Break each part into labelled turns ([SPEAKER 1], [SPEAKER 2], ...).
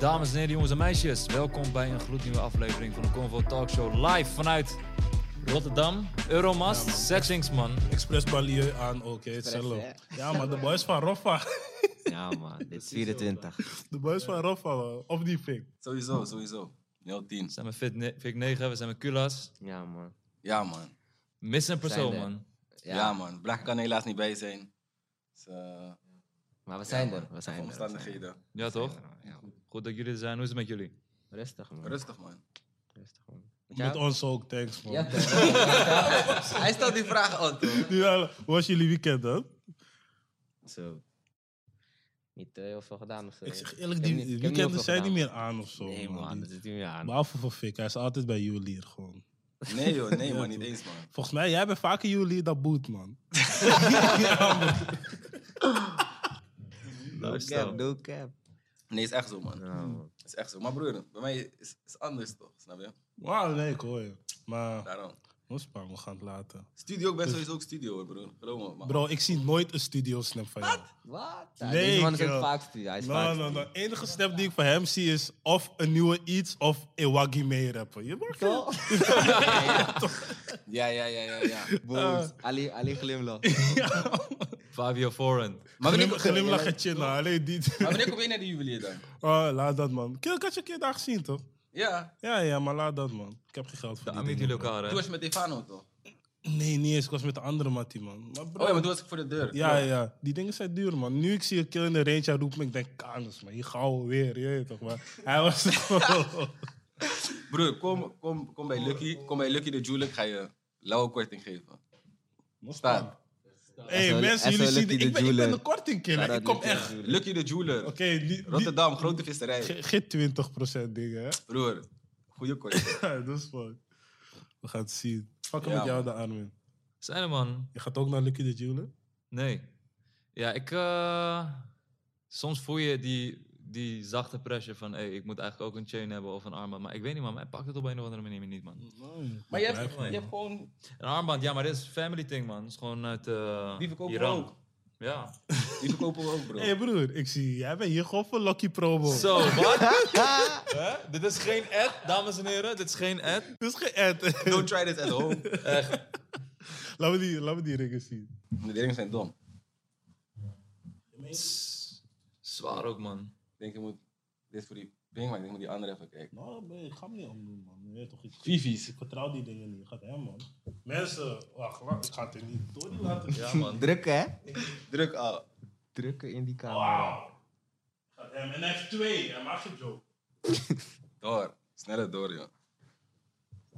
[SPEAKER 1] Dames en heren, jongens en meisjes, welkom bij een gloednieuwe aflevering van de Convo Talk Show live vanuit Rotterdam, Euromast, Settings man.
[SPEAKER 2] Express banlieue aan, oké, cello.
[SPEAKER 3] hè?
[SPEAKER 2] Ja, maar de boys van Roffa.
[SPEAKER 3] Ja, man, dit is 24.
[SPEAKER 2] De boys van Roffa, man. of die fik.
[SPEAKER 4] Sowieso, sowieso. Heel tien.
[SPEAKER 1] We zijn met Fit ne- Fik 9, we zijn met Kulas.
[SPEAKER 3] Ja, man.
[SPEAKER 4] Ja, man.
[SPEAKER 1] Mis een persoon,
[SPEAKER 3] Zijn er.
[SPEAKER 1] man.
[SPEAKER 4] Ja, man. Black kan helaas niet bij zijn. Dus, eh,
[SPEAKER 3] Maar we zijn
[SPEAKER 4] ja,
[SPEAKER 3] er.
[SPEAKER 4] man.
[SPEAKER 3] We zijn er. we zijn er.
[SPEAKER 4] Omstandigheden.
[SPEAKER 1] Ja, toch?
[SPEAKER 3] Ja, man.
[SPEAKER 1] Goed dat jullie er zijn. Hoe is het met jullie?
[SPEAKER 3] Rustig, man.
[SPEAKER 4] Rustig, man.
[SPEAKER 3] Rustig, man.
[SPEAKER 2] Met
[SPEAKER 3] Ja,
[SPEAKER 2] ons ook, thanks man.
[SPEAKER 3] ja, toch? Hij stelt die vraag aan, toch?
[SPEAKER 2] Nu al- Hoe was jullie weekend dan?
[SPEAKER 3] Zo. Niet eh, heel veel gedaan of zo.
[SPEAKER 2] Ik zeg eerlijk,
[SPEAKER 3] heb
[SPEAKER 2] die
[SPEAKER 3] niet- ik heb niet heel
[SPEAKER 2] weekenden
[SPEAKER 3] veel
[SPEAKER 2] zijn niet
[SPEAKER 3] gedaan.
[SPEAKER 2] meer aan of zo.
[SPEAKER 3] Nee, man, dat
[SPEAKER 2] Die-
[SPEAKER 3] zit niet meer aan.
[SPEAKER 2] Behalve voor Fik, hij is altijd bij juwelier gewoon.
[SPEAKER 4] Nee, joh. Nee, man. Niet
[SPEAKER 2] toch.
[SPEAKER 4] eens, man.
[SPEAKER 2] Volgens mij, jij bent vaker juwelier dan Boet, man.
[SPEAKER 3] No cap, no cap.
[SPEAKER 4] Nee, is echt zo, man.
[SPEAKER 3] Ja, man.
[SPEAKER 4] Is echt zo. Maar broer, bij mij is het anders, toch? Snap je?
[SPEAKER 2] Wauw, nee, ik hoor je. Maar,
[SPEAKER 4] Daarom.
[SPEAKER 2] ons man, we gaan het laten.
[SPEAKER 4] Studio, ik ben sowieso ook studio, hoor, broer. Geloof me, man.
[SPEAKER 2] Dus- Bro, ik zie nooit een studio snap van jou.
[SPEAKER 3] Wat?
[SPEAKER 2] Nee,
[SPEAKER 3] Deze man is
[SPEAKER 2] kerel.
[SPEAKER 3] ook vaak studie. Hij is
[SPEAKER 2] No,
[SPEAKER 3] vaak
[SPEAKER 2] no, no. Enige snap die ik van hem zie is of een nieuwe iets of Ewagi mee rappen. Je mag
[SPEAKER 3] Toch?
[SPEAKER 4] Ja, ja, ja, ja, ja.
[SPEAKER 2] Ah.
[SPEAKER 3] Boos. Ali, Ali glimlach.
[SPEAKER 1] Fabio Foreign.
[SPEAKER 4] Maar
[SPEAKER 2] Glim,
[SPEAKER 4] wanneer,
[SPEAKER 2] glimlachen, chillen. Alleen die.
[SPEAKER 4] maar wanneer kom je naar de jubileum dan?
[SPEAKER 2] Oh, laat dat, man. Kill, ik had je een keer daar gezien, toch?
[SPEAKER 4] Ja.
[SPEAKER 2] Ja, ja, maar laat dat, man. Ik heb geen geld voor
[SPEAKER 1] De
[SPEAKER 2] die
[SPEAKER 1] Amit
[SPEAKER 2] dingen,
[SPEAKER 1] jullie elkaar,
[SPEAKER 4] Toen
[SPEAKER 1] hè?
[SPEAKER 4] was je met Stefano, toch?
[SPEAKER 2] bro. Nee, niet eens. Ik was met de andere Mattie, man. Maar bro,
[SPEAKER 4] Oh ja, maar toen was ik voor de deur.
[SPEAKER 2] ja, ja. Die dingen zijn duur, man. Nu ik zie een kill in de range, hij roept me. Ik denk, kanus, man. Hier gaan we weer. Je weet toch, maar Hij was...
[SPEAKER 4] Broer, kom, kom, kom bij Lucky. Kom bij Lucky de Jewel. Ik ga je lauwe korting geven. Staat.
[SPEAKER 2] Hé,
[SPEAKER 3] SO
[SPEAKER 2] hey, mensen, jullie
[SPEAKER 3] SO
[SPEAKER 2] zien...
[SPEAKER 3] Lucky
[SPEAKER 2] Ik
[SPEAKER 3] de
[SPEAKER 2] ben, ik ben
[SPEAKER 3] Jeweler.
[SPEAKER 2] de korting, killer. Ik kom echt... Oké,
[SPEAKER 4] Lucky de Jewel.
[SPEAKER 2] die- die-
[SPEAKER 4] Rotterdam, grote visserij.
[SPEAKER 2] ge- Geen 20% dingen, hè.
[SPEAKER 4] Broer, goede korting.
[SPEAKER 2] Ja, dat is fuck. We gaan het zien. Fuck
[SPEAKER 4] Ja,
[SPEAKER 2] met jou,
[SPEAKER 4] man.
[SPEAKER 2] de Armin.
[SPEAKER 1] Zijn er, man?
[SPEAKER 2] Je gaat ook naar Lucky de Jeweler?
[SPEAKER 1] Nee. Ja, ik... eh, soms voel je die, die zachte pressure van... Hey, ik moet eigenlijk ook een chain hebben of een armband. Maar ik weet niet, man. Hij pakt het op een of andere manier niet, man.
[SPEAKER 4] Maar je
[SPEAKER 2] Blijf,
[SPEAKER 4] hebt,
[SPEAKER 2] man.
[SPEAKER 4] je hebt gewoon...
[SPEAKER 1] Een armband, ja, maar dit is family thing, man. Het is gewoon uit eh
[SPEAKER 4] Die verkopen we
[SPEAKER 1] Iran.
[SPEAKER 4] ook.
[SPEAKER 1] Ja.
[SPEAKER 4] Die verkopen we ook, bro.
[SPEAKER 2] Hé hey broer, ik zie, jij bent hier gewoon voor Lucky Promo.
[SPEAKER 1] Zo, wat? Oh. Hè? Dit is geen ad, dames en heren. Dit is geen ad.
[SPEAKER 2] Dit is geen ad.
[SPEAKER 4] Don't try this at home.
[SPEAKER 2] laat, me die, laat me die ringen zien.
[SPEAKER 4] De dingen zijn dom.
[SPEAKER 1] S- Zwaar ook, man.
[SPEAKER 4] Ik denk, je moet dit voor die ping, maar ik denk, je moet die andere even kijken.
[SPEAKER 2] Nou, nee, ik ga hem niet omdoen, man. Je weet toch, ik,
[SPEAKER 4] Vivi's.
[SPEAKER 2] ik vertrouw die dingen niet. Gaat hem, man. Mensen, wacht, wacht, ik ga het er niet door laten.
[SPEAKER 1] Ja, man.
[SPEAKER 3] Drukken, hè?
[SPEAKER 4] Druk al.
[SPEAKER 3] Drukken in die camera.
[SPEAKER 2] Wauw. Gaat hem. En hij heeft twee. Hij maakt het zo.
[SPEAKER 4] Door. Sneller door, joh.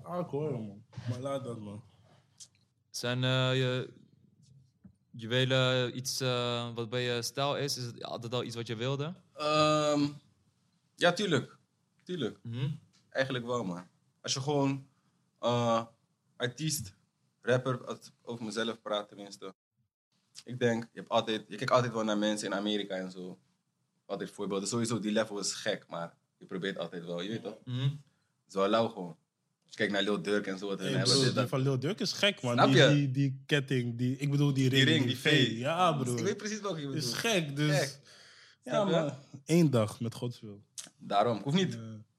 [SPEAKER 2] Ah, ik hoor hem, man. Maar laat dat, man.
[SPEAKER 1] Zijn eh, je juwelen iets eh, wat bij je stijl is? Is het altijd al iets wat je wilde?
[SPEAKER 4] Ehm, ja, tuurlijk. Tuurlijk.
[SPEAKER 1] Mhm.
[SPEAKER 4] Eigenlijk wel, man. Als je gewoon eh, artiest, rapper, als ik over mezelf praat tenminste. Ik denk, je, hebt altijd, je kijkt altijd wel naar mensen in Amerika en zo. Altijd voorbeelden. Sowieso, die level is gek, maar je probeert altijd wel, je weet toch?
[SPEAKER 1] Mhm.
[SPEAKER 4] Het is wel lauw gewoon. Als je kijkt naar Lil Durk en zo, wat hun
[SPEAKER 2] Hey,
[SPEAKER 4] hebben.
[SPEAKER 2] broer,
[SPEAKER 4] dit,
[SPEAKER 2] die
[SPEAKER 4] dat.
[SPEAKER 2] van Lil Durk is gek, man.
[SPEAKER 4] Snap
[SPEAKER 2] die,
[SPEAKER 4] je?
[SPEAKER 2] Die, die ketting, die, ik bedoel die
[SPEAKER 4] Die
[SPEAKER 2] ring.
[SPEAKER 4] ring, die
[SPEAKER 2] vee.
[SPEAKER 4] vee.
[SPEAKER 2] Ja,
[SPEAKER 4] Dus Ik weet
[SPEAKER 2] broer.
[SPEAKER 4] precies welke je
[SPEAKER 2] Is
[SPEAKER 4] bedoelt.
[SPEAKER 2] gek, dus...
[SPEAKER 4] Gek.
[SPEAKER 2] Ja,
[SPEAKER 4] Snap je?
[SPEAKER 2] man. Eén dag, met Gods wil.
[SPEAKER 4] Daarom, ik hoef niet
[SPEAKER 2] Ja.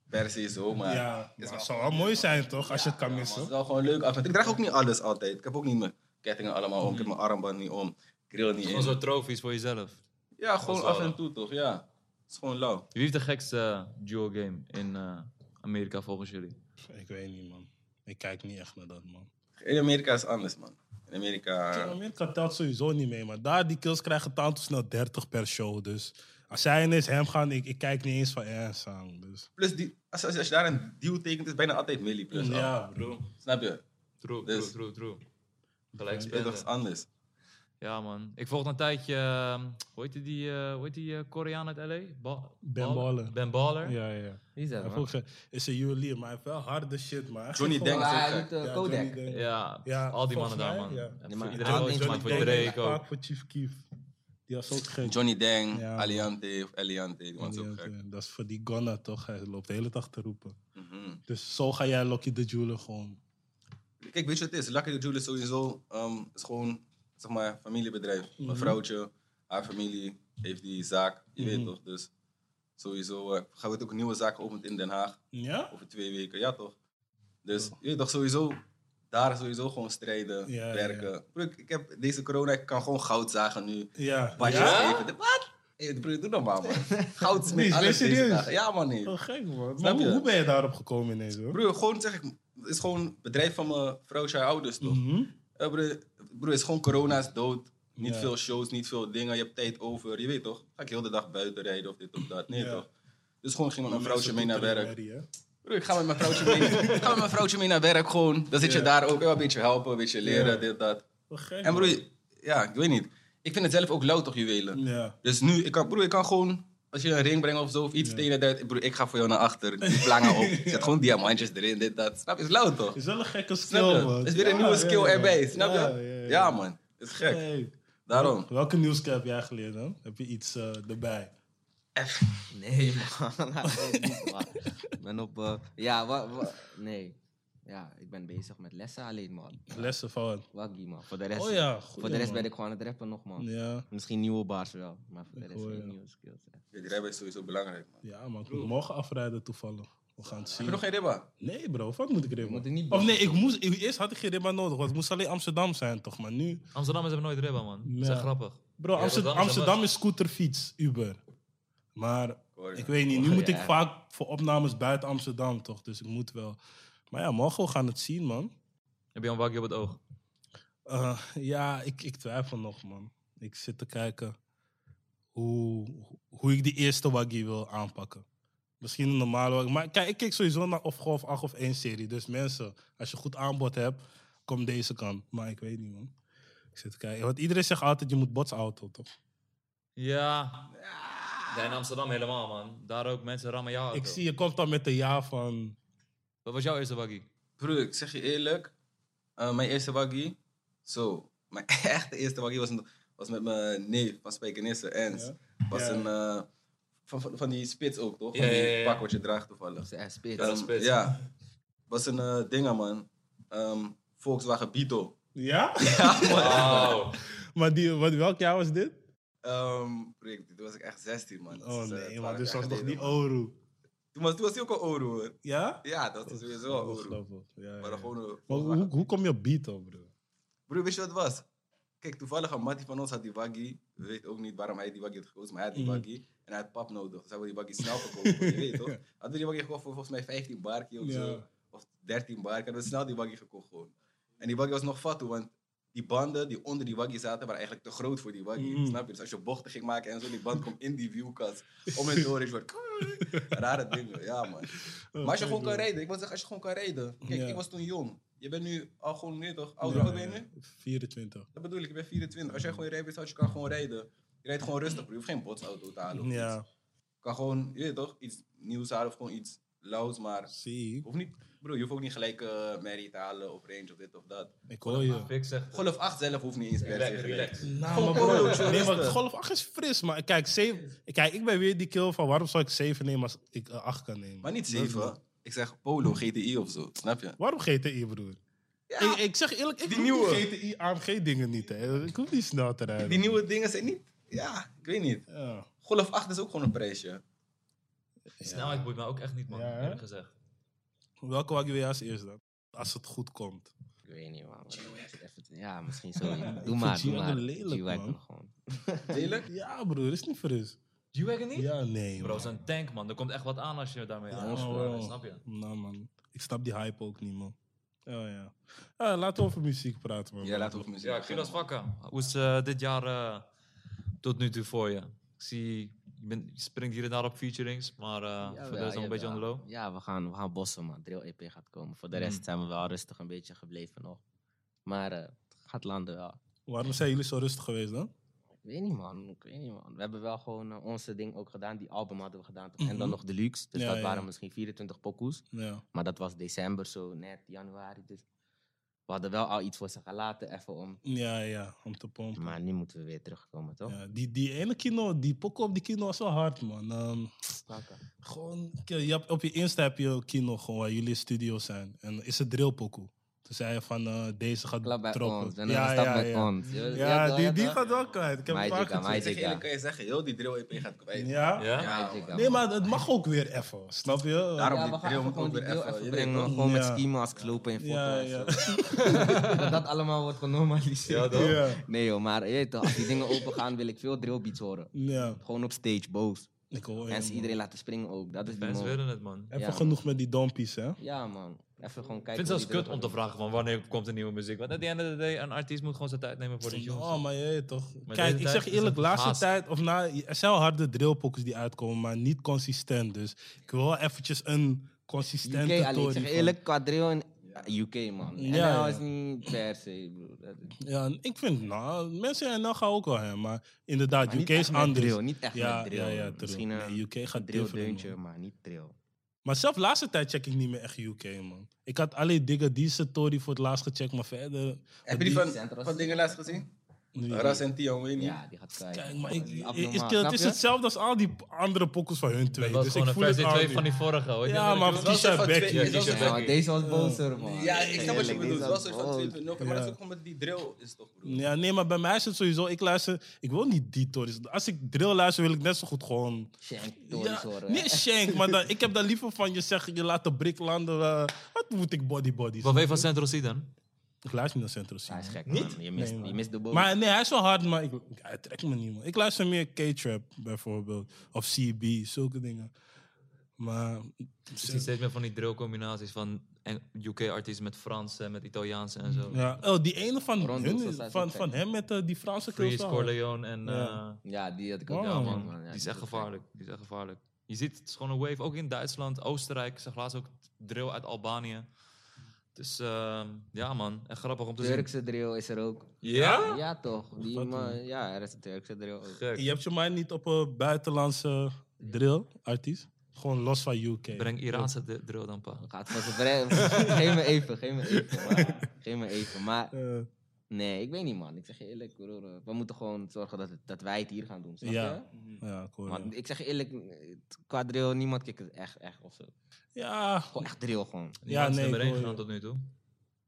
[SPEAKER 4] per se zo, maar...
[SPEAKER 2] Ja,
[SPEAKER 4] is
[SPEAKER 2] maar
[SPEAKER 4] wel-
[SPEAKER 2] het zou wel mooi zijn toch, als je het kan
[SPEAKER 4] Maar het
[SPEAKER 2] missen.
[SPEAKER 4] is wel gewoon leuk af. Ik draag ook niet alles altijd. Ik heb ook niet mijn kettingen allemaal om. Ik
[SPEAKER 2] Mm.
[SPEAKER 4] heb mijn armband niet om. Ik ril niet
[SPEAKER 1] Gewoon
[SPEAKER 4] in.
[SPEAKER 1] soort trofies voor jezelf.
[SPEAKER 4] Ja, gewoon
[SPEAKER 1] Dat is
[SPEAKER 4] af
[SPEAKER 1] wel-
[SPEAKER 4] en toe toch, ja. Het is gewoon lauw.
[SPEAKER 1] Wie heeft de gekste duo game in eh, Amerika volgens jullie?
[SPEAKER 2] Ik weet niet, man. Ik kijk niet echt naar dat, man.
[SPEAKER 4] In Amerika is het anders, man. In Amerika...
[SPEAKER 2] Amerika telt sowieso niet mee, maar daar die kills krijgen het aantal snel 30 per show. Dus als zij ineens hem gaan, ik, ik kijk niet eens van ergens aan. Dus.
[SPEAKER 4] Plus, die, als, als, als je daar een deal tekent, is het bijna altijd milli plus. al.
[SPEAKER 2] Mm, Ja, bro.
[SPEAKER 1] True,
[SPEAKER 4] Snap je?
[SPEAKER 1] true,
[SPEAKER 4] Dus-
[SPEAKER 1] true, true. Gelijk
[SPEAKER 4] Het is toch
[SPEAKER 1] spelen.
[SPEAKER 4] anders.
[SPEAKER 1] Ja, man. Ik volgde een tijdje, ehm, hoe heet die, eh, hoe heet die eh, Koreaan uit L.A.? Ba-
[SPEAKER 2] Ben Baller.
[SPEAKER 1] Ben Baller.
[SPEAKER 2] Ja, ja.
[SPEAKER 3] Wie is dat,
[SPEAKER 2] Hij heeft
[SPEAKER 3] man?
[SPEAKER 2] ook ge- is een juwelier, maar hij heeft wel harde shit, man. Hij
[SPEAKER 4] Johnny
[SPEAKER 2] geeft gewoon-
[SPEAKER 4] Denk is ook
[SPEAKER 3] Ah, hij
[SPEAKER 4] gek.
[SPEAKER 3] doet eh,
[SPEAKER 2] Ja, Johnny
[SPEAKER 3] Kodak.
[SPEAKER 2] Denk.
[SPEAKER 1] Ja,
[SPEAKER 2] Ja,
[SPEAKER 1] al die mannen
[SPEAKER 2] volgens
[SPEAKER 1] daar,
[SPEAKER 2] mij,
[SPEAKER 1] man.
[SPEAKER 2] ja.
[SPEAKER 1] Voor
[SPEAKER 3] Nee, maar
[SPEAKER 1] iedereen
[SPEAKER 2] Ah,
[SPEAKER 1] wel iets
[SPEAKER 3] Johnny Dang
[SPEAKER 1] gemaakt, voor
[SPEAKER 3] deed het
[SPEAKER 1] Drake ook.
[SPEAKER 2] Vaak voor Chief Keef. Die was ook gek.
[SPEAKER 4] Johnny Dang,
[SPEAKER 2] Ja, man.
[SPEAKER 4] Aliante of Eliante, die man is ook gek.
[SPEAKER 2] Dat is voor die Ghana toch? Hij loopt de hele dag te roepen.
[SPEAKER 4] Mhm.
[SPEAKER 2] Dus zo ga jij Lucky de Jeweler gewoon.
[SPEAKER 4] Kijk, weet je wat het is? Lucky the Jewel is sowieso ehm, is gewoon zeg maar
[SPEAKER 2] Mhm. Mhm.
[SPEAKER 4] familiebedrijf. Mijn vrouwtje, haar familie heeft die zaak, je weet toch? Dus Sowieso eh, gaan we ook nieuwe zaken openen in Den Haag.
[SPEAKER 2] Ja?
[SPEAKER 4] Over twee weken, ja toch? Dus je weet toch sowieso, daar sowieso gewoon strijden,
[SPEAKER 2] Ja, ja,
[SPEAKER 4] werken. Broer, Ik, ik heb deze corona, ik kan gewoon goud zagen nu.
[SPEAKER 2] Ja.
[SPEAKER 4] Pasjes
[SPEAKER 2] Ja?
[SPEAKER 4] geven. Wat? Hey, broer, doe normaal man.
[SPEAKER 2] Nee,
[SPEAKER 4] Goud met alles
[SPEAKER 2] ben je Oh.
[SPEAKER 4] deze
[SPEAKER 2] serieus?
[SPEAKER 4] dagen. Ja man, nee.
[SPEAKER 2] Wel gek, man. Maar
[SPEAKER 4] Snap
[SPEAKER 2] hoe,
[SPEAKER 4] je?
[SPEAKER 2] hoe ben je daarop gekomen ineens, hoor?
[SPEAKER 4] Broer, gewoon zeg ik, het is gewoon het bedrijf van mijn vrouw, zijn ouders toch?
[SPEAKER 2] Mhm.
[SPEAKER 4] Eh, broer, broer, het is gewoon corona is dood. Niet
[SPEAKER 2] Ja.
[SPEAKER 4] veel shows, niet veel dingen. Je hebt tijd over. Je weet toch? Ga ik heel de dag buiten rijden of dit of dat? Nee
[SPEAKER 2] Ja.
[SPEAKER 4] toch? Dus gewoon ging
[SPEAKER 2] Mensen
[SPEAKER 4] met mijn vrouwtje mee
[SPEAKER 2] doen
[SPEAKER 4] naar
[SPEAKER 2] terug,
[SPEAKER 4] werk.
[SPEAKER 2] Mary, hè?
[SPEAKER 4] Broer, ik ga met mijn vrouwtje mee, ik ga met mijn vrouwtje mee naar werk gewoon. Dan zit je
[SPEAKER 2] Ja.
[SPEAKER 4] daar ook eh, een beetje helpen, een beetje leren,
[SPEAKER 2] Ja.
[SPEAKER 4] dit, dat.
[SPEAKER 2] Wel Oh, gek,
[SPEAKER 4] En
[SPEAKER 2] man.
[SPEAKER 4] broer, ja, ik weet niet. Ik vind het zelf ook lauw toch, juwelen.
[SPEAKER 2] Ja.
[SPEAKER 4] Dus nu, ik kan, broer, ik kan gewoon... Als je een ring brengt of zo, of iets
[SPEAKER 2] Ja.
[SPEAKER 4] tegen dat... Broer, ik ga voor jou naar achter. Die plangen op. Zet gewoon diamantjes erin, dit, dat. Snap je? Het is lauw toch?
[SPEAKER 2] Is wel een gekke skill,
[SPEAKER 4] Snap je?
[SPEAKER 2] man.
[SPEAKER 4] Het is weer een
[SPEAKER 2] Ja,
[SPEAKER 4] nieuwe
[SPEAKER 2] ja,
[SPEAKER 4] skill
[SPEAKER 2] ja.
[SPEAKER 4] erbij, snap je?
[SPEAKER 2] Ja,
[SPEAKER 4] Ja,
[SPEAKER 2] ja, ja.
[SPEAKER 4] man, het is gek.
[SPEAKER 2] Hey.
[SPEAKER 4] Daarom.
[SPEAKER 2] Welke nieuwscap heb jij geleerd dan? Heb je iets eh, erbij?
[SPEAKER 3] Nee, man. dat is niet waar. Ik ben op... eh, ja, wa, wa- Nee. Ja, ik ben bezig met lessen alleen, man.
[SPEAKER 2] Lessen van.
[SPEAKER 3] Waggy, man. Voor de rest,
[SPEAKER 2] Oh ja,
[SPEAKER 3] voor de rest ben ik gewoon aan het rappen nog, man.
[SPEAKER 2] Ja,
[SPEAKER 3] Misschien nieuwe baars wel, maar voor de
[SPEAKER 2] Ik
[SPEAKER 3] rest
[SPEAKER 2] hoor je.
[SPEAKER 3] geen nieuwe skills. hè.
[SPEAKER 4] Ja, die rijbewijs is sowieso belangrijk, man.
[SPEAKER 2] ja man, ik moet morgen afrijden toevallig. We gaan het
[SPEAKER 4] Heb
[SPEAKER 2] zien.
[SPEAKER 4] je nog geen ribba?
[SPEAKER 2] Nee bro, wat moet ik
[SPEAKER 3] Je moet
[SPEAKER 2] ribben?
[SPEAKER 3] er niet
[SPEAKER 2] Of
[SPEAKER 3] boos
[SPEAKER 2] nee, ik moest, ik- eerst had ik geen ribben nodig, want het moest alleen Amsterdam zijn toch, maar nu...
[SPEAKER 1] Amsterdammers hebben nooit ribben, man. Dat is echt
[SPEAKER 2] Ja.
[SPEAKER 1] grappig.
[SPEAKER 2] Bro,
[SPEAKER 1] Ja,
[SPEAKER 2] Amsterdam,
[SPEAKER 1] Rotterdam is
[SPEAKER 2] Amsterdam is scooter, fiets, Uber. Maar
[SPEAKER 4] Hoor je.
[SPEAKER 2] ik weet niet, nu
[SPEAKER 3] Oh,
[SPEAKER 2] moet ik
[SPEAKER 3] ja.
[SPEAKER 2] vaak voor opnames buiten Amsterdam toch, dus ik moet wel. Maar ja, morgen we gaan het zien man.
[SPEAKER 1] Heb je een wagje op het oog?
[SPEAKER 2] Eh, ja, ik, ik twijfel nog, man. Ik zit te kijken hoe, hoe ik die eerste waggy wil aanpakken. Misschien een normale waggy. Maar kijk, ik kijk sowieso naar of golf 8 of 1 serie. Dus mensen, als je goed aanbod hebt, kom deze kant. Maar ik weet niet, man. Ik zit te kijken. Want iedereen zegt altijd, je moet botsauto, toch?
[SPEAKER 1] Ja. Ja, in Amsterdam helemaal, man. Daar ook mensen rammen jou.
[SPEAKER 2] Ik
[SPEAKER 1] auto.
[SPEAKER 2] zie, je komt dan met een ja van...
[SPEAKER 1] Wat was jouw eerste waggie?
[SPEAKER 4] Broer, ik zeg je eerlijk. eh, mijn eerste waggie. Zo. Mijn echte eerste waggie was, een- was met mijn neef van Spijkenisse, Ens. Was
[SPEAKER 2] Ja.
[SPEAKER 4] een... eh, van, van, van die spits ook, toch? Van
[SPEAKER 1] Ja, ja,
[SPEAKER 4] die
[SPEAKER 1] ja, ja.
[SPEAKER 4] pak wat je draagt toevallig.
[SPEAKER 3] Ze zijn spits.
[SPEAKER 1] Ja, dat
[SPEAKER 4] Ehm,
[SPEAKER 1] is spits.
[SPEAKER 4] Ja. Was een eh dinger, man. Ehm, Volkswagen Beetle.
[SPEAKER 2] Ja?
[SPEAKER 4] Ja, man.
[SPEAKER 1] Wow.
[SPEAKER 2] Maar die, wat, welk jaar was dit?
[SPEAKER 4] Ehm, broer, ik- toen was ik echt 16, man. Dat
[SPEAKER 2] Oh
[SPEAKER 4] is, eh,
[SPEAKER 2] nee, man.
[SPEAKER 4] 12
[SPEAKER 2] Dus
[SPEAKER 4] jaar
[SPEAKER 2] was toch
[SPEAKER 4] geleden,
[SPEAKER 2] die
[SPEAKER 4] man.
[SPEAKER 2] Oru?
[SPEAKER 4] Toen was, toen was hij ook al oro, hoor.
[SPEAKER 2] Ja?
[SPEAKER 4] Ja, dat was sowieso al oro.
[SPEAKER 2] Ongelooflijk. Ja, ja,
[SPEAKER 4] Maar
[SPEAKER 2] ja.
[SPEAKER 4] dan gewoon een
[SPEAKER 2] Maar
[SPEAKER 4] Volkswagen.
[SPEAKER 2] hoe, hoe kom je op beat, op, bro?
[SPEAKER 4] Broer, wist je wat het was? Kijk, toevallig een mattie van ons had die waggy. We weten ook niet waarom hij die waggy had gekozen, maar hij had die
[SPEAKER 2] Mhm.
[SPEAKER 4] waggy. En hij had pap nodig, dus hij wilde die waggy snel verkopen. je weet toch? Hadden we die waggy gekocht voor volgens mij 15 barkie of zo.
[SPEAKER 2] Ja.
[SPEAKER 4] Of 13 barkie, hadden we snel die waggy gekocht gewoon. En die waggy was nog fatu, want die banden die onder die waggy zaten, waren eigenlijk te groot voor die waggy.
[SPEAKER 2] Mhm.
[SPEAKER 4] Snap je? Dus als je bochten ging maken en zo, die band kwam in die wielkast. Om en door, is wordt... Rare dingen, ja man.
[SPEAKER 2] Oh,
[SPEAKER 4] Maar als je gewoon kan rijden, ik wil zeggen, als je gewoon kan rijden. Kijk,
[SPEAKER 2] Ja.
[SPEAKER 4] ik was toen jong. Je bent nu al gewoon, nu toch, ouder,
[SPEAKER 2] Ja,
[SPEAKER 4] oud ben je
[SPEAKER 2] ja,
[SPEAKER 4] nu?
[SPEAKER 2] 24.
[SPEAKER 4] Dat bedoel ik, ik ben 24. Als jij gewoon je rijbewijs houdt, je kan gewoon rijden. Je rijdt gewoon rustig, broer. je hoeft geen botsauto te halen. of iets.
[SPEAKER 2] Ja,
[SPEAKER 4] Je kan gewoon, je weet toch, iets nieuws halen of gewoon iets lauws, maar
[SPEAKER 2] zie.
[SPEAKER 4] hoeft niet, broer, je hoeft ook niet gelijk eh merrie te halen of range of dit of dat.
[SPEAKER 2] Ik hoor je.
[SPEAKER 1] Fik zegt...
[SPEAKER 4] Golf 8 zelf hoeft niet eens per se
[SPEAKER 1] Relax,
[SPEAKER 4] gelijk.
[SPEAKER 1] relax.
[SPEAKER 2] Nou, maar
[SPEAKER 4] Gewoon
[SPEAKER 2] bro,
[SPEAKER 4] polo, zo
[SPEAKER 2] nee, maar
[SPEAKER 4] rustig.
[SPEAKER 2] golf 8 is fris, maar kijk, zeven- kijk, ik ben weer die kill van waarom zou ik 7 nemen als ik 8 kan nemen?
[SPEAKER 4] Maar niet
[SPEAKER 2] Dat is
[SPEAKER 4] 7.
[SPEAKER 2] wel-
[SPEAKER 4] Ik zeg Polo, GTI of zo, snap je?
[SPEAKER 2] Waarom GTI, broer? Ik, ik zeg eerlijk, ik
[SPEAKER 4] Die
[SPEAKER 2] hoef
[SPEAKER 4] nieuwe.
[SPEAKER 2] die GTI AMG dingen niet. Hè. Ik hoef niet snel te rijden.
[SPEAKER 4] Die nieuwe dingen zijn niet, ja, ik weet niet.
[SPEAKER 2] Ja.
[SPEAKER 4] Golf 8 is ook gewoon een prijsje.
[SPEAKER 1] Snelheid boeit me ook echt niet, man.
[SPEAKER 2] Ja, hè?
[SPEAKER 1] eerlijk gezegd.
[SPEAKER 2] Welke wagyu wil je als eerste dan? Als het goed komt.
[SPEAKER 3] Ik weet niet, man. Even- Ja, misschien zo. Doe maar,
[SPEAKER 2] G-Wagon
[SPEAKER 3] doe maar.
[SPEAKER 2] lelijk,
[SPEAKER 3] G-Wagon
[SPEAKER 2] man.
[SPEAKER 3] gewoon.
[SPEAKER 4] Lelijk?
[SPEAKER 2] Ja, broer, is niet fris.
[SPEAKER 1] G-Wagon niet?
[SPEAKER 2] Ja, nee.
[SPEAKER 1] Bro,
[SPEAKER 2] man.
[SPEAKER 1] zo'n tank, man. Er komt echt wat aan als je daarmee
[SPEAKER 2] Ja,
[SPEAKER 1] aan
[SPEAKER 2] bro.
[SPEAKER 1] Snap je?
[SPEAKER 2] Nou man, ik snap die hype ook niet man. Oh ja. Eh, laten we over muziek praten man.
[SPEAKER 4] Ja, laat over muziek.
[SPEAKER 1] Ja,
[SPEAKER 4] beginnen,
[SPEAKER 1] Gilas
[SPEAKER 4] man.
[SPEAKER 1] Vakka. Hoe is eh, dit jaar eh, tot nu toe voor je? Ik zie, je, bent- je springt hier en daar op featurings, maar eh,
[SPEAKER 3] Jawel,
[SPEAKER 1] voor de rest nog een beetje on
[SPEAKER 3] jawel.
[SPEAKER 1] the low.
[SPEAKER 3] Ja, we gaan, we gaan bossen, man. Drill EP gaat komen. Voor de rest
[SPEAKER 1] Mm.
[SPEAKER 3] zijn we wel rustig een beetje gebleven nog. Maar eh, het gaat landen wel.
[SPEAKER 2] Waarom zijn jullie zo rustig geweest dan?
[SPEAKER 3] Ik weet niet, man. Ik weet niet, man. We hebben wel gewoon eh, onze ding ook gedaan. Die album hadden we gedaan. toch? En
[SPEAKER 2] Mhm.
[SPEAKER 3] dan nog Deluxe. Dus
[SPEAKER 2] Ja,
[SPEAKER 3] dat
[SPEAKER 2] ja.
[SPEAKER 3] waren misschien 24 pokoes.
[SPEAKER 2] Ja.
[SPEAKER 3] Maar dat was december zo, net januari. Dus we hadden wel al iets voor ze gelaten, even om.
[SPEAKER 2] Ja, ja, om te pompen.
[SPEAKER 3] Maar nu moeten we weer terugkomen, toch?
[SPEAKER 2] Ja, die, die ene kino, die poko op die kino was wel hard man. Ehm,
[SPEAKER 3] Welke?
[SPEAKER 2] gewoon, je hebt- op je Insta heb je een kino gewoon waar jullie studio zijn. En is het drill poko? Toen zei je van eh, deze gaat
[SPEAKER 3] Klap bij
[SPEAKER 2] droppen.
[SPEAKER 3] ons. En dan stap met ons. Je- je hebt
[SPEAKER 2] Ja,
[SPEAKER 3] wel- je
[SPEAKER 2] die,
[SPEAKER 3] hebt
[SPEAKER 2] die
[SPEAKER 3] wel-
[SPEAKER 2] gaat wel kwijt. Ik heb
[SPEAKER 3] Magica,
[SPEAKER 2] een paar
[SPEAKER 4] Ik
[SPEAKER 3] Magica.
[SPEAKER 2] gezien.
[SPEAKER 4] zeg eerlijk, kan je zeggen, joh, die drill EP gaat kwijt.
[SPEAKER 2] Ja?
[SPEAKER 1] Ja?
[SPEAKER 4] Ja,
[SPEAKER 3] Magic,
[SPEAKER 4] man.
[SPEAKER 2] Nee, maar het mag ook weer even, snap je?
[SPEAKER 4] Daarom-
[SPEAKER 3] Ja,
[SPEAKER 4] die
[SPEAKER 3] we gaan
[SPEAKER 4] drill
[SPEAKER 3] even
[SPEAKER 4] moet
[SPEAKER 3] gewoon
[SPEAKER 4] ook
[SPEAKER 3] die
[SPEAKER 4] weer
[SPEAKER 3] drill
[SPEAKER 4] even-
[SPEAKER 3] even
[SPEAKER 4] je
[SPEAKER 3] brengen.
[SPEAKER 4] weet toch?
[SPEAKER 3] Gewoon met
[SPEAKER 2] Ja.
[SPEAKER 3] ski mask lopen en foto
[SPEAKER 2] Ja,
[SPEAKER 3] en zo.
[SPEAKER 2] ja.
[SPEAKER 3] Dat dat allemaal wordt genormaliseerd.
[SPEAKER 1] Ja, toch?
[SPEAKER 2] Ja.
[SPEAKER 3] Nee joh, maar je weet toch, als die dingen open gaan wil ik veel drillbeats horen.
[SPEAKER 2] ja.
[SPEAKER 3] Gewoon op stage, boos.
[SPEAKER 2] Ik hoor je,
[SPEAKER 3] Mensen
[SPEAKER 2] man.
[SPEAKER 3] iedereen laten springen ook. Dat is die
[SPEAKER 1] Fans
[SPEAKER 3] mode.
[SPEAKER 1] willen het, man.
[SPEAKER 2] Even
[SPEAKER 3] Ja.
[SPEAKER 2] genoeg met die dompies, hè?
[SPEAKER 3] Ja man, even gewoon kijken.
[SPEAKER 1] Ik vind
[SPEAKER 3] hoe
[SPEAKER 1] het zelfs
[SPEAKER 3] die
[SPEAKER 1] kut
[SPEAKER 3] drill
[SPEAKER 1] om te
[SPEAKER 3] gaat.
[SPEAKER 1] vragen van wanneer komt er nieuwe muziek. Want at the end of the day, een artiest moet gewoon zijn tijd nemen voor de tunes.
[SPEAKER 2] Oh, maar je weet toch.
[SPEAKER 1] Maar
[SPEAKER 2] Kijk,
[SPEAKER 1] deze
[SPEAKER 2] ik
[SPEAKER 1] tijd
[SPEAKER 2] zeg
[SPEAKER 1] is
[SPEAKER 2] eerlijk,
[SPEAKER 1] het
[SPEAKER 2] laatste
[SPEAKER 1] haast.
[SPEAKER 2] tijd, of na, er zijn wel harde drillpokkers die uitkomen, maar niet consistent. Dus ik wil wel eventjes een consistente
[SPEAKER 3] UK, alleen, ik
[SPEAKER 2] tory
[SPEAKER 3] zeg
[SPEAKER 2] van-
[SPEAKER 3] eerlijk, qua drill in UK man.
[SPEAKER 2] Ja,
[SPEAKER 3] NL
[SPEAKER 2] ja.
[SPEAKER 3] is niet per se. broer. Dat is-
[SPEAKER 2] Ja, en ik vind, nou, mensen in NL gaan ook wel heen, maar inderdaad,
[SPEAKER 3] Maar niet
[SPEAKER 2] UK is
[SPEAKER 3] echt met
[SPEAKER 2] anders.
[SPEAKER 3] drill, niet echt
[SPEAKER 2] ja,
[SPEAKER 3] met drill.
[SPEAKER 2] ja, ja, true.
[SPEAKER 3] Misschien een
[SPEAKER 2] Nee, UK gaat
[SPEAKER 3] drill
[SPEAKER 2] different,
[SPEAKER 3] deuntje,
[SPEAKER 2] man.
[SPEAKER 3] maar niet drill.
[SPEAKER 2] Maar zelf laatste tijd check ik niet meer echt UK, man. Ik had alleen Digga die story voor het laatst gecheckt, maar verder...
[SPEAKER 4] Heb je die van,
[SPEAKER 3] Centra's-
[SPEAKER 4] van dingen laatst gezien?
[SPEAKER 2] Nee.
[SPEAKER 4] Ras en Tion, weet je niet?
[SPEAKER 3] Ja, die gaat kijken.
[SPEAKER 2] Kijk, maar ik,
[SPEAKER 3] Die
[SPEAKER 2] ik-
[SPEAKER 3] abnormaal,
[SPEAKER 2] is, het
[SPEAKER 3] snap
[SPEAKER 2] is
[SPEAKER 3] je?
[SPEAKER 2] hetzelfde als al die andere pokkels van hun twee.
[SPEAKER 1] Dat was
[SPEAKER 2] Dus ik
[SPEAKER 1] gewoon
[SPEAKER 2] voel
[SPEAKER 1] een
[SPEAKER 2] het
[SPEAKER 1] versie 2
[SPEAKER 2] aan
[SPEAKER 1] van
[SPEAKER 2] nu.
[SPEAKER 1] die vorige. hoor.
[SPEAKER 2] Ja,
[SPEAKER 1] maar
[SPEAKER 2] maar
[SPEAKER 4] was
[SPEAKER 2] die
[SPEAKER 4] wel
[SPEAKER 2] zijn
[SPEAKER 4] van
[SPEAKER 2] back.
[SPEAKER 4] twee-
[SPEAKER 1] Ja,
[SPEAKER 2] Ja,
[SPEAKER 1] die
[SPEAKER 2] die
[SPEAKER 1] zijn
[SPEAKER 2] zijn
[SPEAKER 3] Ja, maar
[SPEAKER 1] back.
[SPEAKER 3] deze was bozer, man.
[SPEAKER 4] Ja, ik snap wat je
[SPEAKER 3] Eerlijk,
[SPEAKER 4] bedoelt.
[SPEAKER 3] deze
[SPEAKER 4] Het was een soort
[SPEAKER 3] boos.
[SPEAKER 4] van 2.0, maar
[SPEAKER 2] Ja.
[SPEAKER 4] dat is ook omdat die drill is toch, broer.
[SPEAKER 2] Ja, nee, maar bij mij is het sowieso... Ik luister... Ik wil niet die tories. Als ik drill luister, wil ik net zo goed gewoon...
[SPEAKER 3] Shank, tories
[SPEAKER 2] Ja,
[SPEAKER 3] horen.
[SPEAKER 2] nee, shank, maar dan, ik heb daar liever van je zeggen, je laat de brik landen. eh, wat moet ik body body?
[SPEAKER 1] Wat weet je van Central C dan?
[SPEAKER 2] Ik luister niet naar Centro C.
[SPEAKER 3] Hij is
[SPEAKER 2] man.
[SPEAKER 3] gek,
[SPEAKER 1] Niet?
[SPEAKER 3] man. Je mist,
[SPEAKER 2] Nee, man.
[SPEAKER 3] je mist de boos.
[SPEAKER 2] Maar nee, hij is wel hard, maar ik, hij trekt me niet, man. Ik luister meer K-Trap bijvoorbeeld, of CB, zulke dingen. Maar...
[SPEAKER 1] Ik zie steeds meer van die drillcombinaties van UK-artiesten met Frans en met Italiaanse en zo.
[SPEAKER 2] Ja, oh, die ene van,
[SPEAKER 3] Rondo,
[SPEAKER 2] hun,
[SPEAKER 3] zoals hij
[SPEAKER 2] van,
[SPEAKER 3] zegt.
[SPEAKER 2] van hem met eh, die Franse
[SPEAKER 1] Freeze,
[SPEAKER 2] cursus.
[SPEAKER 1] Corleone en...
[SPEAKER 2] Ja.
[SPEAKER 1] eh,
[SPEAKER 3] Ja, die had ik ook.
[SPEAKER 2] Oh,
[SPEAKER 1] Ja,
[SPEAKER 3] wel,
[SPEAKER 1] man.
[SPEAKER 3] Ja,
[SPEAKER 1] die is echt
[SPEAKER 3] gek.
[SPEAKER 1] gevaarlijk. Die is echt gevaarlijk. Je ziet, het is gewoon een wave. Ook in Duitsland, Oostenrijk. Ik zag laatst ook drill uit Albanië. Dus ehm, ja, man. Echt grappig om te
[SPEAKER 3] Turkse drill is er ook.
[SPEAKER 1] zien. Ja?
[SPEAKER 3] Ja, toch? Die,
[SPEAKER 2] Dus Wat
[SPEAKER 3] man-
[SPEAKER 2] dan?
[SPEAKER 3] ja, er is een Turkse drill ook.
[SPEAKER 1] Gek.
[SPEAKER 2] Je hebt je mij niet op een buitenlandse drill artiest. Gewoon los van UK.
[SPEAKER 1] Breng Iraanse d- drill dan pa.
[SPEAKER 3] Gaat voor zijn brein. geef me even, geef me even. Maar, geef me even. Maar
[SPEAKER 2] Eh,
[SPEAKER 4] Hmm.
[SPEAKER 3] nee, ik weet niet, man. Ik zeg je eerlijk, broer, eh, we moeten gewoon zorgen dat, het- dat wij het hier gaan doen. Snap
[SPEAKER 2] Ja.
[SPEAKER 3] je?
[SPEAKER 2] ja, ik hoor
[SPEAKER 3] Want
[SPEAKER 2] je.
[SPEAKER 3] ik zeg je eerlijk, het- qua drill, niemand kijkt het echt, echt of zo.
[SPEAKER 2] Ja,
[SPEAKER 3] Gewoon echt drill gewoon.
[SPEAKER 1] Ja,
[SPEAKER 2] nee,
[SPEAKER 1] nee.
[SPEAKER 2] ik
[SPEAKER 1] nummer 1
[SPEAKER 2] hoor
[SPEAKER 1] gedaan
[SPEAKER 2] je.
[SPEAKER 1] tot nu toe.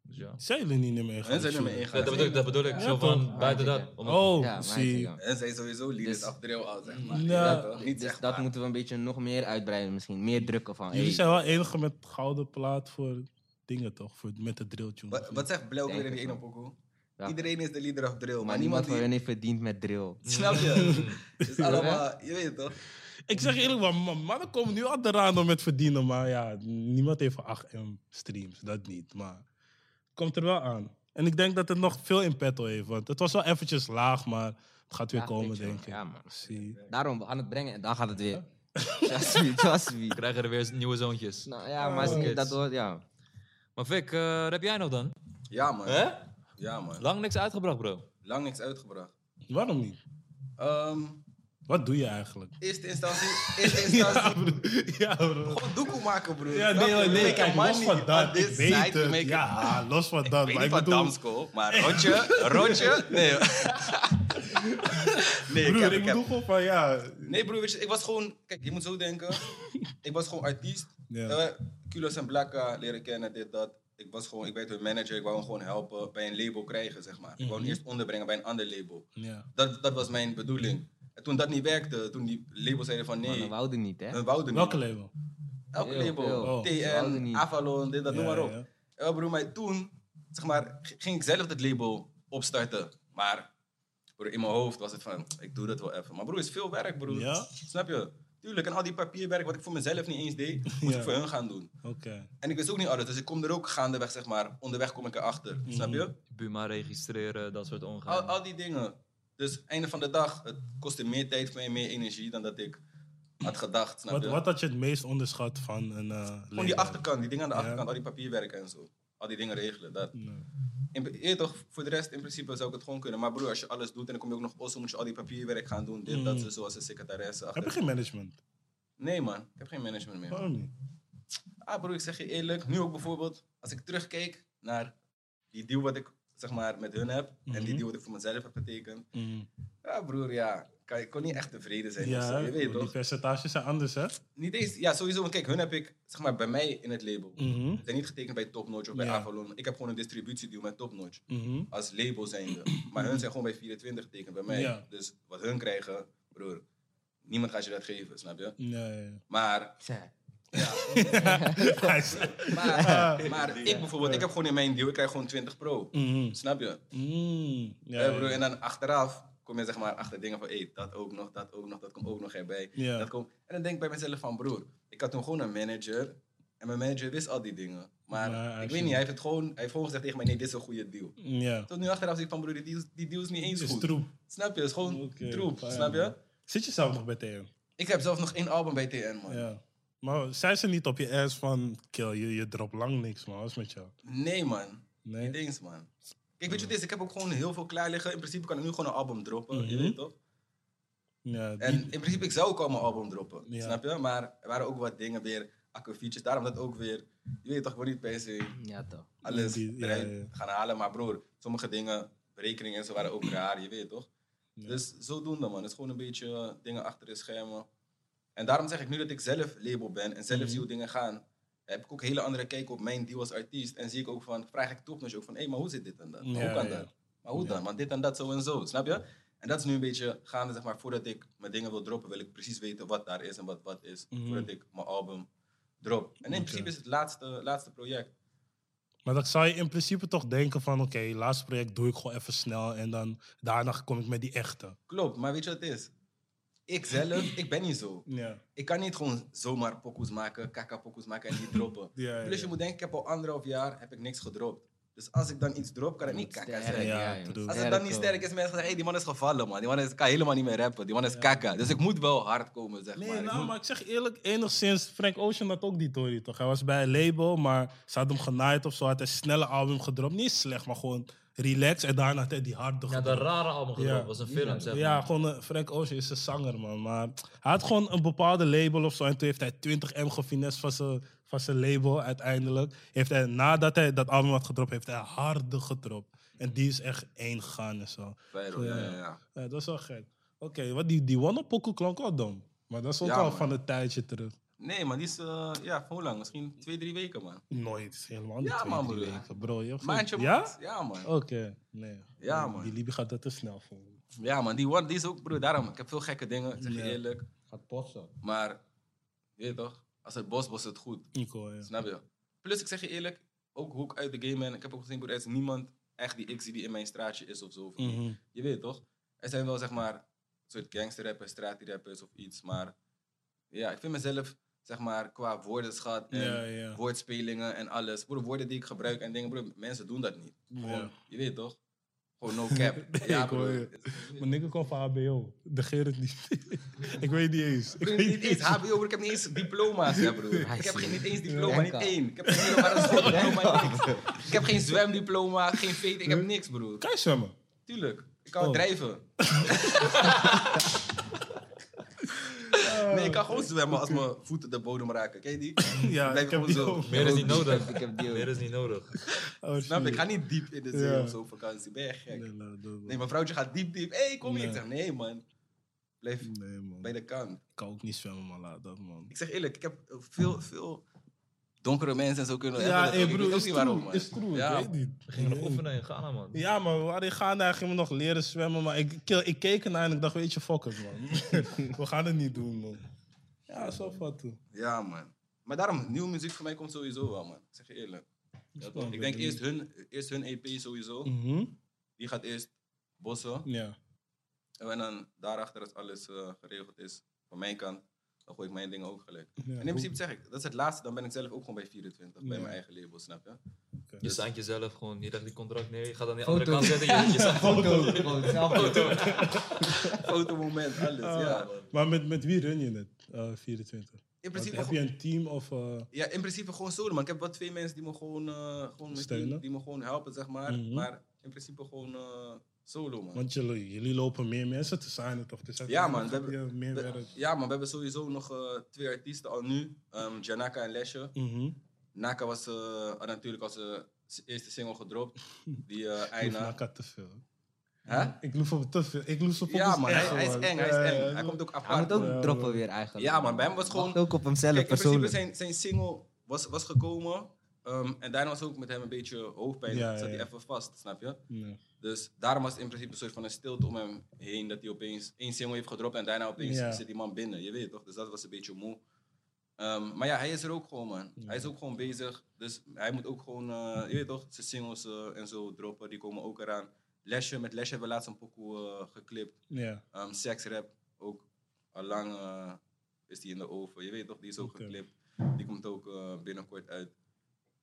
[SPEAKER 1] Dus ja.
[SPEAKER 2] zijn jullie niet meer
[SPEAKER 4] Hun zijn nummer 1
[SPEAKER 1] Ja, dat bedoel ik, dat bedoel ik.
[SPEAKER 2] Ja,
[SPEAKER 1] zo
[SPEAKER 2] toch?
[SPEAKER 1] van buiten
[SPEAKER 3] Ja,
[SPEAKER 1] dat.
[SPEAKER 3] zeker.
[SPEAKER 1] Omdat-
[SPEAKER 2] Oh,
[SPEAKER 3] ja,
[SPEAKER 2] zie.
[SPEAKER 3] maar ik-
[SPEAKER 4] En zij sowieso liedjes
[SPEAKER 3] Dus-
[SPEAKER 4] af drill al, zeg maar.
[SPEAKER 2] Ja.
[SPEAKER 4] Ja, toch? Niet
[SPEAKER 3] Dus
[SPEAKER 4] echt
[SPEAKER 3] dat
[SPEAKER 4] waar.
[SPEAKER 3] moeten we een beetje nog meer uitbreiden misschien. Meer drukken van,
[SPEAKER 2] Jullie
[SPEAKER 3] hey,
[SPEAKER 2] zijn wel enige met gouden plaat voor dingen toch? Voor, met de drilltune.
[SPEAKER 4] Wat, wat zegt Blauw weer in die
[SPEAKER 3] Denk
[SPEAKER 4] ene
[SPEAKER 3] het
[SPEAKER 4] pokoe?
[SPEAKER 3] ja,
[SPEAKER 4] Iedereen is de leader of drill,
[SPEAKER 3] maar, niemand
[SPEAKER 4] maar niemand
[SPEAKER 3] van
[SPEAKER 4] die...
[SPEAKER 3] hen heeft verdiend met drill.
[SPEAKER 4] Snap je? Het is allemaal, je weet toch?
[SPEAKER 2] Ik zeg eerlijk, maar man- mannen komen nu al de rand om met verdienen. Maar ja, niemand heeft 8M streams. Dat niet. Maar het komt er wel aan. En ik denk dat het nog veel in petto heeft. Want het was wel eventjes laag, maar het gaat weer
[SPEAKER 3] Laag
[SPEAKER 2] komen,
[SPEAKER 3] pitje,
[SPEAKER 2] denk ik.
[SPEAKER 3] ja, man.
[SPEAKER 2] Zie.
[SPEAKER 3] Daarom, we gaan het brengen en dan gaat het weer. Trust me, trust me.
[SPEAKER 1] We krijgen er weer nieuwe zoontjes.
[SPEAKER 3] Nou ja, maar als ik
[SPEAKER 1] kids.
[SPEAKER 3] dat hoor, ja.
[SPEAKER 1] Maar Vic, eh heb jij nog dan?
[SPEAKER 4] Ja, man. Ja, man.
[SPEAKER 1] Lang niks uitgebracht, bro.
[SPEAKER 4] Lang niks uitgebracht.
[SPEAKER 2] Waarom niet?
[SPEAKER 4] Ehm,
[SPEAKER 2] Wat doe je eigenlijk?
[SPEAKER 4] eerste instantie, eerste instantie,
[SPEAKER 2] ja, bro.
[SPEAKER 4] gewoon doekoe maken, broer.
[SPEAKER 2] Ja,
[SPEAKER 4] Snap
[SPEAKER 2] nee,
[SPEAKER 4] je?
[SPEAKER 2] nee,
[SPEAKER 4] Make
[SPEAKER 2] kijk,
[SPEAKER 4] money
[SPEAKER 2] los van
[SPEAKER 4] on
[SPEAKER 2] dat. Ik
[SPEAKER 4] this
[SPEAKER 2] weet
[SPEAKER 4] side,
[SPEAKER 2] het.
[SPEAKER 4] make-
[SPEAKER 2] Ja, los van dat.
[SPEAKER 4] Ik
[SPEAKER 2] maar
[SPEAKER 4] weet niet
[SPEAKER 2] ik
[SPEAKER 4] van
[SPEAKER 2] bedoel-
[SPEAKER 4] Damsko, maar Rotje, Rotje, nee. nee, ik heb,
[SPEAKER 2] Broer,
[SPEAKER 4] ik
[SPEAKER 2] ik
[SPEAKER 4] heb.
[SPEAKER 2] bedoel gewoon van, ja...
[SPEAKER 4] Nee, broer, weet je, ik was gewoon, kijk, je moet zo denken. ik was gewoon artiest.
[SPEAKER 2] Ja.
[SPEAKER 4] Eh, Kulos en Blakka leren kennen, dit, dat. Ik was gewoon, ik werd hun manager, ik wou hem gewoon helpen bij een label krijgen, zeg maar.
[SPEAKER 2] Mhm.
[SPEAKER 4] Ik wou hem eerst onderbrengen bij een ander label.
[SPEAKER 2] Ja.
[SPEAKER 4] Dat, dat was mijn bedoeling. En toen dat niet werkte, toen die labels zeiden van
[SPEAKER 3] Maar
[SPEAKER 4] nee,
[SPEAKER 3] we wouden niet, hè?
[SPEAKER 4] hun wouden Oh, niet.
[SPEAKER 2] Welke label?
[SPEAKER 4] Elke
[SPEAKER 3] Heel
[SPEAKER 4] label.
[SPEAKER 3] veel.
[SPEAKER 2] Oh.
[SPEAKER 4] TN,
[SPEAKER 3] Ze wouden niet.
[SPEAKER 4] Avalon, dit, dat, noem
[SPEAKER 2] Ja,
[SPEAKER 4] maar op.
[SPEAKER 2] ja.
[SPEAKER 4] Ja, broer, maar toen, zeg maar, g- ging ik zelf het label opstarten. Maar broer, in mijn hoofd was het van, ik doe dat wel even. Maar broer, het is veel werk, broer.
[SPEAKER 2] Ja?
[SPEAKER 4] Snap je? Tuurlijk, en al die papierwerk wat ik voor mezelf niet eens deed, moest
[SPEAKER 2] Ja.
[SPEAKER 4] ik voor hun gaan doen.
[SPEAKER 2] Oké.
[SPEAKER 4] En ik wist ook niet alles, dus ik kom er ook gaandeweg, zeg maar, onderweg kom ik erachter.
[SPEAKER 2] Mhm.
[SPEAKER 4] Snap je?
[SPEAKER 1] Buma registreren, dat soort ongein.
[SPEAKER 3] Oh,
[SPEAKER 4] Al, al die dingen. Dus einde van de dag, het kostte meer tijd voor mij, meer energie dan dat ik had gedacht. Snap
[SPEAKER 2] Wat,
[SPEAKER 4] je?
[SPEAKER 2] wat had je het meest onderschat van een eh
[SPEAKER 4] Gewoon die
[SPEAKER 2] label?
[SPEAKER 4] achterkant, die dingen aan de
[SPEAKER 2] Ja.
[SPEAKER 4] achterkant, al die papierwerk en zo. Al die dingen regelen, dat.
[SPEAKER 2] Nee.
[SPEAKER 4] In, pri- je weet toch, voor de rest in principe zou ik het gewoon kunnen. Maar broer, als je alles doet en dan kom je ook nog osso, moet je al die papierwerk gaan doen. Dit, dat, zo, zoals een secretaresse. achter-
[SPEAKER 2] Mm. Heb Oh. je geen management?
[SPEAKER 4] Nee man, ik heb geen management meer.
[SPEAKER 2] Waarom niet?
[SPEAKER 4] Ah broer, ik zeg je eerlijk, nu ook bijvoorbeeld, als ik terugkijk naar die
[SPEAKER 2] Mhm.
[SPEAKER 4] deal wat ik zeg maar met hun heb. En die deal wat ik voor mezelf heb getekend. Ja broer, ja. kan- ik kon niet echt tevreden zijn. of zo,
[SPEAKER 2] Ja,
[SPEAKER 4] je weet
[SPEAKER 2] die
[SPEAKER 4] toch?
[SPEAKER 2] percentages zijn anders, hè?
[SPEAKER 4] Niet eens, ja, sowieso. Want kijk, hun heb ik, zeg maar, bij mij in het label.
[SPEAKER 2] Mhm.
[SPEAKER 4] Ze zijn niet getekend bij Top Notch of bij
[SPEAKER 2] Ja.
[SPEAKER 4] Avalon. Ik heb gewoon een distributiedeal met Top Notch.
[SPEAKER 2] Mhm.
[SPEAKER 4] Als label zijnde. Maar hun zijn gewoon bij 24 getekend bij mij.
[SPEAKER 2] Ja.
[SPEAKER 4] Dus wat hun krijgen, broer, niemand gaat je dat geven, snap je?
[SPEAKER 2] Ja, ja, ja.
[SPEAKER 4] Maar
[SPEAKER 3] Tja.
[SPEAKER 2] Hij is-
[SPEAKER 4] Maar, maar ik bijvoorbeeld, ik heb gewoon in mijn deal, ik krijg gewoon 20 pro.
[SPEAKER 2] Mhm.
[SPEAKER 4] Snap je?
[SPEAKER 2] Mm, ja,
[SPEAKER 4] Eh,
[SPEAKER 2] ja,
[SPEAKER 4] broer,
[SPEAKER 2] ja.
[SPEAKER 4] en dan achteraf kom je zeg maar achter dingen van, hey, dat ook nog, dat ook nog, dat komt ook nog erbij.
[SPEAKER 2] Ja.
[SPEAKER 4] Dat komt, en dan denk ik bij mezelf van, broer, ik had toen gewoon een manager. En mijn manager wist al die dingen. Maar
[SPEAKER 2] Maar hij
[SPEAKER 4] ik
[SPEAKER 2] is
[SPEAKER 4] weet
[SPEAKER 2] niet-
[SPEAKER 4] niet, hij heeft, het gewoon, hij heeft gewoon gezegd tegen mij, nee, dit is een goede deal.
[SPEAKER 2] Ja.
[SPEAKER 4] Tot nu achteraf zie ik van, broer, die deal, die deal is niet eens
[SPEAKER 2] Is
[SPEAKER 4] goed.
[SPEAKER 2] troep.
[SPEAKER 4] Snap je? Het is gewoon
[SPEAKER 2] Oké,
[SPEAKER 4] troep,
[SPEAKER 2] fijn,
[SPEAKER 4] snap je?
[SPEAKER 2] man. Zit je zelf nog bij TM?
[SPEAKER 4] Ik heb zelf nog één album bij TN, man.
[SPEAKER 2] Ja. Maar zijn ze niet op je ass van, kill, je, je drop lang niks, man. Wat is met jou?
[SPEAKER 4] Nee, man.
[SPEAKER 2] Nee?
[SPEAKER 4] Niet eens, man. Kijk, weet je wat het is? Ik heb ook gewoon heel veel klaar liggen. In principe kan ik nu gewoon een album droppen, je
[SPEAKER 2] Mhm.
[SPEAKER 4] weet toch?
[SPEAKER 2] Ja, die-
[SPEAKER 4] En in principe, ik zou ook al mijn album droppen,
[SPEAKER 2] Ja.
[SPEAKER 4] snap je? Maar er waren ook wat dingen weer, akkefietjes. Daarom dat ook weer, je weet toch, ik wil niet per se
[SPEAKER 3] Ja, toch.
[SPEAKER 4] alles
[SPEAKER 2] Die- ja,
[SPEAKER 4] eruit
[SPEAKER 2] ja.
[SPEAKER 4] gaan halen. Maar broer, sommige dingen, berekeningen en zo waren ook raar, je weet toch?
[SPEAKER 2] Ja.
[SPEAKER 4] Dus zodoende, man. Het is gewoon een beetje eh, dingen achter de schermen. En daarom zeg ik nu dat ik zelf label ben en
[SPEAKER 2] Mhm.
[SPEAKER 4] zelf zie hoe dingen gaan, heb ik ook hele andere kijk op mijn deal als artiest. En zie ik ook van, vraag ik toch nog ook van, hé, maar hoe zit dit en dat? Maar
[SPEAKER 2] Ja,
[SPEAKER 4] hoe kan
[SPEAKER 2] ja.
[SPEAKER 4] dat? Maar hoe dan? Want dit en dat, zo en zo, snap je? En dat is nu een beetje gaande, zeg maar, voordat ik mijn dingen wil droppen, wil ik precies weten wat daar is en wat wat is,
[SPEAKER 2] Mhm.
[SPEAKER 4] voordat ik mijn album drop. En in
[SPEAKER 2] Oké.
[SPEAKER 4] principe is het laatste, laatste project.
[SPEAKER 2] Maar dan zou je in principe toch denken van, oké, laatste project doe ik gewoon even snel en dan daarna kom ik met die echte.
[SPEAKER 4] Klopt, maar weet je wat het is? Ik zelf, ik ben niet zo.
[SPEAKER 2] Ja.
[SPEAKER 4] Ik kan niet gewoon zomaar pokoes maken, kaka pokoes maken en die droppen.
[SPEAKER 2] Ja,
[SPEAKER 4] Plus je moet denken, ik heb al anderhalf jaar heb ik niks gedropt. Dus als ik dan iets drop, kan het niet kaka zijn.
[SPEAKER 2] Ja,
[SPEAKER 4] Als het dan niet sterk is, mensen zeggen, hey, die man is gevallen, man. Die man is, kan helemaal niet meer rappen. Die man is kaka. Dus ik moet wel hard komen, zeg
[SPEAKER 2] Nee,
[SPEAKER 4] maar. Ik
[SPEAKER 2] nou,
[SPEAKER 4] moet-
[SPEAKER 2] maar ik zeg eerlijk, enigszins, Frank Ocean had ook die tory, toch? Hij was bij een label, maar ze had hem genaaid of zo, had een snelle album gedropt. Niet slecht, maar gewoon relax en daarna had hij die harde
[SPEAKER 1] Ja, dat
[SPEAKER 2] gedropt.
[SPEAKER 1] rare album gedropt.
[SPEAKER 2] Ja.
[SPEAKER 1] was een film, zeg maar.
[SPEAKER 2] Ja, gewoon eh, Frank Ocean is een zanger, man. Maar hij had gewoon een bepaalde label of zo. En toen heeft hij 20 M gefinest van zijn, van zijn label uiteindelijk. Heeft hij, nadat hij dat album had gedropt, heeft hij harde gedropt. En die is echt één gegaan en zo.
[SPEAKER 4] Viral, ja, ja, ja.
[SPEAKER 2] Ja, dat is wel gek. Oké, wat die, die one pokoe klonk wel dom. Maar dat is ook
[SPEAKER 4] Ja,
[SPEAKER 2] al
[SPEAKER 4] man.
[SPEAKER 2] van een tijdje terug.
[SPEAKER 4] Nee, man, die is, eh, ja, voor hoe lang? Misschien twee, drie weken, man.
[SPEAKER 2] Nooit, helemaal niet.
[SPEAKER 4] Ja,
[SPEAKER 2] twee,
[SPEAKER 4] man,
[SPEAKER 2] drie
[SPEAKER 4] broer.
[SPEAKER 2] weken, bro. Je hebt geen-
[SPEAKER 4] Maandje,
[SPEAKER 2] Ja? Oh.
[SPEAKER 4] maand. Ja, man.
[SPEAKER 2] Oké, nee.
[SPEAKER 4] Ja,
[SPEAKER 2] Die-
[SPEAKER 4] man.
[SPEAKER 2] Die Libi gaat dat te snel voor.
[SPEAKER 4] Ja, man, die, one, die is ook, broer, daarom. Ik heb veel gekke dingen, ik zeg je
[SPEAKER 2] Ja.
[SPEAKER 4] eerlijk.
[SPEAKER 3] Gaat potsen.
[SPEAKER 4] Maar, je weet toch, als het bos was het goed.
[SPEAKER 2] Nico, ja.
[SPEAKER 4] Snap je? Plus, ik zeg je eerlijk, ook hoe ik uit de game ben. Ik heb ook gezien, broer, er is niemand echt die ik zie die in mijn straatje is of zo. Of
[SPEAKER 2] Mhm.
[SPEAKER 4] Je weet toch? Er zijn wel zeg maar soort gangsterrappers, straatrappers of iets, maar ja, ik vind mezelf zeg maar qua woordenschat en
[SPEAKER 2] Ja, ja.
[SPEAKER 4] woordspelingen en alles, broer, woorden die ik gebruik en dingen, broer, mensen doen dat niet. Gewoon,
[SPEAKER 2] Ja.
[SPEAKER 4] Je weet toch? Gewoon no cap. ja,
[SPEAKER 2] ik hoor
[SPEAKER 4] broer.
[SPEAKER 2] je. Mijn nigga kwam van HBO. Negeer het niet. ik weet niet eens. Ik
[SPEAKER 4] Broer,
[SPEAKER 2] weet
[SPEAKER 4] niet eens HBO, broer. Ik heb niet eens diploma's, ja, broer. Ik heb geen, niet eens diploma, niet één. Ik heb geen middelbare schooldiploma, niks. Ik heb geen zwemdiploma, geen veet, ik heb niks, broer.
[SPEAKER 2] Kan je zwemmen?
[SPEAKER 4] Tuurlijk. Ik kan
[SPEAKER 2] Oh.
[SPEAKER 4] drijven. nee, ik kan gewoon zwemmen als mijn voeten de bodem raken. Ken je die?
[SPEAKER 2] Ja,
[SPEAKER 4] Blijf
[SPEAKER 2] ik heb
[SPEAKER 4] gewoon
[SPEAKER 2] die
[SPEAKER 4] zo.
[SPEAKER 2] ook.
[SPEAKER 1] Meer is niet nodig.
[SPEAKER 3] Ik heb die ook.
[SPEAKER 1] Meer is niet nodig.
[SPEAKER 2] Oh,
[SPEAKER 4] Snap je?
[SPEAKER 2] shit.
[SPEAKER 4] Ik ga niet diep in de zee
[SPEAKER 2] Ja.
[SPEAKER 4] of zo op vakantie. Ben je gek?
[SPEAKER 2] Nee, laat het doen, man.
[SPEAKER 4] Nee, mijn vrouwtje gaat diep, diep. Hé, hey, kom hier.
[SPEAKER 2] Nee.
[SPEAKER 4] Ik zeg, nee, man. Blijf
[SPEAKER 2] Nee, man.
[SPEAKER 4] bij de kant.
[SPEAKER 2] Ik kan ook niet zwemmen, man. Laat dat, man.
[SPEAKER 4] Ik zeg eerlijk, ik heb veel, veel donkere mensen en zo kunnen hebben
[SPEAKER 2] Ja,
[SPEAKER 4] dat ook.
[SPEAKER 2] hey,
[SPEAKER 4] Ik
[SPEAKER 2] broer,
[SPEAKER 4] weet ook
[SPEAKER 2] is
[SPEAKER 4] niet waarom,
[SPEAKER 2] true.
[SPEAKER 4] man.
[SPEAKER 2] Is true,
[SPEAKER 4] Ja,
[SPEAKER 2] ik weet niet.
[SPEAKER 1] We gingen nog
[SPEAKER 2] Ik weet
[SPEAKER 1] oefenen in Ghana, man.
[SPEAKER 2] Ja, man, we waren in Ghana gingen we nog leren zwemmen. Maar ik, ik, ik keek ernaar en ik dacht, weet je, fuck it, man. we gaan het niet doen, man. Ja, zo wat toe.
[SPEAKER 4] ja, man. Maar daarom, nieuwe muziek voor mij komt sowieso wel, man. Ik zeg je eerlijk. Ja, toch? Ik denk eerst hun, eerst hun EP sowieso.
[SPEAKER 2] Mhm.
[SPEAKER 4] Die gaat eerst bossen.
[SPEAKER 2] Ja.
[SPEAKER 4] En dan daarachter, als alles eh, geregeld is, van mijn kant, dan gooi ik mijn dingen ook gelijk.
[SPEAKER 2] Ja,
[SPEAKER 4] en in principe zeg ik, dat is het laatste, dan ben ik zelf ook gewoon bij 24, bij
[SPEAKER 2] Ja.
[SPEAKER 4] mijn eigen label, snap je? Dus-
[SPEAKER 1] Je signed jezelf gewoon. Je legt die contract neer. Je gaat aan die
[SPEAKER 3] Foto.
[SPEAKER 1] andere kant zitten. Je, je zegt
[SPEAKER 3] Foto. Gewoon zelf foto.
[SPEAKER 4] Fotomoment, alles,
[SPEAKER 2] Ah.
[SPEAKER 4] ja.
[SPEAKER 2] Maar met, met wie run je het, eh, 24?
[SPEAKER 4] In
[SPEAKER 2] Want
[SPEAKER 4] principe,
[SPEAKER 2] heb je een team of... eh,
[SPEAKER 4] gewoon- ja, in principe gewoon solo, man. Ik heb wel twee mensen die me gewoon, eh, gewoon met-
[SPEAKER 2] Steunen?
[SPEAKER 4] Die, me gewoon helpen, zeg maar.
[SPEAKER 2] Mhm.
[SPEAKER 4] Maar in principe gewoon eh, solo, man.
[SPEAKER 2] Want jullie, jullie lopen meer mensen te signen, toch? Dus
[SPEAKER 4] Ja, man,
[SPEAKER 2] uiteindelijk
[SPEAKER 4] we hebben-
[SPEAKER 2] heb je meer
[SPEAKER 4] We-
[SPEAKER 2] werk.
[SPEAKER 4] ja, maar we hebben sowieso nog eh, twee artiesten al nu. Ehm Janaka en Lesje.
[SPEAKER 2] Mhm.
[SPEAKER 4] Naka was eh, had natuurlijk als eh, s- eerste single gedropt. Die eh
[SPEAKER 2] Hoeft
[SPEAKER 4] Aina.
[SPEAKER 2] Naka te veel.
[SPEAKER 4] Hè?
[SPEAKER 2] Ik loef op te veel. Ik loef op
[SPEAKER 4] Ja, man, hij,
[SPEAKER 2] echt,
[SPEAKER 4] hij is
[SPEAKER 2] man.
[SPEAKER 4] eng, hij is
[SPEAKER 2] Ja,
[SPEAKER 4] eng.
[SPEAKER 2] ja,
[SPEAKER 4] Hij komt ook
[SPEAKER 3] Hij moet
[SPEAKER 4] apart.
[SPEAKER 3] ook
[SPEAKER 4] man.
[SPEAKER 2] man.
[SPEAKER 3] droppen weer eigenlijk.
[SPEAKER 4] Ja, man, bij hem was gewoon-
[SPEAKER 3] Wacht ook op hemzelf
[SPEAKER 4] Kijk, in principe
[SPEAKER 3] persoonlijk.
[SPEAKER 4] zijn, zijn single was, was gekomen. ehm, en daarna was ook met hem een beetje hoofdpijn.
[SPEAKER 2] Ja,
[SPEAKER 4] zat
[SPEAKER 2] ja,
[SPEAKER 4] hij
[SPEAKER 2] ja.
[SPEAKER 4] even vast, snap je?
[SPEAKER 2] Nee.
[SPEAKER 4] Dus daarom was het in principe een soort van een stilte om hem heen. Dat hij opeens één single heeft gedropt en daarna opeens
[SPEAKER 2] Ja.
[SPEAKER 4] zit die man binnen. Je weet toch? Dus dat was een beetje moe. Ehm, maar ja, hij is er ook gewoon, man.
[SPEAKER 2] Ja.
[SPEAKER 4] Hij is ook gewoon bezig. Dus hij moet ook gewoon, eh, je weet toch, zijn singles eh, en zo droppen. Die komen ook eraan. Lesje, met Lesje hebben we laatst een pokoe eh, geklipt.
[SPEAKER 2] Ja,
[SPEAKER 4] Ehm, seksrap ook al lang is die in de oven. Je weet toch, die is ook
[SPEAKER 2] Oké.
[SPEAKER 4] geklipt. Die komt ook eh, binnenkort uit.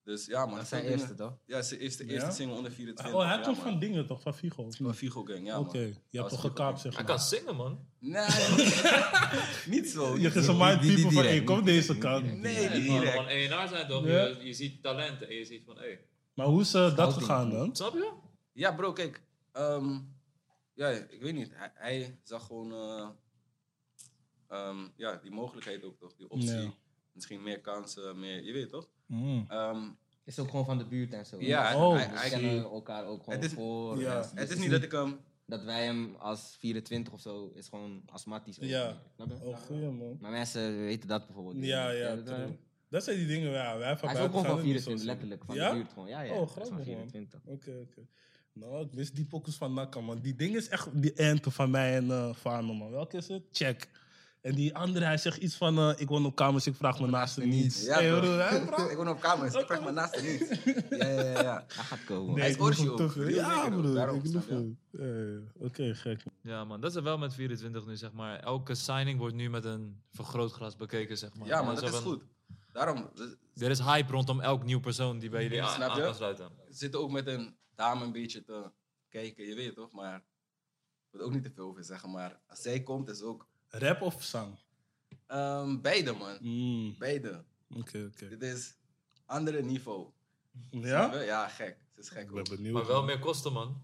[SPEAKER 4] Dus ja, man.
[SPEAKER 3] Dat is
[SPEAKER 4] veel
[SPEAKER 3] zijn
[SPEAKER 4] dingen-
[SPEAKER 3] eerste, toch?
[SPEAKER 4] Ja, zijn eerste,
[SPEAKER 2] Ja?
[SPEAKER 4] eerste single onder 24.
[SPEAKER 2] Oh, hij
[SPEAKER 4] ja,
[SPEAKER 2] komt
[SPEAKER 4] man.
[SPEAKER 2] van dingen toch? Van Vigo? of niet?
[SPEAKER 4] Van Vigo Gang, ja,
[SPEAKER 2] Oké,
[SPEAKER 4] man.
[SPEAKER 2] je hebt
[SPEAKER 4] was
[SPEAKER 2] toch
[SPEAKER 4] Vigo
[SPEAKER 2] gekaapt,
[SPEAKER 4] Gang.
[SPEAKER 2] zeg
[SPEAKER 1] Hij
[SPEAKER 2] maar.
[SPEAKER 1] kan zingen, man.
[SPEAKER 4] Nee, niet zo.
[SPEAKER 2] Je
[SPEAKER 4] niet
[SPEAKER 2] gaat
[SPEAKER 4] zo.
[SPEAKER 2] zo mind
[SPEAKER 3] die- die
[SPEAKER 2] people van,
[SPEAKER 3] direct,
[SPEAKER 2] hey, kom
[SPEAKER 3] die-
[SPEAKER 2] deze
[SPEAKER 3] die-
[SPEAKER 2] kant.
[SPEAKER 4] Nee,
[SPEAKER 1] Ja,
[SPEAKER 4] niet
[SPEAKER 1] het kan
[SPEAKER 4] direct.
[SPEAKER 1] gewoon ENR zijn toch?
[SPEAKER 2] Ja.
[SPEAKER 1] Je, je ziet talenten en je ziet van, hé. Hey.
[SPEAKER 2] Maar hoe is eh, dat
[SPEAKER 3] Scouting.
[SPEAKER 2] gegaan dan?
[SPEAKER 1] Snap je?
[SPEAKER 4] Ja, bro, kijk. ehm, ja, ik weet niet. Hij, hij zag gewoon eh, ehm, ja, die mogelijkheid ook, toch? Die optie.
[SPEAKER 2] Ja.
[SPEAKER 4] Misschien meer kansen, meer, je weet toch?
[SPEAKER 2] Mm.
[SPEAKER 4] Ehm,
[SPEAKER 3] Is ook gewoon van de buurt en zo.
[SPEAKER 4] Ja, hij-
[SPEAKER 2] Oh,
[SPEAKER 4] Dus hij-
[SPEAKER 3] We
[SPEAKER 4] hij-
[SPEAKER 2] zie je.
[SPEAKER 3] kennen elkaar ook gewoon
[SPEAKER 4] Het is-
[SPEAKER 3] voor.
[SPEAKER 2] ja.
[SPEAKER 3] en
[SPEAKER 2] Het
[SPEAKER 3] dus
[SPEAKER 4] het is niet dat ik ehm, hem.
[SPEAKER 3] dat wij hem als 24 of zo is gewoon astmatisch. ook.
[SPEAKER 2] Ja.
[SPEAKER 3] Snap je?
[SPEAKER 2] Oh, goeie man.
[SPEAKER 3] Maar mensen weten dat bijvoorbeeld.
[SPEAKER 2] Ja,
[SPEAKER 3] niet.
[SPEAKER 2] ja,
[SPEAKER 3] dat-
[SPEAKER 2] true. Dat zijn die dingen, ja, wij van
[SPEAKER 3] Hij is ook
[SPEAKER 2] buiten
[SPEAKER 3] gewoon
[SPEAKER 2] gaan
[SPEAKER 3] van
[SPEAKER 2] het niet zo
[SPEAKER 3] 24,
[SPEAKER 2] zien.
[SPEAKER 3] letterlijk. Van
[SPEAKER 2] Ja?
[SPEAKER 3] de buurt gewoon. Ja, ja.
[SPEAKER 2] Oh,
[SPEAKER 3] hij is
[SPEAKER 2] grappig,
[SPEAKER 3] van
[SPEAKER 2] man.
[SPEAKER 3] 24.
[SPEAKER 2] Oké, oké. Nou, ik mis die pokus van Nakka, man. Die ding is echt die ente van mij en eh Fano, man. Welke is het? Check. En die andere, hij zegt iets van, eh, ik woon op kamers, ik vraag me naast hem niets.
[SPEAKER 4] Ja,
[SPEAKER 2] hey,
[SPEAKER 4] bro.
[SPEAKER 2] broer, hè, bro?
[SPEAKER 4] ik woon op kamers, ik vraag me naast hem niet. Ja, ja, ja. ja.
[SPEAKER 3] Hij gaat komen.
[SPEAKER 2] Nee,
[SPEAKER 4] Hij is
[SPEAKER 2] ik loef
[SPEAKER 4] orgie
[SPEAKER 2] hem te
[SPEAKER 4] ook.
[SPEAKER 2] veel.
[SPEAKER 4] Heel
[SPEAKER 2] Ja,
[SPEAKER 4] lekker ook,
[SPEAKER 2] broer,
[SPEAKER 4] daarom,
[SPEAKER 2] ik
[SPEAKER 4] snap
[SPEAKER 2] loef
[SPEAKER 4] je?
[SPEAKER 2] hem. Ja, ja, ja. Oké, gek.
[SPEAKER 1] Ja, man. Dat is er wel met 24 nu, zeg maar. Elke signing wordt nu met een vergrootglas bekeken, zeg maar.
[SPEAKER 4] Ja, man,
[SPEAKER 1] En
[SPEAKER 4] dat is
[SPEAKER 1] hebben-
[SPEAKER 4] goed. Daarom dus,
[SPEAKER 1] Er is hype rondom elk nieuw persoon die bij jullie aan,
[SPEAKER 4] Snap je?
[SPEAKER 1] aan kan sluiten.
[SPEAKER 4] we zitten ook met een dame een beetje te kijken, je weet toch? Maar ik wil er ook niet te veel over zeggen. Maar als zij komt, is ook.
[SPEAKER 2] Rap of zang?
[SPEAKER 4] ehm, beide, man.
[SPEAKER 2] Mm,
[SPEAKER 4] Beide.
[SPEAKER 2] Oké, oké.
[SPEAKER 4] Dit is andere niveau. Snap
[SPEAKER 2] Ja?
[SPEAKER 4] je? Ja, gek. Ze is gek.
[SPEAKER 2] Ik
[SPEAKER 4] ook.
[SPEAKER 2] ben benieuwd.
[SPEAKER 1] Maar wel
[SPEAKER 2] man.
[SPEAKER 1] meer kosten, man.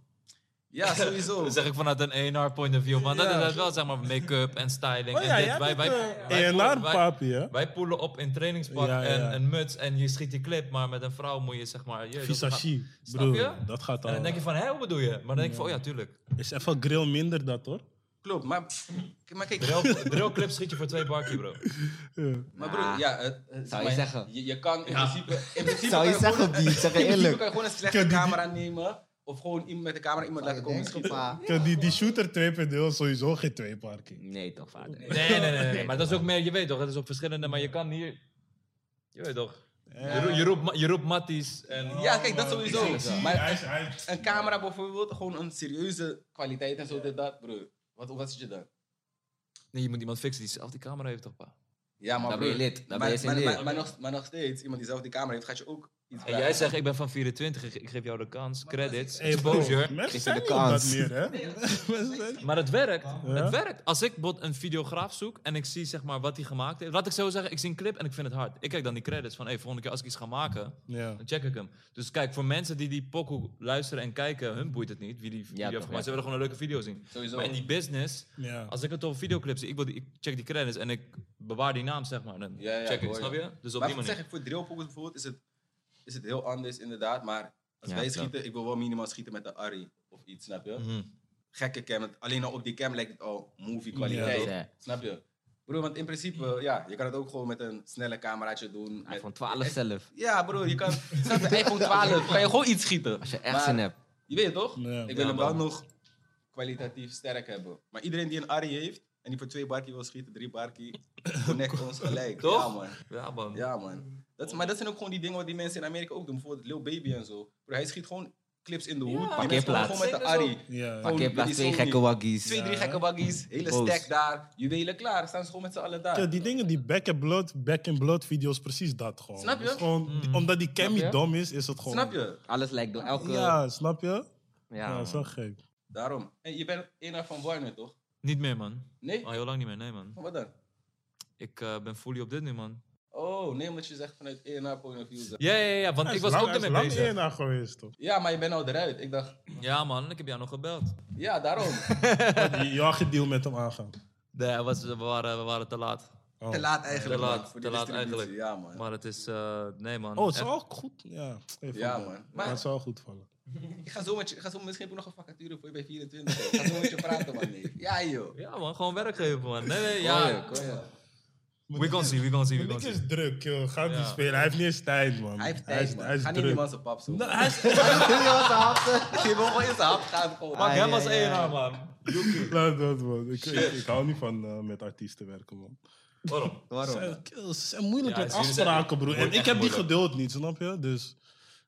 [SPEAKER 4] Ja, sowieso.
[SPEAKER 1] Dat zeg ik vanuit een ENR point of view. Maar dat
[SPEAKER 2] Ja.
[SPEAKER 1] is het wel, zeg maar, make-up en styling.
[SPEAKER 2] Oh ja,
[SPEAKER 1] en dit.
[SPEAKER 2] jij
[SPEAKER 1] Wij, wij,
[SPEAKER 4] eh,
[SPEAKER 2] bent
[SPEAKER 1] wij-
[SPEAKER 2] een
[SPEAKER 1] wij-
[SPEAKER 2] papi hè?
[SPEAKER 1] Wij poelen op in trainingspak
[SPEAKER 2] Ja, ja, ja.
[SPEAKER 1] en een muts en je schiet die clip, maar met een vrouw moet je zeg maar... je- dat gaat-
[SPEAKER 2] Visagie,
[SPEAKER 1] Snap
[SPEAKER 2] broer.
[SPEAKER 1] je?
[SPEAKER 2] Dat gaat
[SPEAKER 1] En
[SPEAKER 2] al.
[SPEAKER 1] dan denk je van, hé, hoe bedoel je? Maar dan denk ik van, oh ja, tuurlijk.
[SPEAKER 2] Is even grill minder dat, hoor.
[SPEAKER 4] Klopt, maar, maar kijk.
[SPEAKER 1] Drill, drillclip schiet je voor twee barkie, bro.
[SPEAKER 2] Ja.
[SPEAKER 4] Maar broer, ja, het- het-
[SPEAKER 3] Ah. Zou je
[SPEAKER 4] maar
[SPEAKER 3] zeggen?
[SPEAKER 4] Je, je kan in principe. In principe
[SPEAKER 3] Zou je
[SPEAKER 4] kan gewoon-
[SPEAKER 3] zeggen, die? Zeg je
[SPEAKER 4] in principe
[SPEAKER 3] eerlijk.
[SPEAKER 4] kan je gewoon een slechte camera nemen. Of gewoon iemand met de camera iemand laten komen schieten.
[SPEAKER 2] Kijk, Die, die shooter 2.0 is sowieso geen twee parking.
[SPEAKER 3] Nee, toch, vader.
[SPEAKER 1] Nee, nee, nee, nee, nee. Maar dat is ook meer, je weet toch, dat is op verschillende, maar je kan hier... Je weet toch. Je, roept- je roept, Ma- je roept Matties en...
[SPEAKER 4] Ja, kijk, dat sowieso. Maar
[SPEAKER 2] is, hij is-
[SPEAKER 4] een camera bijvoorbeeld, gewoon een serieuze kwaliteit en zo, dit, dat, broer. Wat, wat zit je dan?
[SPEAKER 1] Nee, je moet iemand fixen die zelf die camera heeft, toch, pa?
[SPEAKER 4] Ja, maar
[SPEAKER 3] Dan ben je
[SPEAKER 4] broer,
[SPEAKER 3] lid, dan ben
[SPEAKER 4] maar-
[SPEAKER 3] je zijn
[SPEAKER 4] maar-
[SPEAKER 3] lid.
[SPEAKER 4] maar- maar nog- Maar nog steeds, iemand die zelf die camera heeft, gaat je ook iets
[SPEAKER 1] En jij zegt, ik ben van 24, ik- ik geef jou de kans, credits,
[SPEAKER 2] Hey, bro,
[SPEAKER 1] exposure.
[SPEAKER 2] Mensen
[SPEAKER 3] Is
[SPEAKER 2] zijn
[SPEAKER 3] er de
[SPEAKER 2] niet op dat
[SPEAKER 3] kans?
[SPEAKER 2] meer, hè? Mensen zijn-
[SPEAKER 1] Maar het werkt. Het werkt. Als ik bijvoorbeeld een videograaf zoek en ik zie zeg maar wat hij gemaakt heeft. Laat ik zo zeggen, ik zie een clip en ik vind het hard. Ik kijk dan die credits van, hey, volgende keer als ik iets ga maken,
[SPEAKER 2] Ja.
[SPEAKER 1] dan check ik hem. Dus kijk, voor mensen die die pokoe luisteren en kijken, hun boeit het niet. Wie die video
[SPEAKER 3] toch,
[SPEAKER 1] heeft gemaakt, ze
[SPEAKER 3] ja.
[SPEAKER 1] willen gewoon een leuke video zien.
[SPEAKER 4] Sowieso.
[SPEAKER 1] Maar in die business,
[SPEAKER 2] Ja.
[SPEAKER 1] als ik het over videoclips zie, ik, wil die, ik check die credits en ik bewaar die naam zeg maar. Dan
[SPEAKER 4] Ja, ja,
[SPEAKER 1] check ik,
[SPEAKER 4] hoor
[SPEAKER 1] snap
[SPEAKER 4] je.
[SPEAKER 1] je? Dus op
[SPEAKER 4] maar
[SPEAKER 1] die manier.
[SPEAKER 4] wat zeg ik, voor drillpokkers bijvoorbeeld is het, is het heel anders inderdaad. Maar als
[SPEAKER 3] Ja,
[SPEAKER 4] wij
[SPEAKER 3] dat.
[SPEAKER 4] schieten, ik wil wel minimaal schieten met de Arri of iets, snap je?
[SPEAKER 1] Mhm.
[SPEAKER 4] gekke cam. Want Alleen al op die cam lijkt het al movie
[SPEAKER 2] Ja,
[SPEAKER 4] kwaliteit.
[SPEAKER 2] toch?
[SPEAKER 3] Ja.
[SPEAKER 4] Snap je? Broer, want in principe, ja, je kan het ook gewoon met een snelle cameraatje doen.
[SPEAKER 3] Hij
[SPEAKER 4] Met...
[SPEAKER 3] van 12 zelf.
[SPEAKER 4] Ja, broer, je kan. Snap je? iPhone 12, kan je gewoon iets schieten.
[SPEAKER 3] Als je echt
[SPEAKER 4] Maar
[SPEAKER 3] zin hebt.
[SPEAKER 4] Je weet toch?
[SPEAKER 2] Ja.
[SPEAKER 4] Ik wil hem
[SPEAKER 1] Ja,
[SPEAKER 4] wel
[SPEAKER 1] man.
[SPEAKER 4] nog kwalitatief sterk hebben. Maar iedereen die een Arie heeft en die voor twee barkie wil schieten, drie barkie, connect ons gelijk.
[SPEAKER 1] Toch?
[SPEAKER 4] Ja, man.
[SPEAKER 1] Ja, man.
[SPEAKER 4] Ja, man. Dat is, maar dat zijn ook gewoon die dingen wat die mensen in Amerika ook doen. Bijvoorbeeld Lil Baby en zo. Broer, hij schiet gewoon clips in de hoed. Die mensen komen
[SPEAKER 3] Parkeerplaats.
[SPEAKER 4] gewoon met de
[SPEAKER 1] Ik denk
[SPEAKER 4] Arie.
[SPEAKER 1] dat
[SPEAKER 2] Ja.
[SPEAKER 4] Gewoon,
[SPEAKER 3] Parkeerplaats,
[SPEAKER 4] dit is
[SPEAKER 3] twee
[SPEAKER 4] ook
[SPEAKER 3] gekke
[SPEAKER 4] niet.
[SPEAKER 3] waggies.
[SPEAKER 4] Twee, drie gekke waggies, hele
[SPEAKER 3] Boos.
[SPEAKER 4] stack daar, juwelen klaar, staan ze gewoon met z'n allen daar.
[SPEAKER 2] Ja, die dingen, die back and blood, back and blood video's, precies dat gewoon.
[SPEAKER 4] Snap je? Hmm.
[SPEAKER 2] Dat is gewoon die- omdat die cam
[SPEAKER 3] Snap
[SPEAKER 2] niet
[SPEAKER 3] je?
[SPEAKER 2] dom is, is het gewoon...
[SPEAKER 4] Snap je?
[SPEAKER 3] Eh, Alles lijkt door elke...
[SPEAKER 2] Ja, snap je? Ja,
[SPEAKER 3] Ja,
[SPEAKER 2] dat is wel gek.
[SPEAKER 4] Daarom. En je bent een van Warner, toch?
[SPEAKER 1] Niet meer, man.
[SPEAKER 4] Nee?
[SPEAKER 1] Al heel lang niet meer, nee, man.
[SPEAKER 4] Wat dan?
[SPEAKER 1] Ik eh, ben fully op dit nu, man.
[SPEAKER 4] Oh, nee, omdat je zegt vanuit ENR point of view. zeg.
[SPEAKER 1] Ja, ja, ja, want
[SPEAKER 2] Hij
[SPEAKER 1] ik
[SPEAKER 2] is
[SPEAKER 1] was
[SPEAKER 2] lang-
[SPEAKER 1] ook ermee
[SPEAKER 2] Hij is lang
[SPEAKER 1] bezig.
[SPEAKER 2] eerder geweest, toch?
[SPEAKER 4] Ja, maar je bent al eruit. Ik dacht,
[SPEAKER 1] Ja, man, ik heb jou nog gebeld.
[SPEAKER 4] ja, daarom.
[SPEAKER 2] Maar die- Je had geen deal met hem aangaan.
[SPEAKER 1] Nee, het was, we, waren, we waren te laat.
[SPEAKER 2] Oh.
[SPEAKER 4] Te laat eigenlijk.
[SPEAKER 1] Te laat,
[SPEAKER 4] man, voor
[SPEAKER 1] te
[SPEAKER 4] die
[SPEAKER 1] laat
[SPEAKER 4] distributie.
[SPEAKER 1] eigenlijk.
[SPEAKER 3] Oh,
[SPEAKER 4] Ja, man.
[SPEAKER 1] Maar het is, eh, nee, man.
[SPEAKER 2] Oh, het
[SPEAKER 1] Echt-
[SPEAKER 2] zou ook goed... Ja, even
[SPEAKER 4] Ja,
[SPEAKER 2] wel.
[SPEAKER 4] man. Maar-
[SPEAKER 2] het zou ook goed vallen.
[SPEAKER 4] Ik ga zo met je, ik ga zo, misschien heb ik nog een vacature voor je bij 24. Ik ga zo met je praten, man. Nee. Ja, joh.
[SPEAKER 1] Ja, man, gewoon werk geven, man. Nee,
[SPEAKER 3] Oh,
[SPEAKER 1] nee, ja. We gaan zien, we gaan zien, we gaan
[SPEAKER 2] Nick is
[SPEAKER 1] zien.
[SPEAKER 2] druk, joh. Ga hem
[SPEAKER 1] Ja.
[SPEAKER 2] niet spelen. Hij heeft niet eens tijd, man.
[SPEAKER 4] Hij heeft
[SPEAKER 2] Hij
[SPEAKER 4] tijd,
[SPEAKER 2] is,
[SPEAKER 4] man.
[SPEAKER 2] hij is
[SPEAKER 4] Ga niet
[SPEAKER 2] druk.
[SPEAKER 4] iemand zijn pap zo.
[SPEAKER 2] Nou, hij is-
[SPEAKER 4] Je mag wel in zijn hap gaan. gewoon.
[SPEAKER 1] Pak hem
[SPEAKER 3] Ah, ja,
[SPEAKER 1] als
[SPEAKER 3] ja,
[SPEAKER 1] ENA,
[SPEAKER 3] ja.
[SPEAKER 1] man.
[SPEAKER 2] Laat dat, man. Ik, ik, ik hou niet van eh, met artiesten werken, man.
[SPEAKER 1] Waarom?
[SPEAKER 3] Waarom?
[SPEAKER 2] Ze ze zijn moeilijk
[SPEAKER 1] Ja,
[SPEAKER 2] met
[SPEAKER 1] ze zijn-
[SPEAKER 2] afspraken, broer. En
[SPEAKER 1] Wordt
[SPEAKER 2] ik
[SPEAKER 1] echt
[SPEAKER 2] heb die
[SPEAKER 1] moeilijk.
[SPEAKER 2] geduld niet, snap je? Dus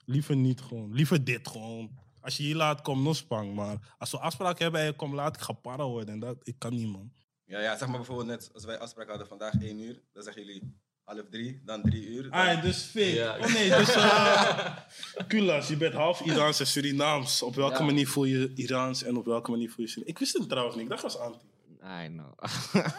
[SPEAKER 2] liever niet gewoon. Liever dit gewoon. Als je hier laat, kom nog spang. Maar als we afspraken hebben en je komt laat, ik ga para worden. En dat, ik kan niet, man.
[SPEAKER 4] Ja, ja, zeg maar bijvoorbeeld net als wij afspraak hadden vandaag 1 uur, dan zeggen jullie half 3, dan 3 uur. Dan...
[SPEAKER 2] Ah, dus fake.
[SPEAKER 1] Ja.
[SPEAKER 2] Oh nee, dus... eh Kulas, je bent half Iraans en Surinaams. Op welke
[SPEAKER 3] Ja.
[SPEAKER 2] manier voel je Iraans en op welke manier voel je Surinaams? Ik wist het trouwens niet. Ik dacht als anti.
[SPEAKER 3] I know.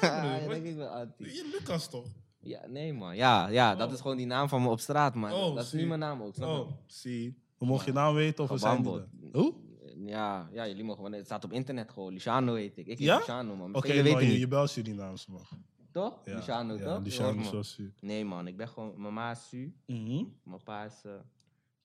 [SPEAKER 3] Ja, ik denk ik wel anti.
[SPEAKER 2] Je Lucas toch?
[SPEAKER 3] Ja, nee man. Ja, ja, dat
[SPEAKER 2] Oh.
[SPEAKER 3] is gewoon die naam van me op straat, man.
[SPEAKER 2] Oh,
[SPEAKER 3] dat is
[SPEAKER 2] zie.
[SPEAKER 3] niet mijn naam ook. snap je?
[SPEAKER 2] Oh, zie. We mogen je naam weten of we zijn niet
[SPEAKER 3] Gewandeld.
[SPEAKER 2] daar. Hoe?
[SPEAKER 3] Ja, ja, jullie mogen. want Het staat op internet gewoon. Luciano heet ik. Ik heet
[SPEAKER 2] Ja?
[SPEAKER 3] Luciano, man.
[SPEAKER 2] Oké,
[SPEAKER 3] Oké, jullie
[SPEAKER 2] maar
[SPEAKER 3] weten
[SPEAKER 2] je, je
[SPEAKER 3] niet.
[SPEAKER 2] belt Surinaams, man.
[SPEAKER 3] Toch?
[SPEAKER 2] Ja,
[SPEAKER 3] Luciano,
[SPEAKER 2] ja,
[SPEAKER 3] toch?
[SPEAKER 2] Luciano,
[SPEAKER 3] Hoor, man.
[SPEAKER 2] zoals u.
[SPEAKER 3] Nee, man. Ik ben gewoon... Mijn ma is Su.
[SPEAKER 2] Mhm.
[SPEAKER 3] Mijn pa is eh,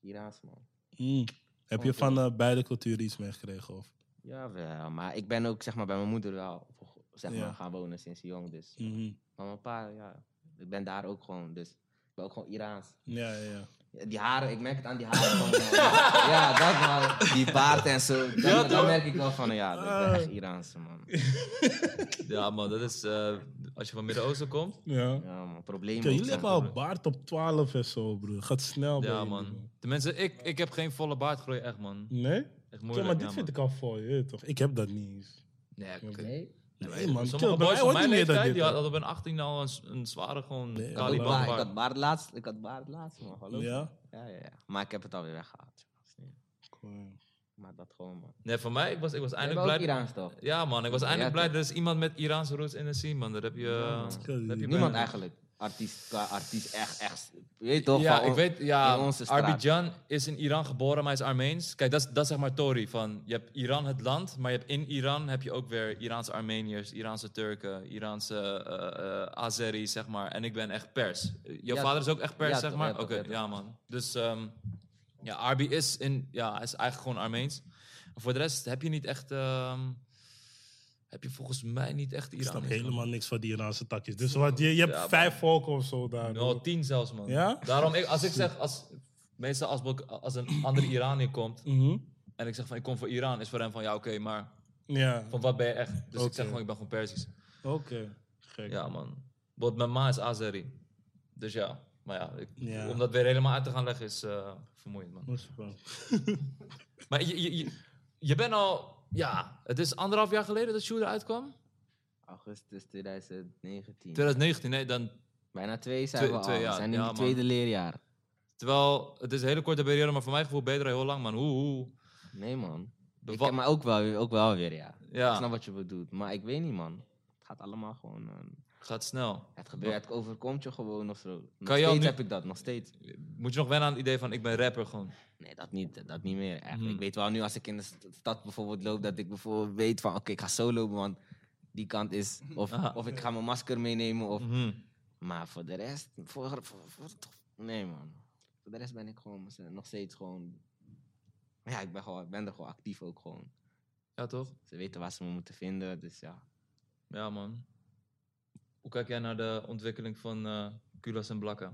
[SPEAKER 3] Iraans, man.
[SPEAKER 2] Mm. Heb je
[SPEAKER 3] Oké.
[SPEAKER 2] van eh, beide culturen iets meegekregen? Of?
[SPEAKER 3] Jawel, maar ik ben ook zeg maar bij mijn moeder wel zeg maar,
[SPEAKER 2] Ja.
[SPEAKER 3] gaan wonen sinds jong. Dus.
[SPEAKER 2] Mhm.
[SPEAKER 3] Maar mijn pa, ja, ik ben daar ook gewoon. Dus ik ben ook gewoon Iraans.
[SPEAKER 2] Ja, ja, ja.
[SPEAKER 3] Ja, Die haren, ik merk het aan die haren gewoon. man. ja, dat man. Die baard en zo. Dan, dan
[SPEAKER 1] toch?
[SPEAKER 3] merk ik wel van, ja, ik ben
[SPEAKER 2] Ah.
[SPEAKER 3] echt Iraanse man.
[SPEAKER 1] Ja, man, dat is... eh, als je van Midden-Oosten komt...
[SPEAKER 2] ja.
[SPEAKER 3] Ja, man. Probleem.
[SPEAKER 2] Kijk,
[SPEAKER 3] ook,
[SPEAKER 2] jullie
[SPEAKER 3] zeg
[SPEAKER 2] hebben
[SPEAKER 3] maar.
[SPEAKER 2] al baard op 12 en zo, broer. Gaat snel, bij
[SPEAKER 1] Ja,
[SPEAKER 2] jullie,
[SPEAKER 1] man. Tenminste, ik, ik heb geen volle baardgroei, echt, man.
[SPEAKER 2] Nee?
[SPEAKER 1] Echt
[SPEAKER 2] Kijk,
[SPEAKER 1] moeilijk,
[SPEAKER 2] maar
[SPEAKER 1] ja,
[SPEAKER 2] dit
[SPEAKER 1] man.
[SPEAKER 2] vind ik al voor je, weet je, toch? Ik heb dat niet eens.
[SPEAKER 1] Nee, oké.
[SPEAKER 3] Nee?
[SPEAKER 2] Nee,
[SPEAKER 1] Ja,
[SPEAKER 2] man.
[SPEAKER 1] Sommige
[SPEAKER 2] Chill, bij
[SPEAKER 1] boys
[SPEAKER 2] mij
[SPEAKER 1] van
[SPEAKER 2] wordt
[SPEAKER 1] mijn
[SPEAKER 2] niet meer dan
[SPEAKER 1] leeftijd, die
[SPEAKER 2] dit.
[SPEAKER 1] hadden op hun 18 al een, s- een zware gewoon
[SPEAKER 2] Nee,
[SPEAKER 3] Ik had,
[SPEAKER 1] Kali
[SPEAKER 2] alleen
[SPEAKER 3] ook baard, ik
[SPEAKER 1] baard.
[SPEAKER 3] had baard laatst, ik had baard laatst, man. Hallo?
[SPEAKER 2] hoor. Ja?
[SPEAKER 3] Ja, ja, ja. Maar ik heb het alweer weggehaald. jongens.
[SPEAKER 2] Cool.
[SPEAKER 3] Maar dat gewoon, man.
[SPEAKER 1] Nee, voor mij, ik was, ik was
[SPEAKER 3] Ik
[SPEAKER 1] eindelijk
[SPEAKER 3] ben ook
[SPEAKER 1] blij...
[SPEAKER 3] Iraans, toch?
[SPEAKER 1] Ja, man, ik was eindelijk
[SPEAKER 3] Ja,
[SPEAKER 1] blij. Er is iemand met Iraanse roots in de scene, man. Daar heb je.
[SPEAKER 3] Ja.
[SPEAKER 1] dat heb je bijna
[SPEAKER 3] Niemand
[SPEAKER 1] niet.
[SPEAKER 3] eigenlijk. Artiest, qua artiest, echt, echt. Je weet toch?
[SPEAKER 1] Ja,
[SPEAKER 3] van
[SPEAKER 1] ik
[SPEAKER 3] on-
[SPEAKER 1] weet, ja,
[SPEAKER 3] in onze straat.
[SPEAKER 1] Arbidjan is in Iran geboren, maar hij is Armeens. Kijk, dat is, dat is zeg maar Tory. Van, je hebt Iran het land, maar je hebt in Iran heb je ook weer Iraanse Armeniërs, Iraanse Turken, Iraanse eh eh Azeris, zeg maar. En ik ben echt pers. Jouw
[SPEAKER 3] Ja,
[SPEAKER 1] vader is ook echt pers,
[SPEAKER 3] ja,
[SPEAKER 1] zeg
[SPEAKER 3] toch,
[SPEAKER 1] maar?
[SPEAKER 3] ja,
[SPEAKER 1] Oké,
[SPEAKER 3] toch, ja, toch.
[SPEAKER 1] ja, man. Dus ehm, ja, Arbi is, in, ja, hij is eigenlijk gewoon Armeens. Maar voor de rest heb je niet echt... ehm, heb je volgens mij niet echt
[SPEAKER 2] Ik
[SPEAKER 1] Iran.
[SPEAKER 2] snap helemaal niks van die Iraanse takjes. Dus wat, je, je hebt
[SPEAKER 1] Ja, man.
[SPEAKER 2] vijf volken of zo daar.
[SPEAKER 1] No,
[SPEAKER 2] broer.
[SPEAKER 1] tien zelfs, man.
[SPEAKER 2] Ja?
[SPEAKER 1] Daarom, ik, als ik zeg, als, meestal als, ik- als een ander Iranier komt
[SPEAKER 2] Mhm.
[SPEAKER 1] en ik zeg van ik kom voor Iran, is voor hem van ja, oké, maar
[SPEAKER 2] Ja,
[SPEAKER 1] van wat ben je echt? Dus ik
[SPEAKER 2] Oké.
[SPEAKER 1] zeg gewoon, ik ben gewoon Perzisch.
[SPEAKER 2] oké. Gek.
[SPEAKER 1] Ja, man. Want mijn ma is Azeri. Dus ja, maar ja, ik-
[SPEAKER 2] Ja.
[SPEAKER 1] om dat weer helemaal uit te gaan leggen is eh, vermoeiend, man.
[SPEAKER 2] Moest wel.
[SPEAKER 1] Maar je, je, je, je bent al, ja, het is anderhalf jaar geleden dat Shooter uitkwam?
[SPEAKER 3] Augustus 2019.
[SPEAKER 1] 2019, nee, dan.
[SPEAKER 3] Bijna twee zijn
[SPEAKER 1] Twee-
[SPEAKER 3] we al.
[SPEAKER 1] twee jaar,
[SPEAKER 3] we zijn in
[SPEAKER 1] ja,
[SPEAKER 3] het
[SPEAKER 1] man.
[SPEAKER 3] tweede leerjaar.
[SPEAKER 1] Terwijl, het is een hele korte periode, maar voor mijn gevoel beter heel lang, man. Hoe, hoe.
[SPEAKER 3] Nee, man.
[SPEAKER 1] De
[SPEAKER 3] Ik
[SPEAKER 1] wa-
[SPEAKER 3] ken mij ook wel, ook wel weer, ja. Ik snap
[SPEAKER 1] Ja,
[SPEAKER 3] wat je bedoelt, maar ik weet niet, man. Het gaat allemaal gewoon... eh,
[SPEAKER 1] gaat snel.
[SPEAKER 3] het gebeurt, het overkomt je gewoon of zo. Nog
[SPEAKER 1] Kan je al
[SPEAKER 3] steeds
[SPEAKER 1] nu-
[SPEAKER 3] heb ik dat, nog steeds.
[SPEAKER 1] Moet je nog wennen aan het idee van ik ben rapper gewoon.
[SPEAKER 3] Nee, dat niet, dat niet meer. Echt.
[SPEAKER 1] Hmm.
[SPEAKER 3] Ik weet wel nu als ik in de st- stad bijvoorbeeld loop, dat ik bijvoorbeeld weet van, oké, ik ga zo lopen, want die kant is... Of,
[SPEAKER 1] Aha.
[SPEAKER 3] of ik ga mijn masker meenemen, of...
[SPEAKER 2] Hmm.
[SPEAKER 1] Mhm.
[SPEAKER 3] Maar voor de rest, voor, voor, voor- nee man. Voor de rest ben ik gewoon mez- nog steeds gewoon. Ja, ik ben, gewoon, ik ben er gewoon actief ook gewoon.
[SPEAKER 1] Ja, toch?
[SPEAKER 3] Ze weten waar ze me moeten vinden, dus ja.
[SPEAKER 1] Ja, man. Hoe kijk jij naar de ontwikkeling van eh Kulas en Blakka?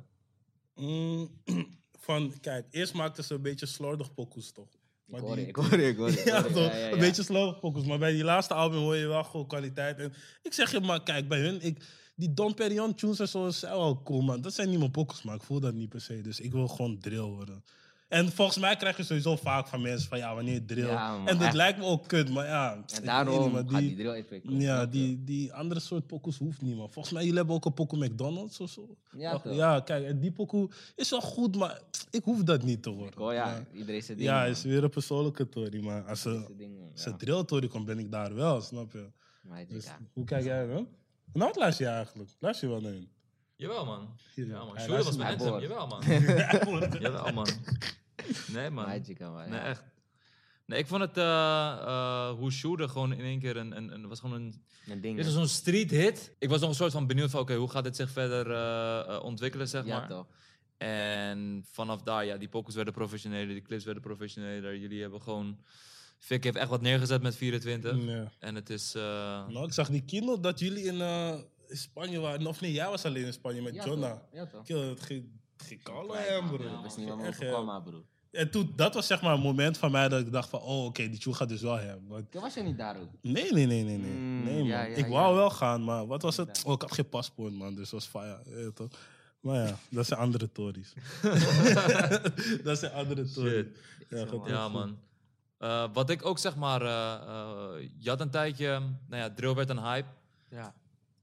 [SPEAKER 2] Mm, van, kijk, eerst maakten ze een beetje slordig pokoes, toch?
[SPEAKER 3] Ik
[SPEAKER 2] Maar
[SPEAKER 3] hoor je,
[SPEAKER 2] die-
[SPEAKER 3] ik hoor je, ik hoor je. ik
[SPEAKER 2] Ja,
[SPEAKER 3] hoor je.
[SPEAKER 2] toch? Een beetje slow focus. Maar bij die laatste album hoor je wel gewoon kwaliteit. En ik zeg je, maar kijk, bij hun, ik, die Don Perignon tunes en zo zijn wel cool, man. Dat zijn niet mijn pokus, maar ik voel dat niet per se. Dus ik wil gewoon drill worden. En volgens mij krijg je sowieso vaak van mensen van, ja, wanneer drill?
[SPEAKER 3] Ja, man,
[SPEAKER 2] en dit
[SPEAKER 3] echt.
[SPEAKER 2] lijkt me ook kut, maar ja. ik weet
[SPEAKER 3] En
[SPEAKER 2] niet,
[SPEAKER 3] daarom
[SPEAKER 2] maar
[SPEAKER 3] gaat die drill even. komen,
[SPEAKER 2] ja,
[SPEAKER 3] snap je?
[SPEAKER 2] die, die andere soort pokus hoeft niet, man. Volgens mij, jullie hebben ook een pokoe McDonald's of zo.
[SPEAKER 3] Ja, toch?
[SPEAKER 2] ja kijk, en die pokoe is wel goed, maar ik hoef dat niet te worden.
[SPEAKER 3] Ik hoor, ja,
[SPEAKER 2] Maar-
[SPEAKER 3] iedereen zijn ding.
[SPEAKER 2] ja,
[SPEAKER 3] man.
[SPEAKER 2] is weer een persoonlijke tory, maar als
[SPEAKER 3] Iedereen
[SPEAKER 2] ze
[SPEAKER 3] zijn ding, man,
[SPEAKER 2] als ze
[SPEAKER 3] ja.
[SPEAKER 2] drilltory komt, ben ik daar wel, snap je?
[SPEAKER 3] Maar ik denk,
[SPEAKER 2] Dus
[SPEAKER 3] ja.
[SPEAKER 2] hoe kijk jij dan? Nou, wat luister je eigenlijk? Luister je wel naar hun?
[SPEAKER 1] Jawel, man. Ja, man.
[SPEAKER 2] Hij
[SPEAKER 1] Shooter was
[SPEAKER 2] luistert
[SPEAKER 1] mijn
[SPEAKER 3] naar
[SPEAKER 1] anthem.
[SPEAKER 3] Boord.
[SPEAKER 1] Jawel, man. Jawel, man. Nee, man.
[SPEAKER 3] Magic, ja, maar
[SPEAKER 1] Nee,
[SPEAKER 3] ja.
[SPEAKER 1] echt. Nee, ik vond het, eh, eh, hoe Shooter gewoon in één keer een, een, een was gewoon een
[SPEAKER 3] Een ding.
[SPEAKER 1] Dit is
[SPEAKER 3] man.
[SPEAKER 1] zo'n street hit. Ik was nog een soort van benieuwd van, oké, hoe gaat dit zich verder eh, eh, ontwikkelen, zeg
[SPEAKER 3] Ja,
[SPEAKER 1] maar.
[SPEAKER 3] toch?
[SPEAKER 1] En vanaf daar, ja, die pokus werden professioneler, die clips werden professioneler. Jullie hebben gewoon... Vic heeft echt wat neergezet met 24.
[SPEAKER 2] Ja.
[SPEAKER 1] En het is... eh,
[SPEAKER 2] Nou, ik zag die kino dat jullie in eh, in Spanje waren. Of nee, jij was alleen in Spanje met
[SPEAKER 3] Ja,
[SPEAKER 2] Jonna.
[SPEAKER 3] toch? Ja, toch?
[SPEAKER 2] Ik, eh, Het ging, het ging kalm aan hem, broer.
[SPEAKER 3] Ik wist niet waar
[SPEAKER 2] Het ging
[SPEAKER 3] me
[SPEAKER 2] echt
[SPEAKER 3] overkwam,
[SPEAKER 2] hem.
[SPEAKER 3] maar broer.
[SPEAKER 2] En toen, dat was zeg maar een moment van mij dat ik dacht van, oh oké, die tune gaat dus wel hem. Want-
[SPEAKER 3] Toen was je niet daar ook.
[SPEAKER 2] nee, nee, nee, nee, nee.
[SPEAKER 3] Mm,
[SPEAKER 2] nee man.
[SPEAKER 3] ja, ja,
[SPEAKER 2] ik wou
[SPEAKER 3] ja.
[SPEAKER 2] wel gaan, maar wat was het? Oh, ik had geen paspoort, man, dus dat was fire. je weet toch? Maar ja, dat zijn andere tories. dat zijn andere tories. Ja, goed.
[SPEAKER 1] Ja, man. Eh, wat ik ook zeg maar, eh, eh, je had een tijdje, nou ja, drill werd een hype.
[SPEAKER 3] Ja.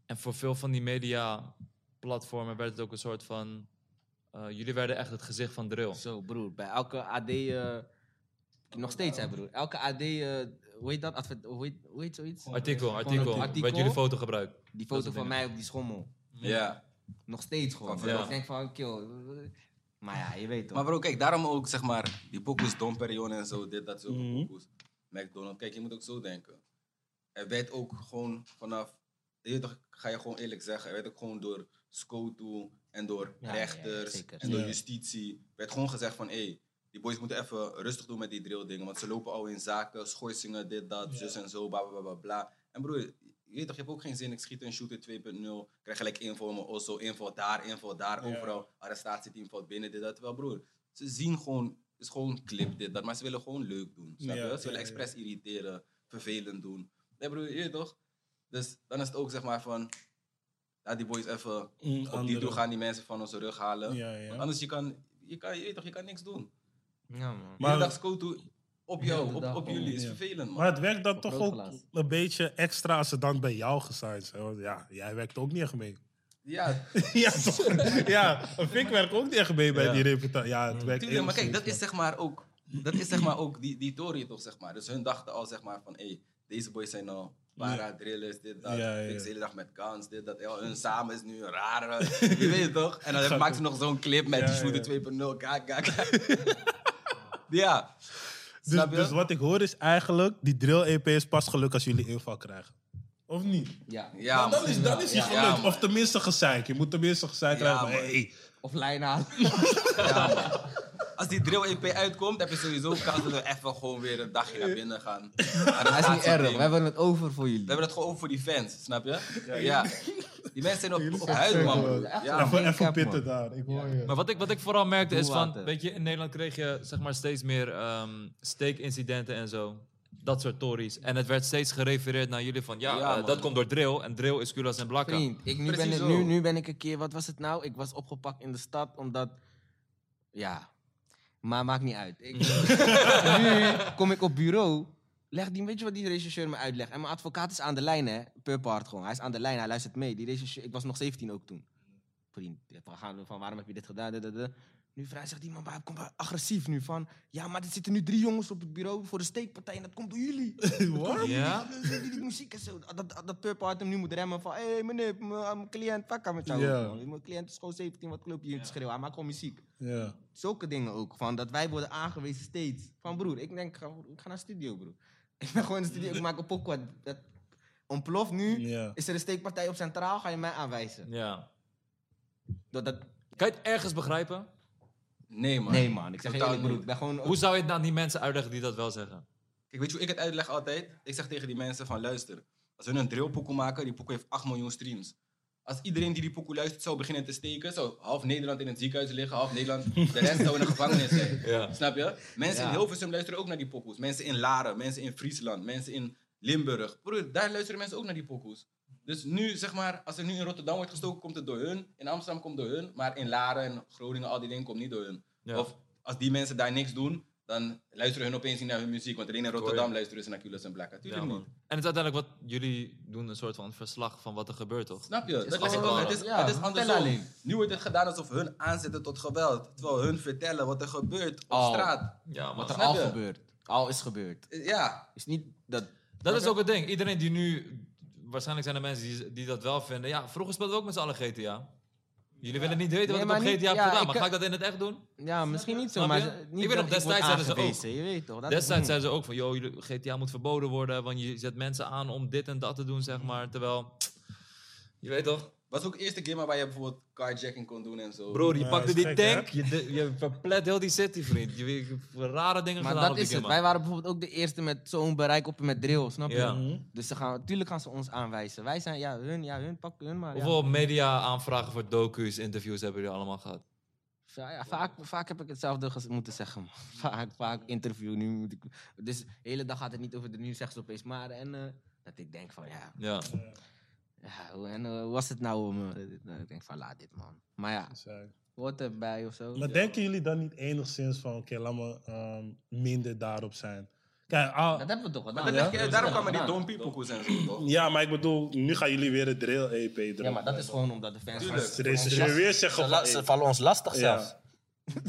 [SPEAKER 1] En voor veel van die media platformen werd het ook een soort van, eh, jullie werden echt het gezicht van drill.
[SPEAKER 3] Zo, broer. Bij elke AD... eh, nog steeds, hè, broer. Elke AD... eh, hoe heet dat? Adver- hoe, heet, hoe heet zoiets?
[SPEAKER 1] Artikel, artikel,
[SPEAKER 3] artikel.
[SPEAKER 1] werd jullie foto gebruikt.
[SPEAKER 3] Die
[SPEAKER 1] Dat
[SPEAKER 3] foto
[SPEAKER 1] soort
[SPEAKER 3] van
[SPEAKER 1] dingen.
[SPEAKER 3] mij op die schommel.
[SPEAKER 4] Ja.
[SPEAKER 3] Nog steeds gewoon.
[SPEAKER 4] Ja.
[SPEAKER 3] broer. Ik denk van, kill. Maar ja, je weet toch.
[SPEAKER 4] Maar bro, kijk, daarom ook zeg maar, die pokus Domperion en zo, dit, dat, zulke
[SPEAKER 2] Mhm.
[SPEAKER 4] pokus. McDonald's, kijk, je moet ook zo denken. Er werd ook gewoon vanaf, je weet toch, ga je gewoon eerlijk zeggen, er werd ook gewoon door SCOTO en door
[SPEAKER 3] Ja, ja, ja,
[SPEAKER 4] rechters
[SPEAKER 3] zeker.
[SPEAKER 4] en door
[SPEAKER 2] Ja.
[SPEAKER 4] justitie, werd gewoon gezegd van, hé, hey, die boys moeten even rustig doen met die drilldingen, want ze lopen al in zaken, schorsingen, dit, dat, zus en zo, bla, bla, bla, bla, bla. En broer, je weet toch, je hebt ook geen zin, ik schiet een shooter 2.0, krijg gelijk info in mijn osso, info daar, info daar,
[SPEAKER 2] Ja.
[SPEAKER 4] overal, arrestatieteam valt binnen, dit, dat. Wel broer, ze zien gewoon, het is gewoon clip dit, dat, maar ze willen gewoon leuk doen, snap
[SPEAKER 2] Ja,
[SPEAKER 4] je?
[SPEAKER 2] ja,
[SPEAKER 4] Ze willen
[SPEAKER 2] ja.
[SPEAKER 4] expres irriteren, vervelend doen. Nee broer, je weet toch? Dus dan is het ook zeg maar van, laat die boys even
[SPEAKER 2] Mm,
[SPEAKER 4] op die
[SPEAKER 2] andere-
[SPEAKER 4] toe gaan, die mensen van onze rug halen.
[SPEAKER 2] Ja, ja.
[SPEAKER 4] Want anders je kan, je kan, je weet toch, je kan niks doen.
[SPEAKER 3] Ja, man.
[SPEAKER 4] Maar
[SPEAKER 2] Maar-
[SPEAKER 4] dag scoto op
[SPEAKER 3] Heel
[SPEAKER 4] jou,
[SPEAKER 3] de
[SPEAKER 4] op,
[SPEAKER 3] dag
[SPEAKER 4] op
[SPEAKER 3] gewoon,
[SPEAKER 4] jullie, is
[SPEAKER 2] ja.
[SPEAKER 4] vervelend man.
[SPEAKER 2] Maar het werkt dan toch ook
[SPEAKER 3] Vergrootglas.
[SPEAKER 2] een beetje extra als ze dan bij jou gesigned zijn. Want ja, jij werkt ook niet echt mee.
[SPEAKER 4] Ja,
[SPEAKER 2] ja, toch? ja, ik werk ook niet echt mee bij
[SPEAKER 1] Ja.
[SPEAKER 2] die reputatie. Ja, het werkt
[SPEAKER 4] Tuurlijk, maar kijk, dat
[SPEAKER 2] enigszins,
[SPEAKER 4] is zeg maar ook, dat is zeg maar ook die, die Tory toch, zeg maar. Dus hun dachten al, zeg maar, van hé, deze boys zijn al para-drillers, dit, dat.
[SPEAKER 2] Ja, ja,
[SPEAKER 4] Ik
[SPEAKER 2] ja.
[SPEAKER 4] de hele dag met guns, dit, dat. Ja, hun samen is nu een rare, je weet het toch? En dan maakt ze nog zo'n clip met
[SPEAKER 2] Ja,
[SPEAKER 4] die shooter 2.0, kijk, kijk, kijk. ja,
[SPEAKER 2] Dus,
[SPEAKER 4] Snap je?
[SPEAKER 2] dus wat ik hoor is eigenlijk, die drill-EP is pas geluk als jullie inval krijgen. Of niet?
[SPEAKER 3] Ja.
[SPEAKER 4] ja.
[SPEAKER 2] maar dat
[SPEAKER 4] man.
[SPEAKER 2] is, dat is
[SPEAKER 4] Ja,
[SPEAKER 2] iets
[SPEAKER 4] ja,
[SPEAKER 2] gelukt.
[SPEAKER 4] man.
[SPEAKER 2] of tenminste gezeik. Je moet tenminste gezeik
[SPEAKER 4] Ja,
[SPEAKER 2] krijgen. van,
[SPEAKER 4] man.
[SPEAKER 2] hey,
[SPEAKER 3] Of lijn halen.
[SPEAKER 4] Als die drill EP uitkomt, heb je sowieso kans dat we even gewoon weer een dagje naar binnen gaan. Maar
[SPEAKER 3] Dat is niet erg. We hebben het over voor jullie.
[SPEAKER 4] We hebben het gewoon voor die fans, snap je? Ja. Die mensen zijn op, op huid,
[SPEAKER 3] zeker,
[SPEAKER 4] man.
[SPEAKER 3] man.
[SPEAKER 4] broer.
[SPEAKER 3] Echt
[SPEAKER 4] Ja,
[SPEAKER 3] waar.
[SPEAKER 2] even,
[SPEAKER 3] geen
[SPEAKER 2] even
[SPEAKER 3] cap,
[SPEAKER 2] pitten
[SPEAKER 3] man.
[SPEAKER 2] daar. Ik hoor je.
[SPEAKER 1] Maar wat ik, wat ik vooral merkte is van,
[SPEAKER 3] Doelwater.
[SPEAKER 1] weet je, in Nederland kreeg je zeg maar steeds meer ehm steekincidenten en zo. Dat soort tories. En het werd steeds gerefereerd naar jullie van, ja,
[SPEAKER 4] Ja,
[SPEAKER 1] eh,
[SPEAKER 4] man.
[SPEAKER 1] dat komt door drill. En drill is Kulas en Blakka.
[SPEAKER 3] Vriend, ik, nu, ben
[SPEAKER 4] Precies
[SPEAKER 3] ik,
[SPEAKER 4] zo.
[SPEAKER 3] nu, nu ben ik een keer, wat was het nou? Ik was opgepakt in de stad omdat. Ja, maar maakt niet uit. Ik, nu kom ik op bureau. Leg die, weet je wat die rechercheur me uitlegt? En mijn advocaat is aan de lijn, hè? Purpart gewoon. Hij is aan de lijn, hij luistert mee. Die rechercheur, ik was nog 17 ook toen. Vriend, we gaan, van waarom heb je dit gedaan? Duh, duh, duh. Nu vraagt zegt die man, waarom komt hij agressief nu? Van ja, maar er zitten nu drie jongens op het bureau voor de steekpartij en dat komt door jullie.
[SPEAKER 2] Wat?
[SPEAKER 1] Ja?
[SPEAKER 3] Die, die, die muziek en zo. Dat, dat, dat Purple had hem nu moet remmen van... Hé, hey, meneer, m- mijn cliënt, pakka met jou.
[SPEAKER 2] Ja.
[SPEAKER 3] man. Mijn cliënt is gewoon 17, wat klopt je hier te schreeuwen? Hij maakt gewoon muziek.
[SPEAKER 2] Ja.
[SPEAKER 3] Zulke dingen ook. Van dat wij worden aangewezen steeds. Van broer, ik denk, ik ga, ik ga naar de studio, broer. Ik ben gewoon in de studio, ik maak een pokoe. Dat ontploft nu.
[SPEAKER 2] Ja.
[SPEAKER 3] Is er een steekpartij op Centraal, ga je mij aanwijzen.
[SPEAKER 1] Ja.
[SPEAKER 3] Dat, dat,
[SPEAKER 1] Kan je het ergens begrijpen?
[SPEAKER 4] Nee, man.
[SPEAKER 3] nee man, ik zeg je
[SPEAKER 4] Totaal
[SPEAKER 3] eerlijk, broer.
[SPEAKER 4] niet.
[SPEAKER 3] Ik ben gewoon...
[SPEAKER 1] Hoe zou je het aan die mensen uitleggen die dat wel zeggen?
[SPEAKER 4] Kijk, weet je hoe ik het uitleg altijd? Ik zeg tegen die mensen van, luister. Als hun een drillpokoe maken, die pokoe heeft 8 miljoen streams. Als iedereen die die pokoe luistert zou beginnen te steken, zou half Nederland in het ziekenhuis liggen, half Nederland, de rest zou in de gevangenis zijn.
[SPEAKER 1] Ja.
[SPEAKER 4] Snap je? Mensen
[SPEAKER 3] Ja.
[SPEAKER 4] in Hilversum luisteren ook naar die pokoes. Mensen in Laren, mensen in Friesland, mensen in Limburg. Broer, daar luisteren mensen ook naar die pokoes. Dus nu, zeg maar, als er nu in Rotterdam wordt gestoken, komt het door hun. In Amsterdam komt het door hun. Maar in Laren en Groningen, al die dingen, komt niet door hun.
[SPEAKER 1] Ja.
[SPEAKER 4] Of als die mensen daar niks doen, dan luisteren hun opeens niet naar hun muziek. Want alleen in
[SPEAKER 1] hoor
[SPEAKER 4] Rotterdam luisteren ze naar Culas en Blakka. Tuurlijk niet.
[SPEAKER 1] En het is uiteindelijk wat jullie doen, een soort van verslag van wat er gebeurt, toch?
[SPEAKER 4] Snap je? Dat
[SPEAKER 1] als
[SPEAKER 4] leg ik
[SPEAKER 1] het
[SPEAKER 4] ook.
[SPEAKER 1] ware.
[SPEAKER 4] Het is,
[SPEAKER 3] Ja,
[SPEAKER 4] het is
[SPEAKER 3] vertel
[SPEAKER 4] andersom.
[SPEAKER 3] alleen.
[SPEAKER 4] Nu wordt het gedaan alsof hun aanzetten tot geweld. Terwijl hun vertellen wat er gebeurt op
[SPEAKER 3] Oh.
[SPEAKER 4] straat.
[SPEAKER 1] Ja,
[SPEAKER 3] Wat
[SPEAKER 1] maar
[SPEAKER 3] er
[SPEAKER 4] Snap
[SPEAKER 3] al
[SPEAKER 4] je?
[SPEAKER 3] gebeurt. Al is gebeurd.
[SPEAKER 4] Ja,
[SPEAKER 3] Is niet dat...
[SPEAKER 1] dat is ook het ding. Iedereen die nu... Waarschijnlijk zijn er mensen die, die dat wel vinden. Ja, vroeger speelden we ook met z'n allen GTA. Jullie willen niet weten
[SPEAKER 3] Nee,
[SPEAKER 1] wat ik op
[SPEAKER 3] maar niet-
[SPEAKER 1] GTA heb
[SPEAKER 3] ja,
[SPEAKER 1] gedaan,
[SPEAKER 3] ik
[SPEAKER 1] maar
[SPEAKER 3] kan-
[SPEAKER 1] ga ik dat in het echt doen?
[SPEAKER 3] Ja, misschien niet zo,
[SPEAKER 1] Snap
[SPEAKER 3] maar...
[SPEAKER 1] je?
[SPEAKER 3] ze-
[SPEAKER 1] Ik
[SPEAKER 3] Niet
[SPEAKER 1] weet nog,
[SPEAKER 3] dat ik word
[SPEAKER 1] destijds zeiden ze ook.
[SPEAKER 3] aangewezen, Je weet toch? dat-
[SPEAKER 1] Destijds zeiden ze ook van, joh, jullie- GTA moet verboden worden, want je zet mensen aan om dit en dat te doen, zeg maar. Terwijl, je weet toch?
[SPEAKER 4] Was ook de eerste game waar je bijvoorbeeld carjacking kon doen en zo.
[SPEAKER 1] Broer, je
[SPEAKER 2] Ja,
[SPEAKER 1] pakte
[SPEAKER 2] is
[SPEAKER 1] die
[SPEAKER 2] gek,
[SPEAKER 1] tank, je, de- je verplet heel die city, vriend. Je, je hebt rare dingen
[SPEAKER 3] Maar
[SPEAKER 1] gedaan
[SPEAKER 3] dat
[SPEAKER 1] op
[SPEAKER 3] is
[SPEAKER 1] die
[SPEAKER 3] het.
[SPEAKER 1] game.
[SPEAKER 3] Wij waren bijvoorbeeld ook de eerste met zo'n bereik op en met drill, snap je?
[SPEAKER 1] Ja.
[SPEAKER 3] Dus ze gaan, natuurlijk gaan ze ons aanwijzen. Wij zijn, ja, hun, ja, hun, pak hun maar. ja.
[SPEAKER 1] Hoeveel media-aanvragen voor docu's, interviews hebben jullie allemaal gehad?
[SPEAKER 3] Ja, ja, vaak, vaak heb ik hetzelfde ges- moeten zeggen. man. Vaak, vaak interview. Nu moet ik, dus de hele dag gaat het niet over de nu zegt ze opeens maar. En eh, dat ik denk van ja,
[SPEAKER 1] Ja.
[SPEAKER 3] ja hoe- en eh, hoe was het nou om. eh, dit? Nou, ik denk van laat dit man. Maar ja, wordt erbij of zo.
[SPEAKER 2] Maar denken jullie dan niet enigszins van, oké, laat me ehm, minder daarop zijn? Kijk, ah,
[SPEAKER 3] Dat hebben we toch
[SPEAKER 4] Maar
[SPEAKER 3] gedaan.
[SPEAKER 4] dat
[SPEAKER 3] Ja?
[SPEAKER 4] heb je- daarom kwamen
[SPEAKER 3] kwamen
[SPEAKER 4] die Don People koes en zo, toch?
[SPEAKER 2] ja, maar ik bedoel, nu gaan jullie weer het drill-EP drukken.
[SPEAKER 3] Ja, maar dat is gewoon omdat de fans.
[SPEAKER 4] Tuurlijk.
[SPEAKER 2] Er is dus je weer zeggen
[SPEAKER 5] Ze,
[SPEAKER 2] van,
[SPEAKER 5] la-
[SPEAKER 2] hey,
[SPEAKER 5] ze vallen ons lastig
[SPEAKER 2] Ja.
[SPEAKER 5] zelfs.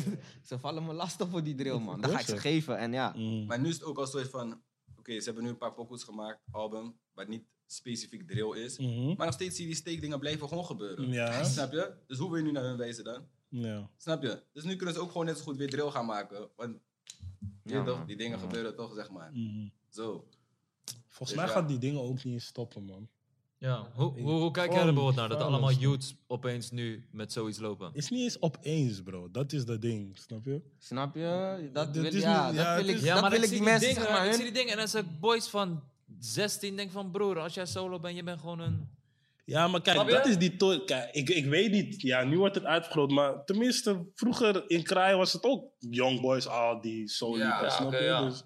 [SPEAKER 3] Ze vallen me lastig voor die drill, man. Dan
[SPEAKER 2] Dat
[SPEAKER 3] ga ik ze
[SPEAKER 2] is
[SPEAKER 3] geven. En ja,
[SPEAKER 2] mm,
[SPEAKER 4] Maar nu is het ook al soort van... Oké, ze hebben nu een paar pokoes gemaakt, album, waar niet specifiek drill is.
[SPEAKER 2] mhm,
[SPEAKER 4] Maar nog steeds zie je die steekdingen blijven gewoon gebeuren.
[SPEAKER 2] Ja.
[SPEAKER 4] Snap je? Dus hoe wil je nu naar hun wijzen dan?
[SPEAKER 2] ja.
[SPEAKER 4] Snap je? Dus nu kunnen ze ook gewoon net zo goed weer drill gaan maken. Want je
[SPEAKER 3] Ja,
[SPEAKER 4] weet toch,
[SPEAKER 3] man.
[SPEAKER 4] die dingen gebeuren toch, zeg maar.
[SPEAKER 2] mhm.
[SPEAKER 4] Zo.
[SPEAKER 2] Volgens
[SPEAKER 4] Dus
[SPEAKER 2] mij
[SPEAKER 4] ja.
[SPEAKER 2] gaan die dingen ook niet eens stoppen, man.
[SPEAKER 1] Ja, hoe, hoe, hoe kijk jij er
[SPEAKER 2] Gewoon
[SPEAKER 1] bijvoorbeeld naar dat
[SPEAKER 2] vuil
[SPEAKER 1] allemaal
[SPEAKER 2] is dat.
[SPEAKER 1] youths opeens nu met zoiets lopen?
[SPEAKER 2] is niet eens opeens, bro. Dat is dat ding, snap je?
[SPEAKER 3] snap je? Dat
[SPEAKER 2] Dit
[SPEAKER 3] wil,
[SPEAKER 2] is
[SPEAKER 3] ja,
[SPEAKER 2] niet-
[SPEAKER 3] dat
[SPEAKER 2] ja,
[SPEAKER 3] wil
[SPEAKER 2] het
[SPEAKER 3] ik,
[SPEAKER 2] is-
[SPEAKER 1] Ja,
[SPEAKER 3] dat
[SPEAKER 1] maar
[SPEAKER 3] wil
[SPEAKER 1] ik
[SPEAKER 3] ik
[SPEAKER 1] zie
[SPEAKER 3] die
[SPEAKER 1] die
[SPEAKER 3] mensen,
[SPEAKER 1] dingen,
[SPEAKER 3] zeg maar.
[SPEAKER 1] ik
[SPEAKER 3] hun-
[SPEAKER 1] zie die dingen en dan zijn boys van 16 denk van broer, als jij solo bent, je bent gewoon een...
[SPEAKER 2] Ja, maar kijk,
[SPEAKER 1] Snap je?
[SPEAKER 2] dat is die to- Kijk, ik, ik weet niet. Ja, nu wordt het uitvergroot. Maar tenminste, vroeger in Kraai was het ook Young Boys, al die soul
[SPEAKER 4] Ja,
[SPEAKER 2] liepen,
[SPEAKER 4] ja,
[SPEAKER 2] snap
[SPEAKER 1] oké,
[SPEAKER 2] je?
[SPEAKER 1] ja.
[SPEAKER 2] Dus,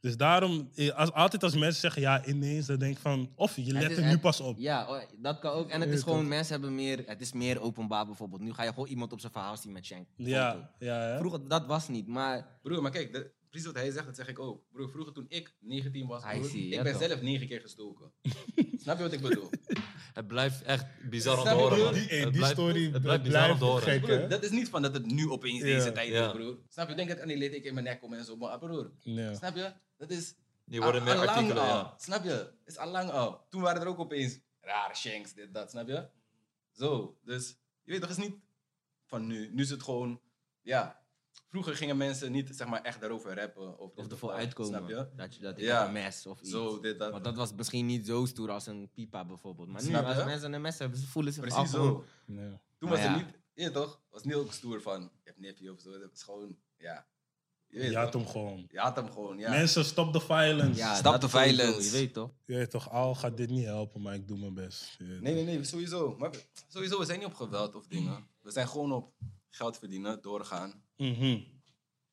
[SPEAKER 2] dus daarom, eh, als, altijd als mensen zeggen ja, ineens, dan denk ik van... Of je let
[SPEAKER 3] is-
[SPEAKER 2] er nu
[SPEAKER 3] het-
[SPEAKER 2] pas op.
[SPEAKER 3] Ja, oh, dat kan ook. En het
[SPEAKER 2] Ja,
[SPEAKER 3] is gewoon,
[SPEAKER 2] toch.
[SPEAKER 3] mensen hebben meer, het is meer openbaar bijvoorbeeld. Nu ga je gewoon iemand op zijn verhaal zien met Shank.
[SPEAKER 2] Ja, ja, hè?
[SPEAKER 3] Vroeger, dat was niet, maar
[SPEAKER 4] Broer, maar kijk, dat- precies wat hij zegt, dat zeg ik ook. Broer, vroeger toen ik 19 was,
[SPEAKER 3] I
[SPEAKER 4] broer,
[SPEAKER 3] see,
[SPEAKER 4] ik
[SPEAKER 3] ja
[SPEAKER 4] ben
[SPEAKER 3] toch.
[SPEAKER 4] zelf 9 keer gestoken. Snap je wat ik bedoel?
[SPEAKER 1] Het blijft echt bizar om te
[SPEAKER 4] Snap je,
[SPEAKER 1] horen,
[SPEAKER 4] broer?
[SPEAKER 1] man.
[SPEAKER 4] Die-
[SPEAKER 1] Het blijft- het blijft bizar om te horen.
[SPEAKER 4] Broer, dat is niet van dat het nu opeens deze
[SPEAKER 2] Ja.
[SPEAKER 4] tijd
[SPEAKER 1] Ja.
[SPEAKER 4] is, broer. Snap je? Denk dat aan die ik in mijn nek kom en zo. Maar ah, broer,
[SPEAKER 2] Ja.
[SPEAKER 4] snap je? Dat is
[SPEAKER 1] Je worden
[SPEAKER 3] Ah,
[SPEAKER 1] meer
[SPEAKER 4] Allang
[SPEAKER 1] artikelen,
[SPEAKER 4] al.
[SPEAKER 1] ja.
[SPEAKER 4] Snap je? Het is al lang al. Toen waren er ook opeens rare shanks, dit, dat, snap je? Zo, dus je weet toch, het is niet van nu. Nu is het gewoon, ja. Vroeger gingen mensen niet zeg maar, echt daarover rappen. Of,
[SPEAKER 3] of
[SPEAKER 4] dit
[SPEAKER 3] ervoor
[SPEAKER 4] dat,
[SPEAKER 3] uitkomen.
[SPEAKER 4] Snap je?
[SPEAKER 3] Dat je dat ik
[SPEAKER 4] Ja.
[SPEAKER 3] heb een mes of iets.
[SPEAKER 4] Zo, dit, dat.
[SPEAKER 3] Want dat was misschien niet zo stoer als een pipa bijvoorbeeld. Maar nu,
[SPEAKER 4] Snap
[SPEAKER 3] als
[SPEAKER 4] je?
[SPEAKER 3] mensen een mes hebben, ze voelen zich
[SPEAKER 4] Precies
[SPEAKER 3] afgehoord.
[SPEAKER 4] zo.
[SPEAKER 2] Ja.
[SPEAKER 3] Maar
[SPEAKER 4] Toen was
[SPEAKER 3] ja.
[SPEAKER 4] het niet, je weet toch, was niet ook stoer van, je hebt nepje of zo. Dat is gewoon, ja. Je, weet
[SPEAKER 2] Je had
[SPEAKER 4] toch?
[SPEAKER 2] hem gewoon.
[SPEAKER 4] je had hem gewoon, ja.
[SPEAKER 2] Mensen, stop de violence.
[SPEAKER 3] Ja,
[SPEAKER 4] Stop
[SPEAKER 3] dat
[SPEAKER 4] the
[SPEAKER 3] sowieso,
[SPEAKER 4] violence.
[SPEAKER 3] Je weet toch?
[SPEAKER 2] Je weet toch, al gaat dit niet helpen, maar ik doe mijn best. Je weet
[SPEAKER 4] Nee, nee, nee, sowieso. Maar sowieso, we zijn niet op geweld of dingen. We zijn gewoon op geld verdienen, doorgaan.
[SPEAKER 2] toch. Mhm.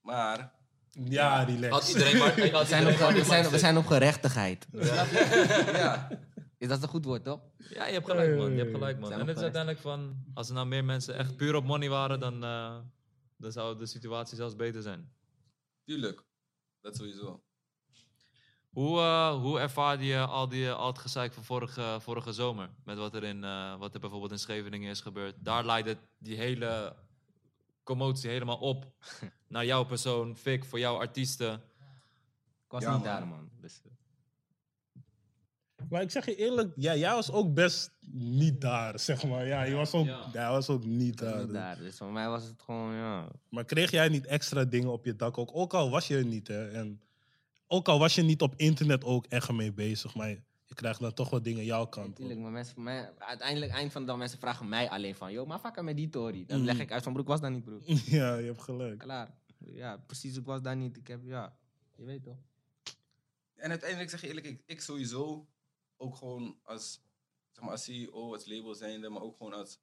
[SPEAKER 4] Maar
[SPEAKER 2] Ja, relax.
[SPEAKER 1] Had iedereen maar...
[SPEAKER 3] We zijn op, we zijn, we zijn op gerechtigheid.
[SPEAKER 4] ja,
[SPEAKER 3] Is dat een goed woord, toch?
[SPEAKER 1] Ja, je hebt gelijk, man. Je hebt gelijk, man.
[SPEAKER 3] Zijn
[SPEAKER 1] En
[SPEAKER 3] we
[SPEAKER 1] het is
[SPEAKER 3] correct.
[SPEAKER 1] uiteindelijk van... Als er nou meer mensen echt puur op money waren, dan, eh, dan zou de situatie zelfs beter zijn.
[SPEAKER 4] tuurlijk. Dat sowieso.
[SPEAKER 1] Hoe, eh, hoe ervaar je al, die, eh, al het gezeik van vorige, vorige zomer? Met wat er, in, eh, wat er bijvoorbeeld in Scheveningen is gebeurd. Daar leidt het die hele commotie helemaal op. naar jouw persoon, Fik, voor jouw artiesten.
[SPEAKER 3] Ik was
[SPEAKER 4] Ja,
[SPEAKER 3] niet
[SPEAKER 4] man.
[SPEAKER 3] daar, man. Dus, eh,
[SPEAKER 2] Maar ik zeg je eerlijk, ja, jij was ook best niet daar, zeg maar. Ja, je was ook,
[SPEAKER 1] Ja.
[SPEAKER 2] jij was ook niet
[SPEAKER 3] ik was
[SPEAKER 2] daar.
[SPEAKER 3] niet daar. Dus voor mij was het gewoon, ja.
[SPEAKER 2] Maar kreeg jij niet extra dingen op je dak ook? Ook al was je er niet, hè. En ook al was je niet op internet ook echt mee bezig, maar je krijgt dan toch wel dingen jouw kant op.
[SPEAKER 3] Natuurlijk, maar mensen, maar uiteindelijk, eind van de dag, mensen vragen mij alleen van, joh, maar vaker met die Tory. Dan leg
[SPEAKER 2] Mm.
[SPEAKER 3] ik uit van broek was daar niet, broer.
[SPEAKER 2] Ja, je hebt gelijk.
[SPEAKER 3] Klaar. Ja, precies, ik was daar niet. Ik heb, ja, je weet toch.
[SPEAKER 4] En uiteindelijk zeg je eerlijk, ik, ik sowieso ook gewoon als, zeg maar, als CEO, als label zijnde, maar ook gewoon als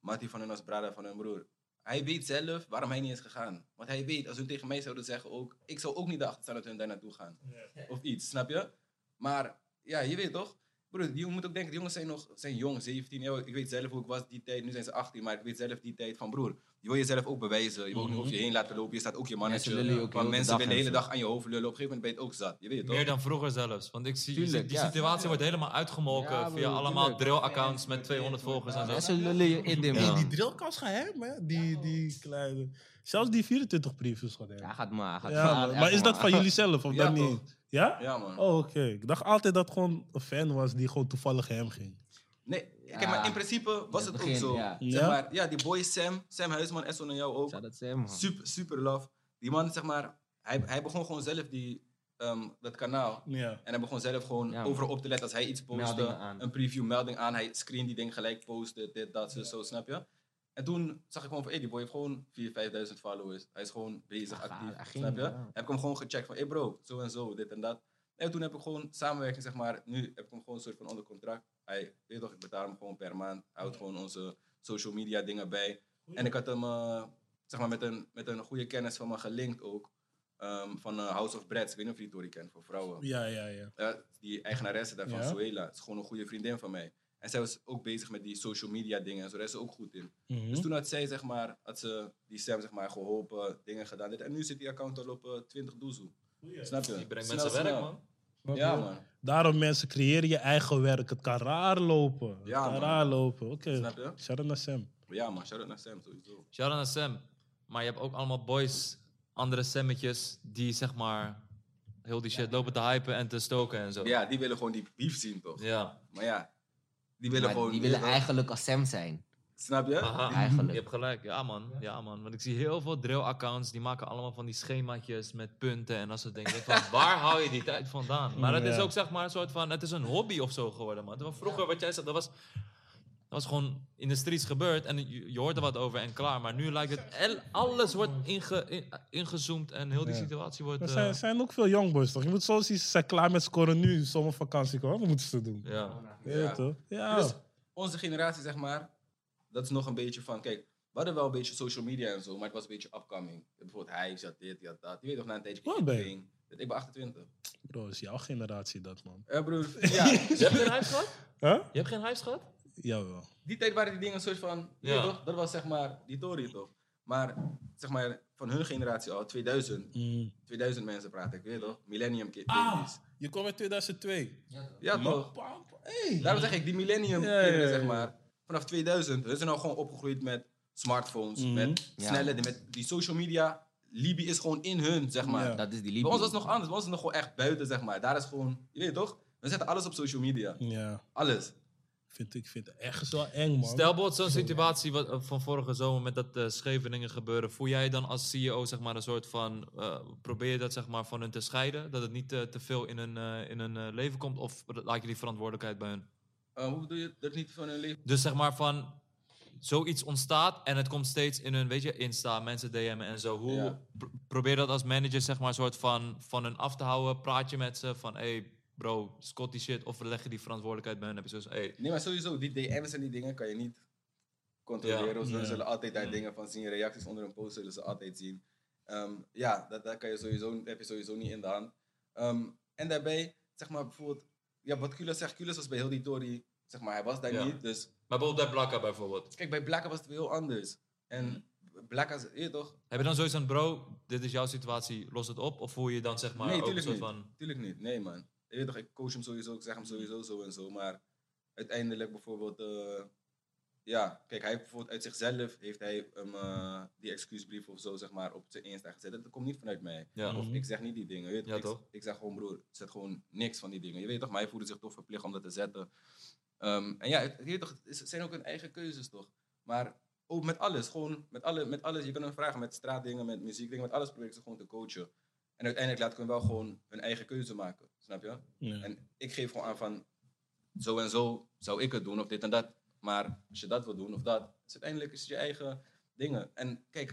[SPEAKER 4] Mattie van hun, als Brada van hun broer. Hij weet zelf waarom hij niet is gegaan. Want hij weet, als hun tegen mij zouden zeggen ook, ik zou ook niet erachter staan dat hun daar naartoe gaan. Of iets, snap je? Maar ja, je weet toch? Broer, je moet ook denken, die jongens zijn nog zijn jong, 17. Ja, ik weet zelf hoe ik was die tijd, nu zijn ze 18, maar ik weet zelf die tijd van broer. Je wil jezelf ook bewijzen. Je wil ook
[SPEAKER 3] Mhm.
[SPEAKER 4] niet over je heen laten lopen, je staat ook je mannetje.
[SPEAKER 3] lullen je ook heel
[SPEAKER 4] want
[SPEAKER 3] de
[SPEAKER 4] mensen
[SPEAKER 3] dag
[SPEAKER 4] willen de
[SPEAKER 3] en
[SPEAKER 4] hele
[SPEAKER 3] zo.
[SPEAKER 4] dag aan je hoofd lullen. Op een gegeven moment ben je het ook zat. Je weet toch?
[SPEAKER 1] Meer dan vroeger zelfs. Want ik zie, je
[SPEAKER 3] Tuurlijk,
[SPEAKER 1] ziet- die
[SPEAKER 3] ja.
[SPEAKER 1] situatie wordt helemaal uitgemolken
[SPEAKER 3] Ja,
[SPEAKER 1] via
[SPEAKER 3] broer,
[SPEAKER 1] allemaal
[SPEAKER 3] tuurlijk.
[SPEAKER 1] drill-accounts met 200 volgers en zo.
[SPEAKER 3] Mensen lullen je in, dit,
[SPEAKER 2] Die,
[SPEAKER 3] man.
[SPEAKER 2] die drillkast geheim, hè? Die, die kleine. Zelfs die 24 brief is geheim.
[SPEAKER 3] Ja, hij gaat maar. hij
[SPEAKER 2] Ja,
[SPEAKER 3] Gaat maar,
[SPEAKER 2] maar,
[SPEAKER 3] hij
[SPEAKER 2] maar
[SPEAKER 3] gaat
[SPEAKER 2] is dat
[SPEAKER 3] maar.
[SPEAKER 2] van jullie zelf of
[SPEAKER 4] Ja,
[SPEAKER 2] dat
[SPEAKER 4] toch.
[SPEAKER 2] niet? Ja?
[SPEAKER 4] Ja, man.
[SPEAKER 2] Oh, oké. Ik dacht altijd dat het gewoon een fan was die gewoon toevallig geheim ging.
[SPEAKER 4] Nee, kijk,
[SPEAKER 3] Ja.
[SPEAKER 4] maar in principe
[SPEAKER 3] In
[SPEAKER 4] was het
[SPEAKER 3] het
[SPEAKER 4] ook
[SPEAKER 3] begin,
[SPEAKER 4] zo.
[SPEAKER 3] ja.
[SPEAKER 4] Zeg
[SPEAKER 2] Ja?
[SPEAKER 4] maar, ja, die boy Sam, Sam Huisman, SO naar jou ook.
[SPEAKER 3] Zou dat zijn, man.
[SPEAKER 4] Super, super love. Die man, zeg maar, hij, hij begon gewoon zelf die ehm, dat kanaal.
[SPEAKER 2] Ja.
[SPEAKER 4] En hij begon zelf gewoon
[SPEAKER 3] Ja, man.
[SPEAKER 4] overal op te letten als hij iets postte.
[SPEAKER 3] Meldingen aan.
[SPEAKER 4] Een preview, melding aan. Hij screen die ding gelijk, posten, dit, dat, zo, zo, snap je? En toen zag ik gewoon van, hey, die boy heeft gewoon 4.000, 5.000 followers. Hij is gewoon bezig,
[SPEAKER 3] Hij gaat,
[SPEAKER 4] actief,
[SPEAKER 3] hij ging,
[SPEAKER 4] snap je?
[SPEAKER 3] ja.
[SPEAKER 4] Heb ik hem gewoon gecheckt van, hey bro, zo en zo, dit en dat. En toen heb ik gewoon samenwerking, zeg maar. Nu heb ik hem gewoon een soort van onder contract. Hij, weet toch, ik betaal hem gewoon per maand. Hij houdt gewoon onze social media dingen bij. En ik had hem, eh, zeg maar, met een, met een goede kennis van me gelinkt ook. ehm, van eh, House of Breads. Ik weet niet of je die Tory kent, voor vrouwen.
[SPEAKER 2] Ja, ja, ja.
[SPEAKER 4] Ja, die eigenaresse daarvan,
[SPEAKER 2] Ja.
[SPEAKER 4] Zoela, is gewoon een goede vriendin van mij. En zij was ook bezig met die social media dingen en zo, daar is ze ook goed in.
[SPEAKER 2] Mhm.
[SPEAKER 4] Dus toen had zij, zeg maar, had ze die Sam, zeg maar, geholpen, dingen gedaan. Dit. En nu zit die account al op eh, 20 doezoe. Snap je?
[SPEAKER 1] Je brengt
[SPEAKER 4] Snel,
[SPEAKER 1] mensen werk,
[SPEAKER 4] snel.
[SPEAKER 1] man.
[SPEAKER 2] Snap je?
[SPEAKER 4] Ja, man.
[SPEAKER 2] Daarom mensen, creëer je eigen werk. Het kan raar lopen. Het
[SPEAKER 4] Ja,
[SPEAKER 2] kan
[SPEAKER 4] man.
[SPEAKER 2] raar lopen. Oké.
[SPEAKER 4] Snap je?
[SPEAKER 2] Shout out naar Sam.
[SPEAKER 4] Ja, man. Shout-out naar Sam, sowieso.
[SPEAKER 1] Shout out naar Sam. Maar je hebt ook allemaal boys, andere Sammetjes, die zeg maar heel die shit lopen te hypen en te stoken en zo.
[SPEAKER 4] Ja, die willen gewoon die beef zien, toch?
[SPEAKER 1] Ja.
[SPEAKER 4] Maar ja, die willen
[SPEAKER 3] Maar
[SPEAKER 4] gewoon... eh,
[SPEAKER 3] die willen eigenlijk als Sam zijn.
[SPEAKER 4] Snap je?
[SPEAKER 1] Aha.
[SPEAKER 3] Eigenlijk.
[SPEAKER 1] Je hebt gelijk. Ja man. ja, man. Want ik zie heel veel drill-accounts, die maken allemaal van die schemaatjes met punten en dat soort dingen. Ik denk van, waar hou je die tijd vandaan? Maar het is
[SPEAKER 2] Ja.
[SPEAKER 1] ook zeg maar een soort van, het is een hobby of zo geworden, man. Want vroeger, wat jij zegt, dat was, dat was gewoon in de streets gebeurd en je, je hoort er wat over en klaar. Maar nu lijkt het, el- alles wordt inge, in- ingezoomd en heel die
[SPEAKER 2] Ja.
[SPEAKER 1] situatie wordt...
[SPEAKER 2] Er
[SPEAKER 1] eh,
[SPEAKER 2] zijn, zijn ook veel youngboys, toch? Je moet zo zien, ze zijn klaar met scoren nu. Zomervakantie, hoor. Wat moeten ze doen?
[SPEAKER 1] ja.
[SPEAKER 2] Ja,
[SPEAKER 4] Ja.
[SPEAKER 2] toch? Ja.
[SPEAKER 4] Dus onze generatie, zeg maar, dat is nog een beetje van, kijk, we hadden wel een beetje social media en zo, maar het was een beetje upcoming. Bijvoorbeeld hij, die had dit, die had dat. Je weet toch, na een tijdje...
[SPEAKER 2] Hoe
[SPEAKER 4] kreeg
[SPEAKER 2] oud
[SPEAKER 4] je
[SPEAKER 2] ben
[SPEAKER 4] een ding. Ik ben 28.
[SPEAKER 2] Bro, is jouw generatie dat, man.
[SPEAKER 4] Eh broer, ja.
[SPEAKER 1] Je hebt geen huis gehad?
[SPEAKER 2] Huh?
[SPEAKER 1] Je hebt geen huis gehad?
[SPEAKER 2] Jawel.
[SPEAKER 4] Die tijd waren die dingen een soort van, je
[SPEAKER 1] Ja.
[SPEAKER 4] weet toch, dat was zeg maar die Tory toch. Maar zeg maar van hun generatie al, 2000,
[SPEAKER 2] Mm.
[SPEAKER 4] 2000 mensen praat ik, weet je toch, millennium ki- babies.
[SPEAKER 2] Ah, Je kwam in 2002.
[SPEAKER 4] Ja toch, daarom zeg ik, die millennium
[SPEAKER 2] Ja, ja,
[SPEAKER 4] kinderen
[SPEAKER 2] ja,
[SPEAKER 4] zeg
[SPEAKER 2] ja.
[SPEAKER 4] maar, vanaf 2000, hun zijn al gewoon opgegroeid met smartphones,
[SPEAKER 2] Mhm.
[SPEAKER 4] met
[SPEAKER 3] Ja.
[SPEAKER 4] snelle, met die social media, Libi is gewoon in hun zeg maar.
[SPEAKER 2] Ja.
[SPEAKER 3] Dat is die
[SPEAKER 4] Bij ons was
[SPEAKER 3] liefde.
[SPEAKER 4] het nog anders, bij ons is het nog gewoon echt buiten zeg maar, daar is gewoon, je weet toch, we zetten alles op social media,
[SPEAKER 2] Ja,
[SPEAKER 4] alles.
[SPEAKER 2] vind ik vind het echt wel eng, man.
[SPEAKER 1] Dus Stel bijvoorbeeld zo'n situatie wat, eh, van vorige zomer met dat eh, Scheveningen gebeuren. Voel jij dan als CEO zeg maar een soort van, eh, probeer je dat zeg maar van hun te scheiden? Dat het niet eh, te veel in hun, eh, in hun eh, leven komt of laat je die verantwoordelijkheid bij hun?
[SPEAKER 4] Eh, hoe bedoel je dat niet van hun leven?
[SPEAKER 1] Dus zeg maar van, zoiets ontstaat en het komt steeds in hun, weet je, Insta, mensen DM'en en zo. Hoe
[SPEAKER 4] Ja.
[SPEAKER 1] pro- probeer dat als manager zeg maar een soort van, van hun af te houden? Praat je met ze van, hé hey, bro, scot die shit of leg je die verantwoordelijkheid bij hun? Heb je zo van, hey,
[SPEAKER 4] Nee, maar sowieso, die DM's en die dingen kan je niet controleren.
[SPEAKER 1] Ja.
[SPEAKER 4] Ze
[SPEAKER 2] Ja.
[SPEAKER 4] zullen altijd daar
[SPEAKER 1] Ja.
[SPEAKER 4] dingen van zien. Reacties onder een post zullen ze altijd zien. Ehm, ja, dat, dat kan je sowieso, dat heb je sowieso niet in de hand. Ehm, en daarbij, zeg maar bijvoorbeeld, ja, wat Kulas zegt, Kulas was bij heel die Tory, zeg maar, hij was daar
[SPEAKER 1] Ja.
[SPEAKER 4] niet. Dus
[SPEAKER 1] maar bijvoorbeeld bij Blakka bijvoorbeeld.
[SPEAKER 4] kijk, bij Blakka was het weer heel anders. En
[SPEAKER 1] Mhm.
[SPEAKER 4] Blakka, is- je weet toch?
[SPEAKER 1] Heb je dan zoiets van, bro, dit is jouw situatie, los het op? Of voel je dan zeg maar
[SPEAKER 4] nee,
[SPEAKER 1] ook een
[SPEAKER 4] tuurlijk
[SPEAKER 1] soort
[SPEAKER 4] niet.
[SPEAKER 1] van...
[SPEAKER 4] Tuurlijk niet, nee man. Je weet toch, ik coach hem sowieso, ik zeg hem sowieso zo en zo. Maar uiteindelijk bijvoorbeeld, eh, ja, kijk, hij heeft bijvoorbeeld uit zichzelf heeft hij hem, eh, die excuusbrief of zo, zeg maar, op zijn Insta gezet. Dat komt niet vanuit mij.
[SPEAKER 1] Ja.
[SPEAKER 4] Of
[SPEAKER 2] Mhm.
[SPEAKER 4] ik zeg niet die dingen. Weet, je,
[SPEAKER 1] Ja,
[SPEAKER 4] ik,
[SPEAKER 1] toch?
[SPEAKER 4] ik zeg gewoon, broer, zet gewoon niks van die dingen. Je weet toch, maar hij voelde zich toch verplicht om dat te zetten. Ehm, en ja, het- je weet toch, het is- het zijn ook hun eigen keuzes, toch? Maar ook met alles, gewoon met, alle, met alles. Je kan hun vragen met straatdingen, met muziekdingen, met alles probeer ik ze gewoon te coachen. En uiteindelijk laat ik hun wel gewoon hun eigen keuze maken, snap je?
[SPEAKER 2] Ja.
[SPEAKER 4] En ik geef gewoon aan van, zo en zo zou ik het doen, of dit en dat. Maar als je dat wil doen, of dat, is uiteindelijk is het je eigen dingen. En kijk,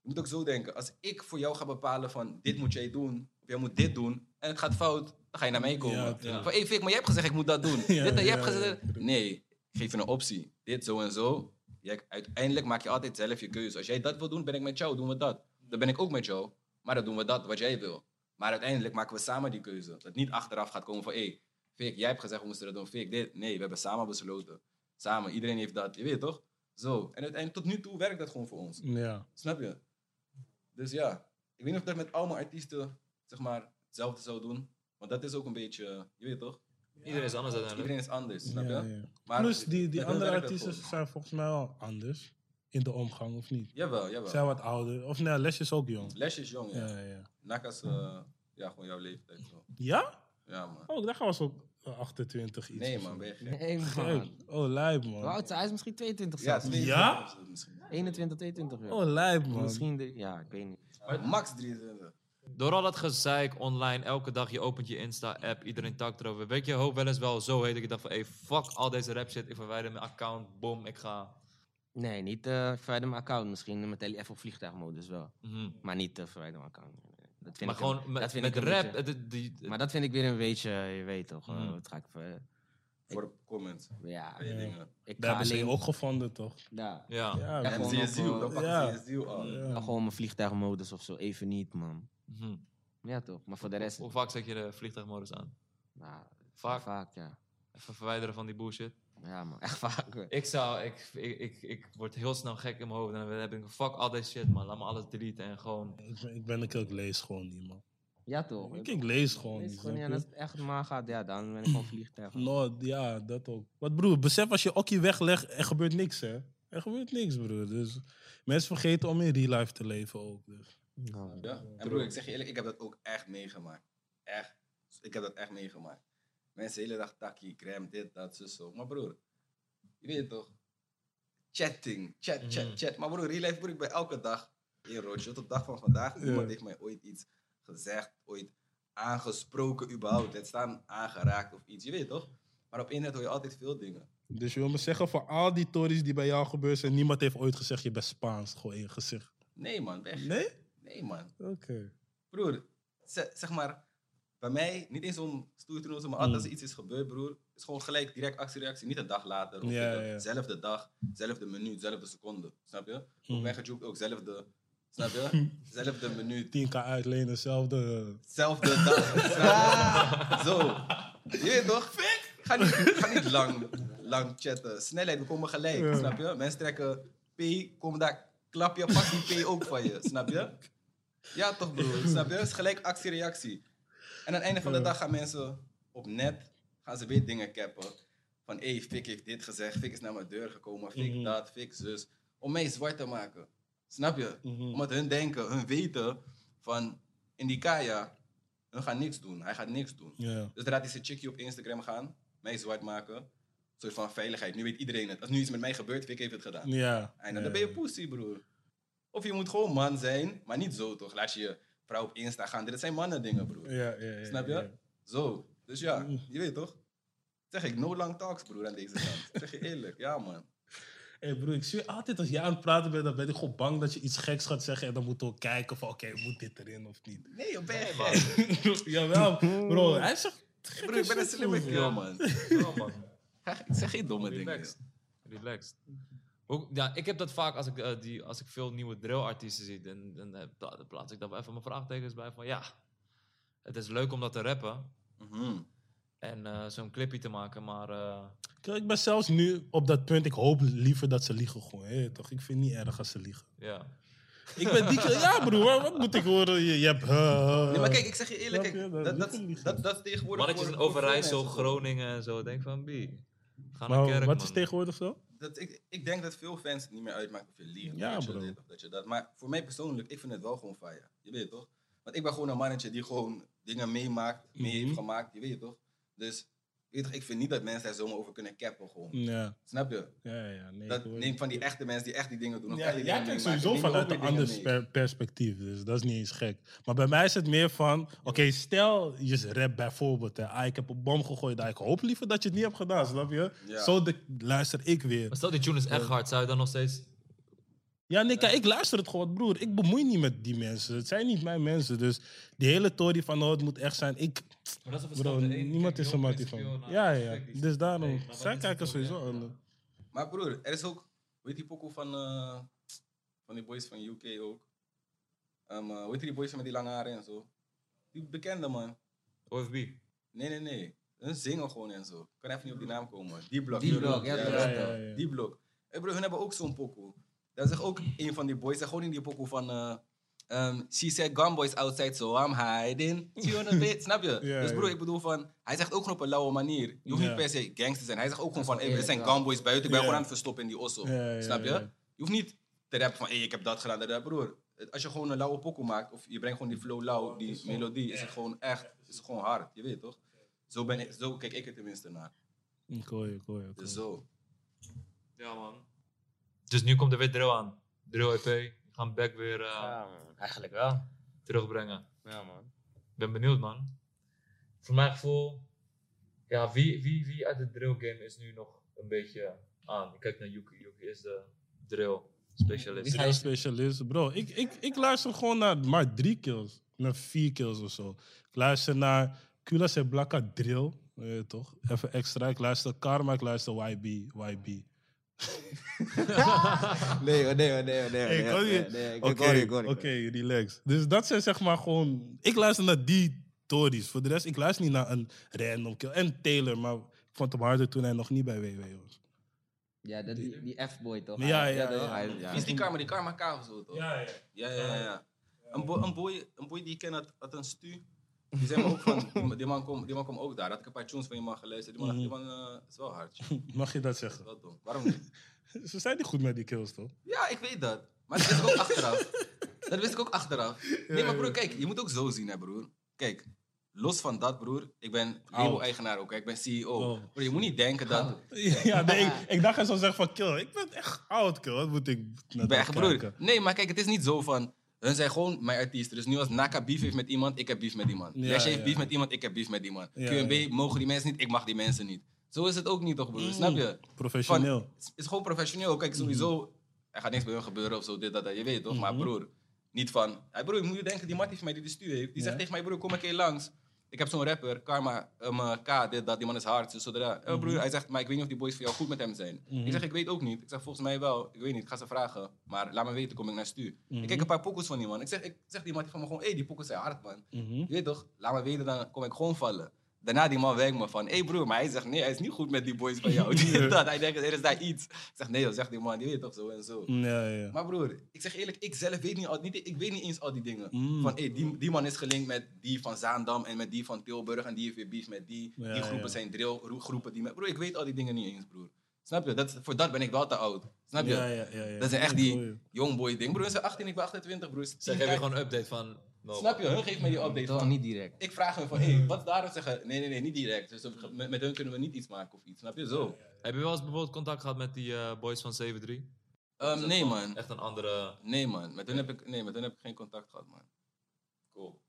[SPEAKER 4] je moet ook zo denken, als ik voor jou ga bepalen van, dit moet jij doen, of jij moet dit doen, en het gaat fout, dan ga je naar mij komen.
[SPEAKER 2] Ja,
[SPEAKER 1] tuurlijk.
[SPEAKER 4] Van, hey Fik, maar jij hebt gezegd, ik moet dat doen.
[SPEAKER 2] Ja,
[SPEAKER 4] dit, en jij
[SPEAKER 2] ja,
[SPEAKER 4] hebt
[SPEAKER 2] ja,
[SPEAKER 4] gezegd,
[SPEAKER 2] tuurlijk.
[SPEAKER 4] nee, ik geef je een optie. Dit, zo en zo. Jij, uiteindelijk maak je altijd zelf je keuze. Als jij dat wil doen, ben ik met jou, doen we dat. Dan ben ik ook met jou, maar dan doen we dat, wat jij wil. Maar uiteindelijk maken we samen die keuze. Dat niet achteraf gaat komen van, hé, hey, Fik, jij hebt gezegd, we moesten dat doen. Fik, dit. Nee, we hebben samen besloten. Samen, iedereen heeft dat. Je weet toch? Zo. En uiteindelijk, tot nu toe werkt dat gewoon voor ons.
[SPEAKER 2] Ja.
[SPEAKER 4] Snap je? Dus ja, ik weet niet of dat met allemaal artiesten, zeg maar, hetzelfde zou doen. Want dat is ook een beetje, je weet toch?
[SPEAKER 1] Iedereen is anders uiteindelijk.
[SPEAKER 4] Iedereen is anders, snap je?
[SPEAKER 2] ja, ja.
[SPEAKER 4] Maar
[SPEAKER 2] Plus, die, die
[SPEAKER 4] met hun
[SPEAKER 2] andere
[SPEAKER 4] werkt dat
[SPEAKER 2] artiesten
[SPEAKER 4] gewoon.
[SPEAKER 2] zijn volgens mij wel anders in de omgang, of niet?
[SPEAKER 4] Jawel, jawel.
[SPEAKER 2] Zijn wat ouder. Of nee, Lesje is ook jong.
[SPEAKER 4] Les is jong, ja.
[SPEAKER 2] Ja, ja.
[SPEAKER 4] Nakas, eh, ja, gewoon jouw leeftijd. Zo.
[SPEAKER 2] Ja?
[SPEAKER 4] Ja, man.
[SPEAKER 2] Oh, daar gaan we zo 28 iets.
[SPEAKER 4] Nee,
[SPEAKER 2] of zo.
[SPEAKER 4] man, ben je gek?
[SPEAKER 3] Nee, man.
[SPEAKER 2] Gek. Oh, lijp,
[SPEAKER 3] Hoe oud
[SPEAKER 2] man.
[SPEAKER 3] is hij? Hij is misschien 22
[SPEAKER 4] Ja,
[SPEAKER 3] zelfs.
[SPEAKER 4] twee
[SPEAKER 2] Ja?
[SPEAKER 4] of zo misschien.
[SPEAKER 3] 21, 22 jaar.
[SPEAKER 2] Oh, lijp, man.
[SPEAKER 3] Misschien, de, ja, ik weet niet.
[SPEAKER 4] Max eh, 23.
[SPEAKER 1] door al dat gezeik online, elke dag, je opent je Insta-app, iedereen takt erover. Weet je, hoop wel eens wel zo heet. Ik Ik dacht van, hey, fuck al deze rap shit. Ik verwijder mijn account, boom, ik ga...
[SPEAKER 3] Nee, niet eh verwijder mijn account. Misschien met even op vliegtuigmodus wel.
[SPEAKER 1] Mhm.
[SPEAKER 3] Maar niet eh verwijder mijn account. Dat vind
[SPEAKER 1] Maar
[SPEAKER 3] ik een-
[SPEAKER 1] gewoon met,
[SPEAKER 3] dat vind
[SPEAKER 1] met
[SPEAKER 3] ik een
[SPEAKER 1] rap,
[SPEAKER 3] beetje-
[SPEAKER 1] eh, de- die- de-
[SPEAKER 3] maar dat vind ik weer een beetje, je weet toch, eh,
[SPEAKER 2] Hmm.
[SPEAKER 1] Mhm.
[SPEAKER 3] wat ga ik ver-
[SPEAKER 4] Voor de comments.
[SPEAKER 3] Ja,
[SPEAKER 4] Twee dingen.
[SPEAKER 3] ik
[SPEAKER 2] Daar
[SPEAKER 3] ga
[SPEAKER 2] hebben ze je
[SPEAKER 3] alleen...
[SPEAKER 2] ook gevonden, toch?
[SPEAKER 3] Ja.
[SPEAKER 1] ja.
[SPEAKER 2] Ja,
[SPEAKER 3] Ja,
[SPEAKER 4] Dan
[SPEAKER 2] man.
[SPEAKER 4] zie je
[SPEAKER 3] gewoon
[SPEAKER 4] ziel,
[SPEAKER 3] ook,
[SPEAKER 4] dan
[SPEAKER 2] eh,
[SPEAKER 4] pakken
[SPEAKER 2] ja.
[SPEAKER 4] ze je ziel aan.
[SPEAKER 2] Ja.
[SPEAKER 3] Dan Gewoon mijn vliegtuigmodus of zo. Even niet, man.
[SPEAKER 1] Mhm.
[SPEAKER 3] Ja, toch? Maar voor de rest...
[SPEAKER 1] Hoe vaak zet je de vliegtuigmodus aan?
[SPEAKER 3] nou,
[SPEAKER 1] Vaak.
[SPEAKER 3] Vaak, ja.
[SPEAKER 1] Even verwijderen van die bullshit.
[SPEAKER 3] Ja, man. Echt vaak. hoor.
[SPEAKER 1] Ik zou, ik, ik, ik, ik word heel snel gek in mijn hoofd. En dan heb ik, fuck al deze shit, man. Laat me alles deleten en gewoon...
[SPEAKER 2] Ik ben- Ik ben een keer, ik lees gewoon niet, man.
[SPEAKER 3] Ja,
[SPEAKER 4] Oh,
[SPEAKER 3] toch?
[SPEAKER 2] Ik, ik lees gewoon
[SPEAKER 3] Is
[SPEAKER 2] niet.
[SPEAKER 3] gewoon,
[SPEAKER 2] snap
[SPEAKER 3] ja,
[SPEAKER 2] je?
[SPEAKER 3] als het echt maar gaat, ja, dan ben ik gewoon vliegtuig.
[SPEAKER 2] No, ja, dat ook. Wat broer, besef als je Okkie weglegt, er gebeurt niks, hè? Er gebeurt niks, broer. Dus mensen vergeten om in real life te leven ook. Dus.
[SPEAKER 3] Nou,
[SPEAKER 4] Ja. En broer, ik zeg je eerlijk, ik heb dat ook echt meegemaakt. Echt. Ik heb dat echt meegemaakt. Mensen de hele dag takkie, gram, dit, dat, zus, zo. Maar broer, je weet toch? Chatting, chat, chat,
[SPEAKER 1] Mhm.
[SPEAKER 4] chat. Maar broer, real life, broer, ik ben elke dag in roodje. Tot de dag van vandaag,
[SPEAKER 2] Ja.
[SPEAKER 4] niemand heeft mij ooit iets gezegd, ooit aangesproken überhaupt. Het staan aangeraakt of iets, je weet toch? Maar op internet hoor je altijd veel dingen.
[SPEAKER 2] dus je wil me zeggen, voor al die tories die bij jou gebeurd zijn, niemand heeft ooit gezegd, je bent Spaans, gewoon in je gezicht.
[SPEAKER 4] Nee man, weg.
[SPEAKER 2] Nee?
[SPEAKER 4] Nee man.
[SPEAKER 2] Oké.
[SPEAKER 4] broer, ze- zeg maar, bij mij, niet eens om stoer te noemen, maar altijd
[SPEAKER 2] Mm.
[SPEAKER 4] als er iets is gebeurd, broer, is gewoon gelijk direct actie-reactie. Niet een dag later, of
[SPEAKER 2] Ja,
[SPEAKER 4] dit, of
[SPEAKER 2] ja.
[SPEAKER 4] zelfde dag, zelfde minuut, zelfde seconde. Snap je?
[SPEAKER 2] Mm.
[SPEAKER 4] Op weggejoekt ook zelfde, snap je? zelfde minuut,
[SPEAKER 2] 10k uitlenen, hetzelfde.
[SPEAKER 4] zelfde dag. snap je? Zo. Je weet toch? Ga niet, ga niet lang, lang chatten. Snelheid, we komen gelijk,
[SPEAKER 2] Ja.
[SPEAKER 4] snap je? Mensen trekken P, komen daar, klap je, pak die P ook van je, snap je? Ja toch broer, snap je? Het is gelijk actie-reactie. En aan het einde van de
[SPEAKER 2] Ja.
[SPEAKER 4] dag gaan mensen op net, gaan ze weer dingen cappen. Van, hé, hey, Fik heeft dit gezegd, Fik is naar mijn deur gekomen, Fik
[SPEAKER 2] Mhm.
[SPEAKER 4] dat, Fik zus. Om mij zwart te maken, snap je?
[SPEAKER 2] Mhm.
[SPEAKER 4] Omdat hun denken, hun weten van, in die Kaya, hun gaan niks doen, hij gaat niks doen.
[SPEAKER 2] Ja.
[SPEAKER 4] Dus zodra deze chickie op Instagram gaan, mij zwart maken, een soort van veiligheid. Nu weet iedereen het. Als nu iets met mij gebeurt, Fik heeft het gedaan.
[SPEAKER 2] Ja.
[SPEAKER 4] En
[SPEAKER 2] ja.
[SPEAKER 4] dan ben je pussy, broer. Of je moet gewoon man zijn, maar niet zo toch. Laat je je vrouw op Insta gaan. Dit zijn mannen dingen, broer.
[SPEAKER 2] Ja, ja, ja,
[SPEAKER 4] Snap je?
[SPEAKER 2] ja.
[SPEAKER 4] Zo. Dus ja,
[SPEAKER 2] Mm.
[SPEAKER 4] je weet toch? Zeg ik, no long talks, broer, aan deze kant. zeg je eerlijk, ja, man.
[SPEAKER 2] Hé broer, ik zie altijd als jij aan het praten bent, dan ben ik gewoon bang dat je iets geks gaat zeggen en dan moeten we kijken van oké, moet dit erin of niet?
[SPEAKER 4] Nee, op
[SPEAKER 1] Nee,
[SPEAKER 4] weg,
[SPEAKER 1] man.
[SPEAKER 4] man.
[SPEAKER 2] Jawel, bro. Hij zegt,
[SPEAKER 4] Broer, ik ben een slimme
[SPEAKER 1] Ja.
[SPEAKER 4] girl, man.
[SPEAKER 1] Ja, man.
[SPEAKER 4] Ga- Ik zeg geen domme dingen.
[SPEAKER 1] Relaxed. Relaxed. Ook, ja, ik heb dat vaak als ik, eh, die, als ik veel nieuwe drillartiesten zie. Dan, dan, eh, pla- dan plaats ik daar wel even mijn vraagtekens bij. Van ja, het is leuk om dat te rappen.
[SPEAKER 4] joh. Mhm.
[SPEAKER 1] En eh, zo'n clipje te maken. Maar eh,
[SPEAKER 2] Kijk, ik ben zelfs nu op dat punt, ik hoop liever dat ze liegen gewoon. hè, toch? Ik vind het niet erg als ze liegen.
[SPEAKER 1] ja.
[SPEAKER 2] Ik ben die keer, ja broer, wat moet ik horen? Je, je hebt... eh, eh,
[SPEAKER 4] Nee, maar kijk, ik zeg je eerlijk,
[SPEAKER 2] Snap je?
[SPEAKER 4] kijk,
[SPEAKER 2] Dat
[SPEAKER 4] dat, dat,
[SPEAKER 2] doet hij niet,
[SPEAKER 4] dat, dat, is tegenwoordig...
[SPEAKER 1] Mannetjes
[SPEAKER 4] voor-
[SPEAKER 1] dus in
[SPEAKER 4] voor veel
[SPEAKER 1] Overijssel,
[SPEAKER 4] mensen zo.
[SPEAKER 1] Groningen en zo. Denk van, wie? Ga naar
[SPEAKER 2] maar
[SPEAKER 1] kerk,
[SPEAKER 2] wat
[SPEAKER 1] man.
[SPEAKER 2] is tegenwoordig zo?
[SPEAKER 4] dat ik, ik denk dat veel fans het niet meer uitmaakt of je liegt.
[SPEAKER 2] Ja,
[SPEAKER 4] dat
[SPEAKER 2] bro.
[SPEAKER 4] Je dit of dat je dat. Maar voor mij persoonlijk, ik vind het wel gewoon fire. Je weet toch? Want ik ben gewoon een mannetje die gewoon dingen meemaakt, mee heeft
[SPEAKER 2] Mhm.
[SPEAKER 4] gemaakt. Je weet toch? Dus je weet toch, ik vind niet dat mensen daar zomaar over kunnen cappen gewoon.
[SPEAKER 2] Mm. Ja,
[SPEAKER 4] Snap je?
[SPEAKER 2] ja, ja. Nee,
[SPEAKER 4] Dat
[SPEAKER 2] ik hoor
[SPEAKER 4] neemt
[SPEAKER 2] je.
[SPEAKER 4] van die echte mensen die echt die dingen doen. of
[SPEAKER 2] Ja,
[SPEAKER 4] echt die
[SPEAKER 2] jij
[SPEAKER 4] dingen
[SPEAKER 2] kijkt
[SPEAKER 4] meemaken,
[SPEAKER 2] sowieso
[SPEAKER 4] die nemen
[SPEAKER 2] vanuit een
[SPEAKER 4] ook weer dingen
[SPEAKER 2] ander
[SPEAKER 4] mee.
[SPEAKER 2] per- perspectief, dus dat is niet eens gek. Maar bij mij is het meer van, oké, stel je rap bijvoorbeeld, hè, ah, ik heb een bom gegooid, ah, ik hoop liever dat je het niet hebt gedaan, snap je?
[SPEAKER 4] Ja.
[SPEAKER 2] Zo de- luister ik weer.
[SPEAKER 1] Maar stel die tune is echt hard. Zou je dan nog steeds...
[SPEAKER 2] Ja, nee, kijk, ik luister het gewoon, broer. Ik bemoei niet met die mensen. Het zijn niet mijn mensen. Dus die hele tory van, oh, het moet echt zijn. Ik,
[SPEAKER 1] Maar dat is
[SPEAKER 2] bro, niemand is er mattie van. Ja, ja, ja. Dus daarom. zij kijken sowieso anders.
[SPEAKER 4] Maar broer, er is ook, weet die pokoe van, eh, van die boys van UK ook? Ehm eh, weet je die boys met die lange haren en zo? Die bekende man.
[SPEAKER 1] OFB.
[SPEAKER 4] Nee, nee, nee. Hun zingen gewoon en zo. Ik kan even niet op die naam komen. Die blok.
[SPEAKER 3] Die blok, ja,
[SPEAKER 4] ja,
[SPEAKER 3] dat
[SPEAKER 2] Ja,
[SPEAKER 3] is
[SPEAKER 2] ja,
[SPEAKER 3] wel.
[SPEAKER 2] ja.
[SPEAKER 4] Die blok. Hey bro, hun hebben ook zo'n pokoe. Dat is ook een van die boys. Dat gewoon in die pokoe van... eh, ehm, she said gun boys outside, so I'm hiding. See you in a bit. Snap je?
[SPEAKER 2] Ja,
[SPEAKER 4] dus bro,
[SPEAKER 2] ja.
[SPEAKER 4] ik bedoel van... Hij zegt ook gewoon op een lauwe manier. Je hoeft
[SPEAKER 2] Ja.
[SPEAKER 4] niet per se gangs te zijn. Hij zegt ook gewoon
[SPEAKER 3] wel
[SPEAKER 4] van... Hey, er
[SPEAKER 3] eerlijk,
[SPEAKER 4] zijn
[SPEAKER 3] ja.
[SPEAKER 4] gun boys buiten. Ik ben
[SPEAKER 2] Ja.
[SPEAKER 4] gewoon aan het verstoppen in die osso.
[SPEAKER 2] Ja, ja,
[SPEAKER 4] snap je?
[SPEAKER 2] ja.
[SPEAKER 4] Je hoeft niet te rappen van... Hey, ik heb dat gedaan. Dat, dat, broer. Als je gewoon een lauwe pokoe maakt... Of je brengt gewoon die flow lauw, die melodie... Oh, Is het gewoon echt... Is het gewoon hard. Je weet toch? Zo, ben ik, zo kijk ik er tenminste naar.
[SPEAKER 2] Ik hoor je, ik hoor je, ik hoor
[SPEAKER 4] Dus
[SPEAKER 2] je.
[SPEAKER 4] zo.
[SPEAKER 1] Ja, man. Dus nu komt er weer drill aan. Drill EP. We E gaan back weer eh,
[SPEAKER 3] Ja, man. Eigenlijk.
[SPEAKER 1] ja, terugbrengen. Ja, man. Ik ben benieuwd, man. Voor mijn gevoel, ja, wie, wie, wie uit de drill game is nu nog een beetje aan? Ik kijk naar Yuki. Yuki is de drill specialist.
[SPEAKER 3] Wie ga
[SPEAKER 2] Heel
[SPEAKER 3] je-
[SPEAKER 2] specialist, bro. Ik, ik, ik luister gewoon naar maar drie kills. Naar vier kills of zo. Ik luister naar Culas en Blakka Drill. weet je toch? Even extra. Ik luister Karma, ik luister YB. YB.
[SPEAKER 3] Nee, hoor, nee, hoor, nee, hoor, nee, hoor,
[SPEAKER 2] Hey,
[SPEAKER 3] nee,
[SPEAKER 2] kan
[SPEAKER 3] hoor,
[SPEAKER 2] je-
[SPEAKER 3] nee, nee, ik- ik
[SPEAKER 2] Oké,
[SPEAKER 3] hoor je, ik hoor je, ik hoor je.
[SPEAKER 2] oké, relax. Dus dat zijn zeg maar gewoon... Ik luister naar die Tories. Voor de rest, ik luister niet naar een random kill. En Taylor, maar ik vond hem harder toen hij nog niet bij WW was.
[SPEAKER 3] Ja, dat, die, die F-boy toch?
[SPEAKER 2] Ja, ja,
[SPEAKER 3] Hij-
[SPEAKER 2] ja,
[SPEAKER 3] toch?
[SPEAKER 2] ja.
[SPEAKER 3] Hij- ja.
[SPEAKER 4] Is die karma, die karma kavel zo toch?
[SPEAKER 2] Ja, ja.
[SPEAKER 4] Ja, ja, ja. ja. Een, boy, een, boy, een boy die ik ken had, had een stu. Die zei me ook van, die man- die man komt die man komt ook daar. Had ik een paar tunes van je man geluisterd. Die man, die man eh, is wel hard. is
[SPEAKER 2] Mag je dat zeggen?
[SPEAKER 4] wel dom. Waarom niet?
[SPEAKER 2] Ze zijn niet goed met die kills, toch?
[SPEAKER 4] Ja, ik weet dat. Maar dat wist ik ook achteraf. Dat wist ik ook achteraf. Nee, maar broer, kijk, je moet ook zo zien, hè, broer. Kijk, los van dat, broer, ik ben label-eigenaar ook. hè. Ik ben CEO.
[SPEAKER 2] Oh.
[SPEAKER 4] Broer, je moet niet denken dat...
[SPEAKER 2] Ja, nee, ik, ik dacht hij zou zeggen van kill. Ik ben echt oud, kill. Wat moet ik naar
[SPEAKER 4] Ik ben
[SPEAKER 2] dat
[SPEAKER 4] echt broer.
[SPEAKER 2] kijken?
[SPEAKER 4] Nee, maar kijk, het is niet zo van. Hun zijn gewoon mijn artiesten. Dus nu als Naka beef heeft met iemand, ik heb beef met iemand.
[SPEAKER 2] Ja,
[SPEAKER 4] Jij heeft
[SPEAKER 2] ja.
[SPEAKER 4] beef met iemand, ik heb beef met iemand.
[SPEAKER 2] Ja,
[SPEAKER 4] QMB
[SPEAKER 2] ja. Mm.
[SPEAKER 4] mogen die mensen niet, ik mag die mensen niet. Zo is het ook niet toch, broer? Snap je? Van,
[SPEAKER 2] Professioneel.
[SPEAKER 4] het is- het is gewoon professioneel. Kijk, sowieso, er gaat niks bij hun gebeuren of zo, dit, dat, dat. Je weet toch? Maar broer, niet van... Hey, broer, moet je denken, die mattie van mij die de stuur heeft, die zegt
[SPEAKER 2] Ja.
[SPEAKER 4] tegen mij, broer, kom een keer langs. Ik heb zo'n rapper, Karma, um, eh, K, dit, dat, die man is hard, zo, zodra. Eh, broer, hij zegt, maar ik weet niet of die boys voor jou goed met hem zijn. Ik
[SPEAKER 2] Mhm.
[SPEAKER 4] zeg, ik weet ook niet. Ik zeg, volgens mij wel. Ik weet niet, ik ga ze vragen. Maar laat me weten, kom ik naar stuur.
[SPEAKER 2] Mhm.
[SPEAKER 4] Ik kijk een paar pokkels van die man. Ik zeg, ik zeg die mattie van me gewoon, hé, hey, die pokkels zijn hard, man.
[SPEAKER 2] Mhm.
[SPEAKER 4] Je weet toch, laat me weten, dan kom ik gewoon vallen. Daarna die man werkt me van, hé hey broer, maar hij zegt nee, hij is niet goed met die boys van jou. Die en dat. Hij denkt, er is daar iets. Ik zeg nee, joh, zegt die man, die weet toch zo en zo.
[SPEAKER 2] Mhm. Ja, ja.
[SPEAKER 4] Maar broer, ik zeg eerlijk, ik zelf weet niet, al- niet ik weet niet eens al die dingen.
[SPEAKER 2] Mm.
[SPEAKER 4] Van hey, die, die man is gelinkt met die van Zaandam en met die van Tilburg en die heeft weer beef met die.
[SPEAKER 2] Ja,
[SPEAKER 4] die groepen
[SPEAKER 2] ja.
[SPEAKER 4] zijn drillgroepen. Die met... Broer, ik weet al die dingen niet eens, broer. Snap je? Dat, voor dat ben ik wel te oud. Snap je?
[SPEAKER 2] Ja, ja, ja, ja.
[SPEAKER 4] Dat zijn echt
[SPEAKER 2] Ik hoor je.
[SPEAKER 4] die jongboy ding. Broer, ze zijn 18, ik ben 28, broer.
[SPEAKER 1] Ze geven je gewoon een update van... no.
[SPEAKER 4] Snap je? Hun geeft mij die update
[SPEAKER 3] Toch
[SPEAKER 4] van,
[SPEAKER 3] niet direct.
[SPEAKER 4] ik vraag hem van, hé, hey, wat daarop zeggen? Nee, nee, nee, niet direct. Dus we- met, met hun kunnen we niet iets maken of iets, snap je? Zo.
[SPEAKER 1] Heb je wel eens bijvoorbeeld contact gehad met die eh, boys van 7-3?
[SPEAKER 4] Ehm, nee, man.
[SPEAKER 1] Echt een andere...
[SPEAKER 4] Nee, man. Met hun heb ik, nee, met hun heb ik geen contact gehad, man. Cool.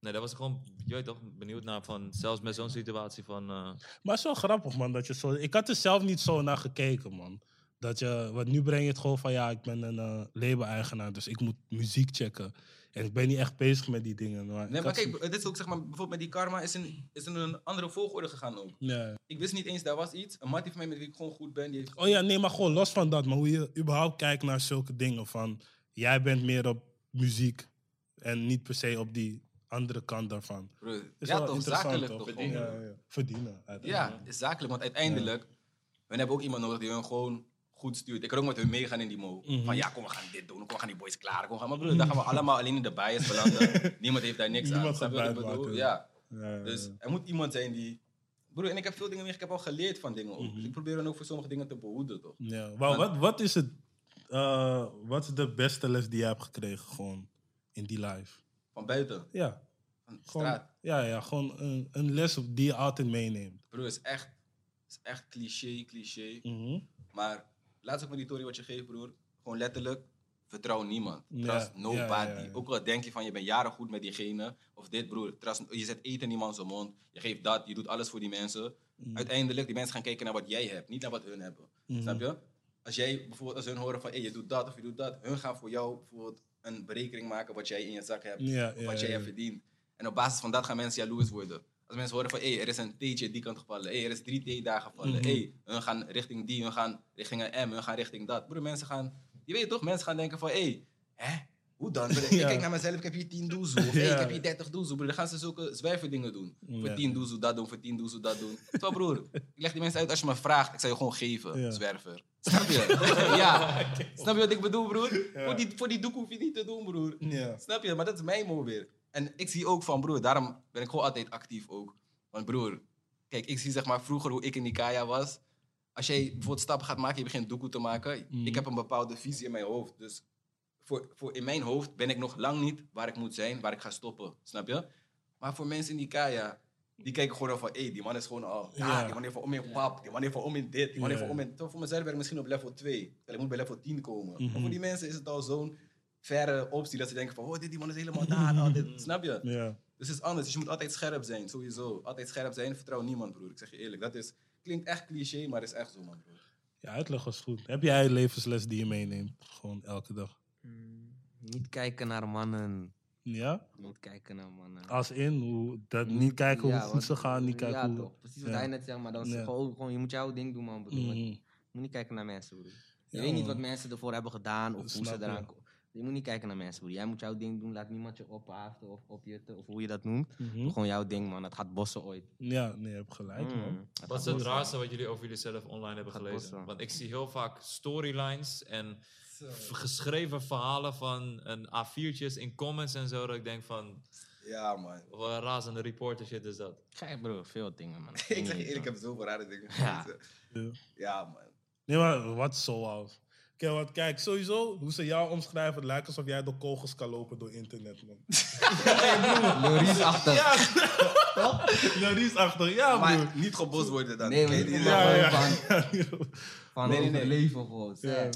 [SPEAKER 1] Nee, daar was ik gewoon, je weet toch, benieuwd naar van... Zelfs met zo'n situatie van... eh,
[SPEAKER 2] Maar het is wel grappig, man. Dat je zo... Ik had er zelf niet zo naar gekeken, man. Dat je, want nu breng je het gewoon van ja, ik ben een eh label-eigenaar, dus ik moet muziek checken. En ik ben niet echt bezig met die dingen. Maar
[SPEAKER 4] Nee,
[SPEAKER 2] ik
[SPEAKER 4] maar
[SPEAKER 2] had
[SPEAKER 4] kijk,
[SPEAKER 2] zo-
[SPEAKER 4] dit is ook, zeg maar, bijvoorbeeld met die karma is in, is in een andere volgorde gegaan ook.
[SPEAKER 2] Ja.
[SPEAKER 4] Ik wist niet eens, daar was iets. Een mattie van mij met wie ik gewoon goed ben, die heeft...
[SPEAKER 2] Oh ja, nee, maar gewoon los van dat, maar hoe je überhaupt kijkt naar zulke dingen. Van jij bent meer op muziek en niet per se op die andere kant daarvan.
[SPEAKER 4] Broer,
[SPEAKER 2] Is
[SPEAKER 4] ja
[SPEAKER 2] wel
[SPEAKER 4] toch,
[SPEAKER 2] interessant,
[SPEAKER 4] zakelijk toch? gewoon.
[SPEAKER 2] Ja, ja. Verdienen. uiteindelijk.
[SPEAKER 4] Ja, is zakelijk, want uiteindelijk, we hebben ook iemand nodig die hun gewoon goed stuurt. Ik kan ook met hun meegaan in die mo.
[SPEAKER 2] Mhm.
[SPEAKER 4] Van ja, kom, we gaan dit doen, kom, we gaan die boys klaar. Kom, we gaan. Maar broer, dan gaan we allemaal alleen in de bias belanden. Niemand heeft daar niks aan.
[SPEAKER 2] Niemand
[SPEAKER 4] Snap je
[SPEAKER 2] gaat
[SPEAKER 4] wat ik
[SPEAKER 2] buiten
[SPEAKER 4] bedoel?
[SPEAKER 2] maken.
[SPEAKER 4] Ja,
[SPEAKER 2] Ja, ja,
[SPEAKER 4] dus
[SPEAKER 2] ja.
[SPEAKER 4] er moet iemand zijn die... Broer, en ik heb veel dingen meer, ik heb al geleerd van dingen ook.
[SPEAKER 2] Mhm.
[SPEAKER 4] Dus ik probeer hen ook voor sommige dingen te behoeden, toch?
[SPEAKER 2] Ja, wauw, wat, wat is het? eh, wat is de beste les die je hebt gekregen gewoon in die live?
[SPEAKER 4] Van buiten,
[SPEAKER 2] Ja,
[SPEAKER 4] van de
[SPEAKER 2] gewoon,
[SPEAKER 4] straat.
[SPEAKER 2] ja, ja, gewoon een, een les op- die je altijd meeneemt.
[SPEAKER 4] Broer, is echt, is echt cliché, cliché.
[SPEAKER 2] Mhm.
[SPEAKER 4] Maar laatst ook met die Tory wat je geeft, broer. Gewoon letterlijk, vertrouw niemand.
[SPEAKER 2] Ja,
[SPEAKER 4] Trust
[SPEAKER 2] ja,
[SPEAKER 4] nobody.
[SPEAKER 2] ja, ja.
[SPEAKER 4] Ook al denk je van, je bent jaren goed met diegene. Of dit, broer. Trust, je zet eten in iemands mond. Je geeft dat, je doet alles voor die mensen.
[SPEAKER 2] Mm. Mhm.
[SPEAKER 4] Uiteindelijk, die mensen gaan kijken naar wat jij hebt. Niet naar wat hun hebben.
[SPEAKER 2] Mm-hmm.
[SPEAKER 4] Snap je? Als jij bijvoorbeeld, als hun horen van, hey, je doet dat of je doet dat. Hun gaan voor jou bijvoorbeeld een berekening maken wat jij in je zak hebt.
[SPEAKER 2] Ja,
[SPEAKER 4] of
[SPEAKER 2] ja,
[SPEAKER 4] wat jij
[SPEAKER 2] ja.
[SPEAKER 4] hebt verdiend. En op basis van dat gaan mensen jaloers worden. Als mensen horen van, hé, hey, er is een theetje die kant gevallen. hey, er is drie theedagen gevallen.
[SPEAKER 2] Mhm.
[SPEAKER 4] hey, hun gaan richting die, hun gaan richting een M, hun gaan richting dat. Broer, mensen gaan... Je weet toch, mensen gaan denken van, hé, hè? Hoe dan? Broer, Ik
[SPEAKER 2] Ja.
[SPEAKER 4] kijk naar mezelf, ik heb hier 10 doezel. Of hey,
[SPEAKER 2] Ja.
[SPEAKER 4] ik heb hier 30 doezel. Broer, dan gaan ze zulke zwerverdingen doen. Voor
[SPEAKER 2] Ja.
[SPEAKER 4] 10 doezel dat doen, voor 10 doezel dat doen. Terwijl broer, ik leg die mensen uit als je me vraagt, ik zou je gewoon geven,
[SPEAKER 2] Ja.
[SPEAKER 4] zwerver. Snap je? ja. Snap je wat ik bedoel, broer? Voor, die, voor die doek hoef je niet te doen, broer.
[SPEAKER 2] Ja.
[SPEAKER 4] Snap je? Maar dat is mijn mo weer. En ik zie ook van broer, daarom ben ik gewoon altijd actief ook. Want broer, kijk, ik zie zeg maar vroeger hoe ik in die kaya was. Als jij bijvoorbeeld stappen gaat maken, je begint doekoe te maken.
[SPEAKER 2] Mhm.
[SPEAKER 4] Ik heb een bepaalde visie in mijn hoofd. Dus voor, voor in mijn hoofd ben ik nog lang niet waar ik moet zijn, waar ik ga stoppen. Snap je? Maar voor mensen in die kaya, die kijken gewoon van, hé, die man is gewoon al, ja,
[SPEAKER 2] Ja.
[SPEAKER 4] die man heeft al om in wap, die man heeft al om in dit, die man
[SPEAKER 2] Ja. Mhm.
[SPEAKER 4] heeft al om in... Terwijl Voor mezelf ben ik misschien op level 2, terwijl ik moet bij level 10 komen. Maar voor die mensen is het al zo'n, verre optie dat ze denken van, oh, dit die man is helemaal daar, nou, dit, snap je?
[SPEAKER 2] Ja.
[SPEAKER 4] Dus het is anders. Dus je moet altijd scherp zijn, sowieso. Altijd scherp zijn. Vertrouw niemand, broer. Ik zeg je eerlijk. Dat is, klinkt echt cliché, maar is echt zo, man, broer.
[SPEAKER 2] Je uitleg was goed. Heb jij een levensles die je meeneemt? Gewoon elke dag.
[SPEAKER 3] Mm, Niet kijken naar mannen.
[SPEAKER 2] Ja?
[SPEAKER 3] Niet kijken naar mannen.
[SPEAKER 2] Als in, hoe, dat, Ah, niet kijken hoe
[SPEAKER 3] Ja,
[SPEAKER 2] goed
[SPEAKER 3] want-
[SPEAKER 2] ze gaan, niet
[SPEAKER 3] Ja,
[SPEAKER 2] kijken hoe...
[SPEAKER 3] toch. Precies wat
[SPEAKER 2] ja.
[SPEAKER 3] hij net zei, maar dan is het
[SPEAKER 2] Ja.
[SPEAKER 3] gewoon, gewoon, je moet jouw ding doen, man. Bedoel.
[SPEAKER 2] Mhm.
[SPEAKER 3] Je moet niet kijken naar mensen, broer. Je
[SPEAKER 2] Ja,
[SPEAKER 3] weet niet
[SPEAKER 2] man.
[SPEAKER 3] wat mensen ervoor hebben gedaan of
[SPEAKER 2] Dat
[SPEAKER 3] hoe ze
[SPEAKER 2] snap je.
[SPEAKER 3] eraan komen. Je moet niet kijken naar mensen, broer. Jij moet jouw ding doen. Laat niemand je ophaften of opjutten of hoe je dat noemt.
[SPEAKER 2] Mhm.
[SPEAKER 3] Doe Gewoon jouw ding, man. Het gaat bossen ooit.
[SPEAKER 2] Ja, nee, je hebt gelijk, man.
[SPEAKER 3] Mm, het
[SPEAKER 1] Wat
[SPEAKER 3] gaat
[SPEAKER 1] is het
[SPEAKER 3] bossen.
[SPEAKER 1] raarste wat jullie over jullie zelf online hebben
[SPEAKER 3] Gaat
[SPEAKER 1] gelezen?
[SPEAKER 3] bossen.
[SPEAKER 1] Want ik zie heel vaak storylines en v- geschreven verhalen van een A4'tjes in comments en zo. Dat ik denk van,
[SPEAKER 4] Ja, man.
[SPEAKER 1] wat een razende reporter shit is dat.
[SPEAKER 3] Gek, broer. Veel dingen, man.
[SPEAKER 4] ik zeg je eerlijk, ik heb zoveel rare dingen gelezen.
[SPEAKER 2] Ja.
[SPEAKER 4] Ja, man.
[SPEAKER 2] Nee, maar wat zoals? Kijk, want kijk, sowieso, hoe ze jou omschrijven, het lijkt alsof jij door kogels kan lopen door internet, man.
[SPEAKER 3] Loris achter.
[SPEAKER 2] ja, die is achter. Ja, broer.
[SPEAKER 4] Maar niet gebost worden dan.
[SPEAKER 3] Nee, maar
[SPEAKER 4] Ken je
[SPEAKER 3] niet
[SPEAKER 4] die?
[SPEAKER 3] gebost
[SPEAKER 4] Ja,
[SPEAKER 2] Ja,
[SPEAKER 4] ja.
[SPEAKER 2] ja.
[SPEAKER 3] Van- Van
[SPEAKER 4] Nee,
[SPEAKER 3] nee,
[SPEAKER 4] nee, nee.
[SPEAKER 3] leven gewoon.
[SPEAKER 2] Ja.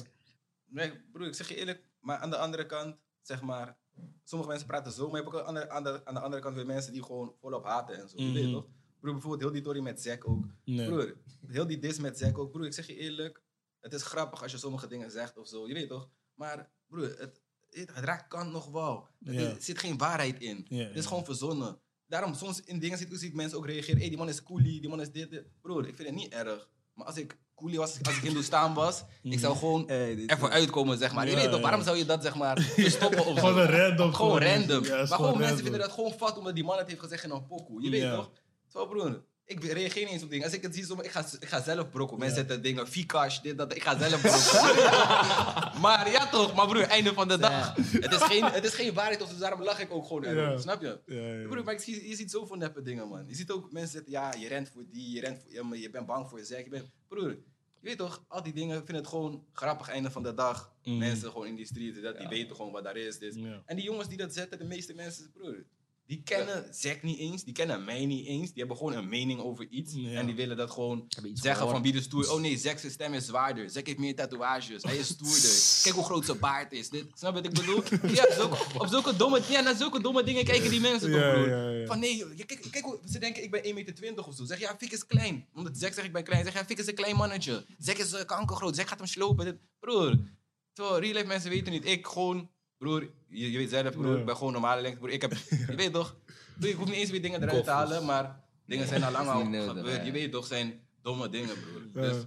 [SPEAKER 4] Nee, broer, ik zeg je eerlijk. Maar aan de andere kant, zeg maar... Sommige mensen praten zo, maar je hebt ook aan de, aan de, aan de andere kant weer mensen die gewoon volop haten en zo. Je weet
[SPEAKER 2] Mhm.
[SPEAKER 4] toch? Broer, bijvoorbeeld heel die tory met Zack ook.
[SPEAKER 2] Nee.
[SPEAKER 4] Broer, heel die dis met Zack ook. Broer, ik zeg je eerlijk. Het is grappig als je sommige dingen zegt of zo. Je weet toch? Maar broer, het, het, het raakt kan nog wel. Het
[SPEAKER 2] Ja.
[SPEAKER 4] is- Er zit geen waarheid in.
[SPEAKER 2] Ja,
[SPEAKER 4] het is
[SPEAKER 2] ja.
[SPEAKER 4] gewoon verzonnen. Daarom, soms in dingen zie ik- zie ik mensen ook reageren. Hé, hey, die man is coolie, die man is dit, dit. Broer, ik vind het niet erg. Maar als ik coolie was, als ik Hindoestaan was, ik zou gewoon ervoor uitkomen, zeg maar. je
[SPEAKER 2] Mhm. Ja,
[SPEAKER 4] weet toch,
[SPEAKER 2] ja.
[SPEAKER 4] waarom zou je dat, zeg maar, verstoppen of zo?
[SPEAKER 2] Gewoon een random.
[SPEAKER 4] Gewoon
[SPEAKER 2] gewoon. Ja,
[SPEAKER 4] random.
[SPEAKER 2] is
[SPEAKER 4] maar gewoon
[SPEAKER 2] gewoon
[SPEAKER 4] mensen
[SPEAKER 2] random.
[SPEAKER 4] vinden dat gewoon fat omdat die man het heeft gezegd in een pokoe. Je weet
[SPEAKER 2] Ja.
[SPEAKER 4] toch? Terwijl broer, ik reageer niet eens op dingen. Als ik het zie, sommige- ik ga, ik ga zelf brokken. Mensen
[SPEAKER 2] Ja.
[SPEAKER 4] zetten dingen, Vikash, dit, dat. Ik ga zelf brokken. maar ja toch, maar broer, einde van de dag. Het, is geen, het is geen waarheid of zo, daarom lach ik ook gewoon erom.
[SPEAKER 2] Ja.
[SPEAKER 4] Snap je?
[SPEAKER 2] Ja, ja, ja.
[SPEAKER 4] Broer, maar ik zie, je ziet zoveel neppe dingen, man. Je ziet ook mensen zeggen, ja, je rent voor die, je, rent voor, ja, maar je bent bang voor je zeg. Je bent, broer, je weet toch, al die dingen, ik vind het gewoon grappig einde van de dag.
[SPEAKER 2] Mm.
[SPEAKER 4] Mensen gewoon in die street, dat die weten gewoon wat daar is. Dus
[SPEAKER 2] Ja.
[SPEAKER 4] en die jongens die dat zetten, de meeste mensen, broer, die kennen Zack niet eens, die kennen mij niet eens. Die hebben gewoon een mening over iets
[SPEAKER 2] Ja.
[SPEAKER 4] en die willen dat gewoon
[SPEAKER 3] Hebben iets
[SPEAKER 4] zeggen van
[SPEAKER 3] gehoord.
[SPEAKER 4] wie de stoer. Oh nee, Zack zijn stem is zwaarder. Zack heeft meer tatoeages, hij is stoerder. Kijk hoe groot zijn baard is. Dit, snap je wat ik bedoel? Ja, zulke- op zulke domme, ja, naar zulke domme dingen kijken die mensen toch,
[SPEAKER 2] Ja,
[SPEAKER 4] broer.
[SPEAKER 2] ja, ja.
[SPEAKER 4] Van nee, joh, je- kijk, kijk hoe ze denken ik ben 1,20 meter of zo. Zeg ja, Fik is klein. Omdat Zack zegt ik ben klein. Zeg ja, Fik is een klein mannetje. Zack is eh, kankergroot. Zack gaat hem slopen. Dit, broer. Terwijl real life mensen weten niet. Ik gewoon, broer, je, je weet zelf, broer,
[SPEAKER 2] Ja.
[SPEAKER 4] ik ben gewoon normale lengte. Broer, ik heb, je weet toch, broer, ik hoef niet eens weer dingen eruit te
[SPEAKER 1] Koffers.
[SPEAKER 4] halen, maar dingen zijn al lang
[SPEAKER 3] is
[SPEAKER 4] al
[SPEAKER 3] niet nodig,
[SPEAKER 4] gebeurd.
[SPEAKER 3] ja.
[SPEAKER 4] Je weet toch, zijn domme dingen, broer.
[SPEAKER 2] Ja.
[SPEAKER 4] Dus,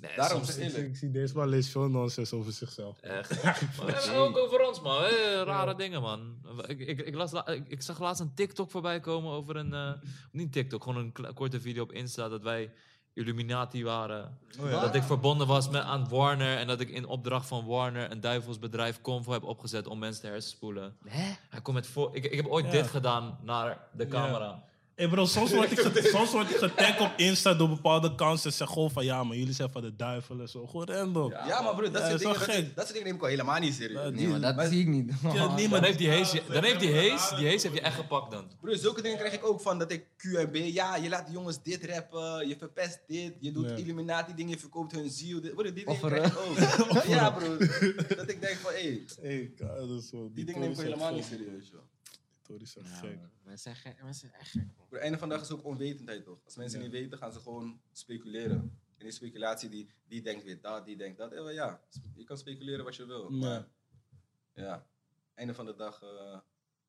[SPEAKER 1] Nee,
[SPEAKER 4] daarom
[SPEAKER 1] soms-
[SPEAKER 4] zeg
[SPEAKER 2] Ik, zie-
[SPEAKER 4] eerlijk.
[SPEAKER 2] ik zie deze man leest veel nonsense over zichzelf.
[SPEAKER 1] Echt. Maar dat is ook over ons, man. Hé, rare dingen, man. Ik, ik, ik, las la- ik, ik zag laatst een TikTok voorbij komen over een... eh, niet een TikTok, gewoon een kle- korte video op Insta dat wij Illuminati waren.
[SPEAKER 2] Oh
[SPEAKER 1] Dat ik verbonden was met, aan Warner en dat ik in opdracht van Warner een duivelsbedrijf Convo heb opgezet om mensen te hersenspoelen.
[SPEAKER 3] Hè?
[SPEAKER 1] Hij komt met voor... ik, ik heb ooit
[SPEAKER 2] Ja.
[SPEAKER 1] dit gedaan naar de camera.
[SPEAKER 2] Hey bro, soms word ik, ge- soms word ik getagd op Insta door bepaalde kansen. Zeg gewoon van ja, maar jullie zijn van de duivel en zo. Gewoon random.
[SPEAKER 4] Ja, maar broer, dat,
[SPEAKER 2] Ja,
[SPEAKER 4] soort
[SPEAKER 2] dat is wel
[SPEAKER 4] dingen, dat,
[SPEAKER 2] gek.
[SPEAKER 4] dat soort dingen neem ik al helemaal niet serieus.
[SPEAKER 2] Ja,
[SPEAKER 3] Nee, maar dat zie ik niet.
[SPEAKER 2] Ja, nee,
[SPEAKER 1] Dan
[SPEAKER 2] maar
[SPEAKER 1] heeft die Hayes, je- dan heeft die Hayes, die Hayes heb je echt gepakt dan.
[SPEAKER 4] Broer, zulke dingen krijg ik ook van dat ik QMB, ja, je laat de jongens dit rappen, je verpest dit, je doet
[SPEAKER 2] Ja.
[SPEAKER 4] Illuminati dingen, je verkoopt hun ziel. Dit, broer, die dingen
[SPEAKER 3] Offeren.
[SPEAKER 4] krijg ik ook. ja, broer. Dat ik denk van, hé, hey,
[SPEAKER 2] Hey, God, dat is zo.
[SPEAKER 4] die dingen neem
[SPEAKER 2] Tories
[SPEAKER 4] ik
[SPEAKER 2] zijn
[SPEAKER 4] helemaal
[SPEAKER 2] gek.
[SPEAKER 4] niet serieus, joh.
[SPEAKER 2] Die Tories zijn
[SPEAKER 3] Ja,
[SPEAKER 2] gek.
[SPEAKER 3] man. Mensen zijn gek, mensen zijn echt gek. man.
[SPEAKER 4] Broer, einde van de dag is ook onwetendheid, toch? Als mensen
[SPEAKER 2] Ja.
[SPEAKER 4] niet weten, gaan ze gewoon speculeren. En die speculatie, die, die denkt weer dat, die denkt dat. Ja, maar ja, je kan speculeren wat je wil.
[SPEAKER 2] Ja.
[SPEAKER 4] Maar ja, einde van de dag, eh,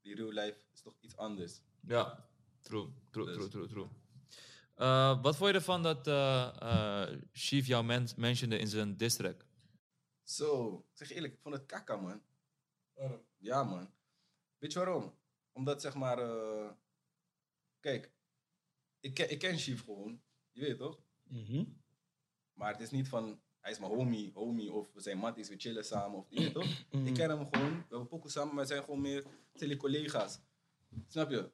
[SPEAKER 4] die real life is toch iets anders.
[SPEAKER 1] Ja, true, true,
[SPEAKER 4] Dus.
[SPEAKER 1] true, true, true. Eh, wat vond je ervan dat eh eh Chief jou men mentionde in zijn diss track?
[SPEAKER 4] Zo, ik zeg je eerlijk, ik vond het kakka, man. Ja, man. Weet je waarom? Omdat, zeg maar... eh, kijk, ik, ken- ik ken Chief gewoon. Je weet toch?
[SPEAKER 2] Mhm.
[SPEAKER 4] Maar het is niet van... Hij is mijn homie, homie. Of we zijn matties, we chillen samen. Of, je weet toch?
[SPEAKER 2] Mhm.
[SPEAKER 4] Ik ken hem gewoon. We hebben pokoe samen, maar we zijn gewoon meer tele collega's. Snap je?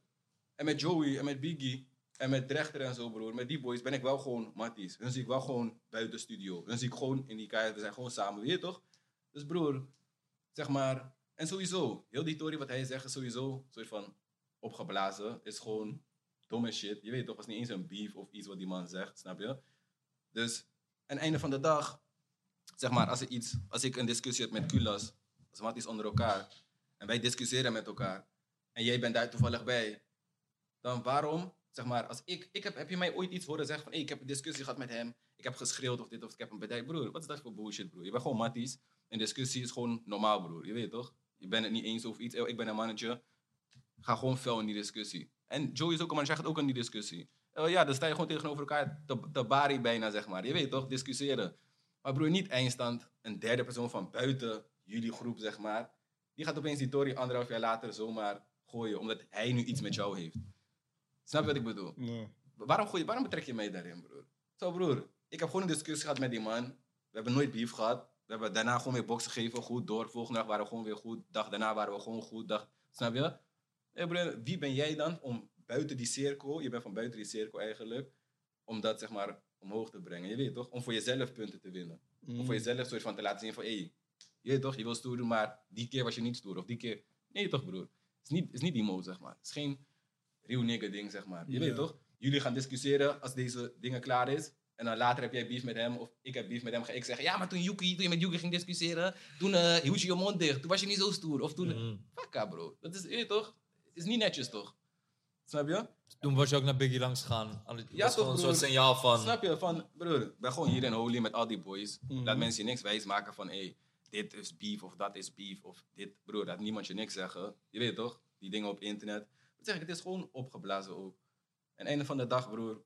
[SPEAKER 4] En met Joey en met Biggie... En met Drechter en zo, broer. Met die boys ben ik wel gewoon matties. Hun zie ik wel gewoon buiten de studio. Hun zie ik gewoon in die kaart. We zijn gewoon samen, weet je toch? Dus broer, zeg maar. En sowieso, heel die tory wat hij zegt is sowieso een soort van opgeblazen. Is gewoon domme shit. Je weet toch, was niet eens een beef of iets wat die man zegt, snap je? Dus, aan het einde van de dag, zeg maar, als, er iets, als ik een discussie heb met Kulas, als matties onder elkaar. En wij discussiëren met elkaar. En jij bent daar toevallig bij. Dan waarom, zeg maar, als ik, ik heb, heb je mij ooit iets horen zeggen van, hey, ik heb een discussie gehad met hem. Ik heb geschreeuwd of dit of ik heb een bedrijf. Broer, wat is dat voor bullshit, broer? Je bent gewoon matties. En discussie is gewoon normaal, broer. Je weet toch? Je bent het niet eens over iets. Eh, Ik ben een mannetje. Ga gewoon fel in die discussie. En Joey is ook een mannetje, hij gaat ook in die discussie. Eh, ja, dan sta je gewoon tegenover elkaar te, te bari bijna, zeg maar. Je weet toch? Discussiëren. Maar broer, niet eindstand. Een derde persoon van buiten jullie groep, zeg maar. Die gaat opeens die Tory anderhalf jaar later zomaar gooien. Omdat hij nu iets met jou heeft. Snap je wat ik bedoel?
[SPEAKER 2] Ja.
[SPEAKER 4] Waarom, gooi, waarom betrek je mij daarin, broer? Zo, broer. Ik heb gewoon een discussie gehad met die man. We hebben nooit beef gehad. We hebben daarna gewoon weer boksen gegeven. Goed door. Volgende dag waren we gewoon weer goed. Dag daarna waren we gewoon goed. Dag, snap je? Hé, broer, wie ben jij dan om buiten die cirkel... Je bent van buiten die cirkel eigenlijk. Om dat, zeg maar, omhoog te brengen. Je weet toch? Om voor jezelf punten te winnen.
[SPEAKER 2] Mhm.
[SPEAKER 4] Om voor jezelf soort van te laten zien van... Hé, je weet toch? Je wil stoer doen, maar die keer was je niet stoer. Of die keer... Nee toch, broer. Het is niet, is niet die mode, zeg maar. Het is geen real nigga ding, zeg maar. Je
[SPEAKER 2] Ja.
[SPEAKER 4] weet toch? Jullie gaan discussiëren als deze dingen klaar is. En dan later heb jij beef met hem, of ik heb beef met hem. Ga ik zeggen, ja, maar toen, Yuki, toen je met Yuki ging discussiëren, toen eh hield je je mond dicht. Toen was je niet zo stoer. Of toen...
[SPEAKER 1] Mhm.
[SPEAKER 4] Fuck, ja, bro. Dat is, je weet toch? Is niet netjes, toch? Snap je?
[SPEAKER 1] Toen was je ook naar Biggie langs gegaan. Dat
[SPEAKER 4] Ja,
[SPEAKER 1] was
[SPEAKER 4] toch,
[SPEAKER 1] gewoon een
[SPEAKER 4] broer.
[SPEAKER 1] soort signaal van...
[SPEAKER 4] Snap je? Van, broer, ben gewoon hier in Holy met al die boys.
[SPEAKER 2] Mhm.
[SPEAKER 4] Laat mensen je niks wijsmaken van, hé, hey, dit is beef of dat is beef of dit. Broer, laat niemand je niks zeggen. Je weet toch? Die dingen op internet. Dat zeg ik, het is gewoon opgeblazen ook. En einde van de dag, broer.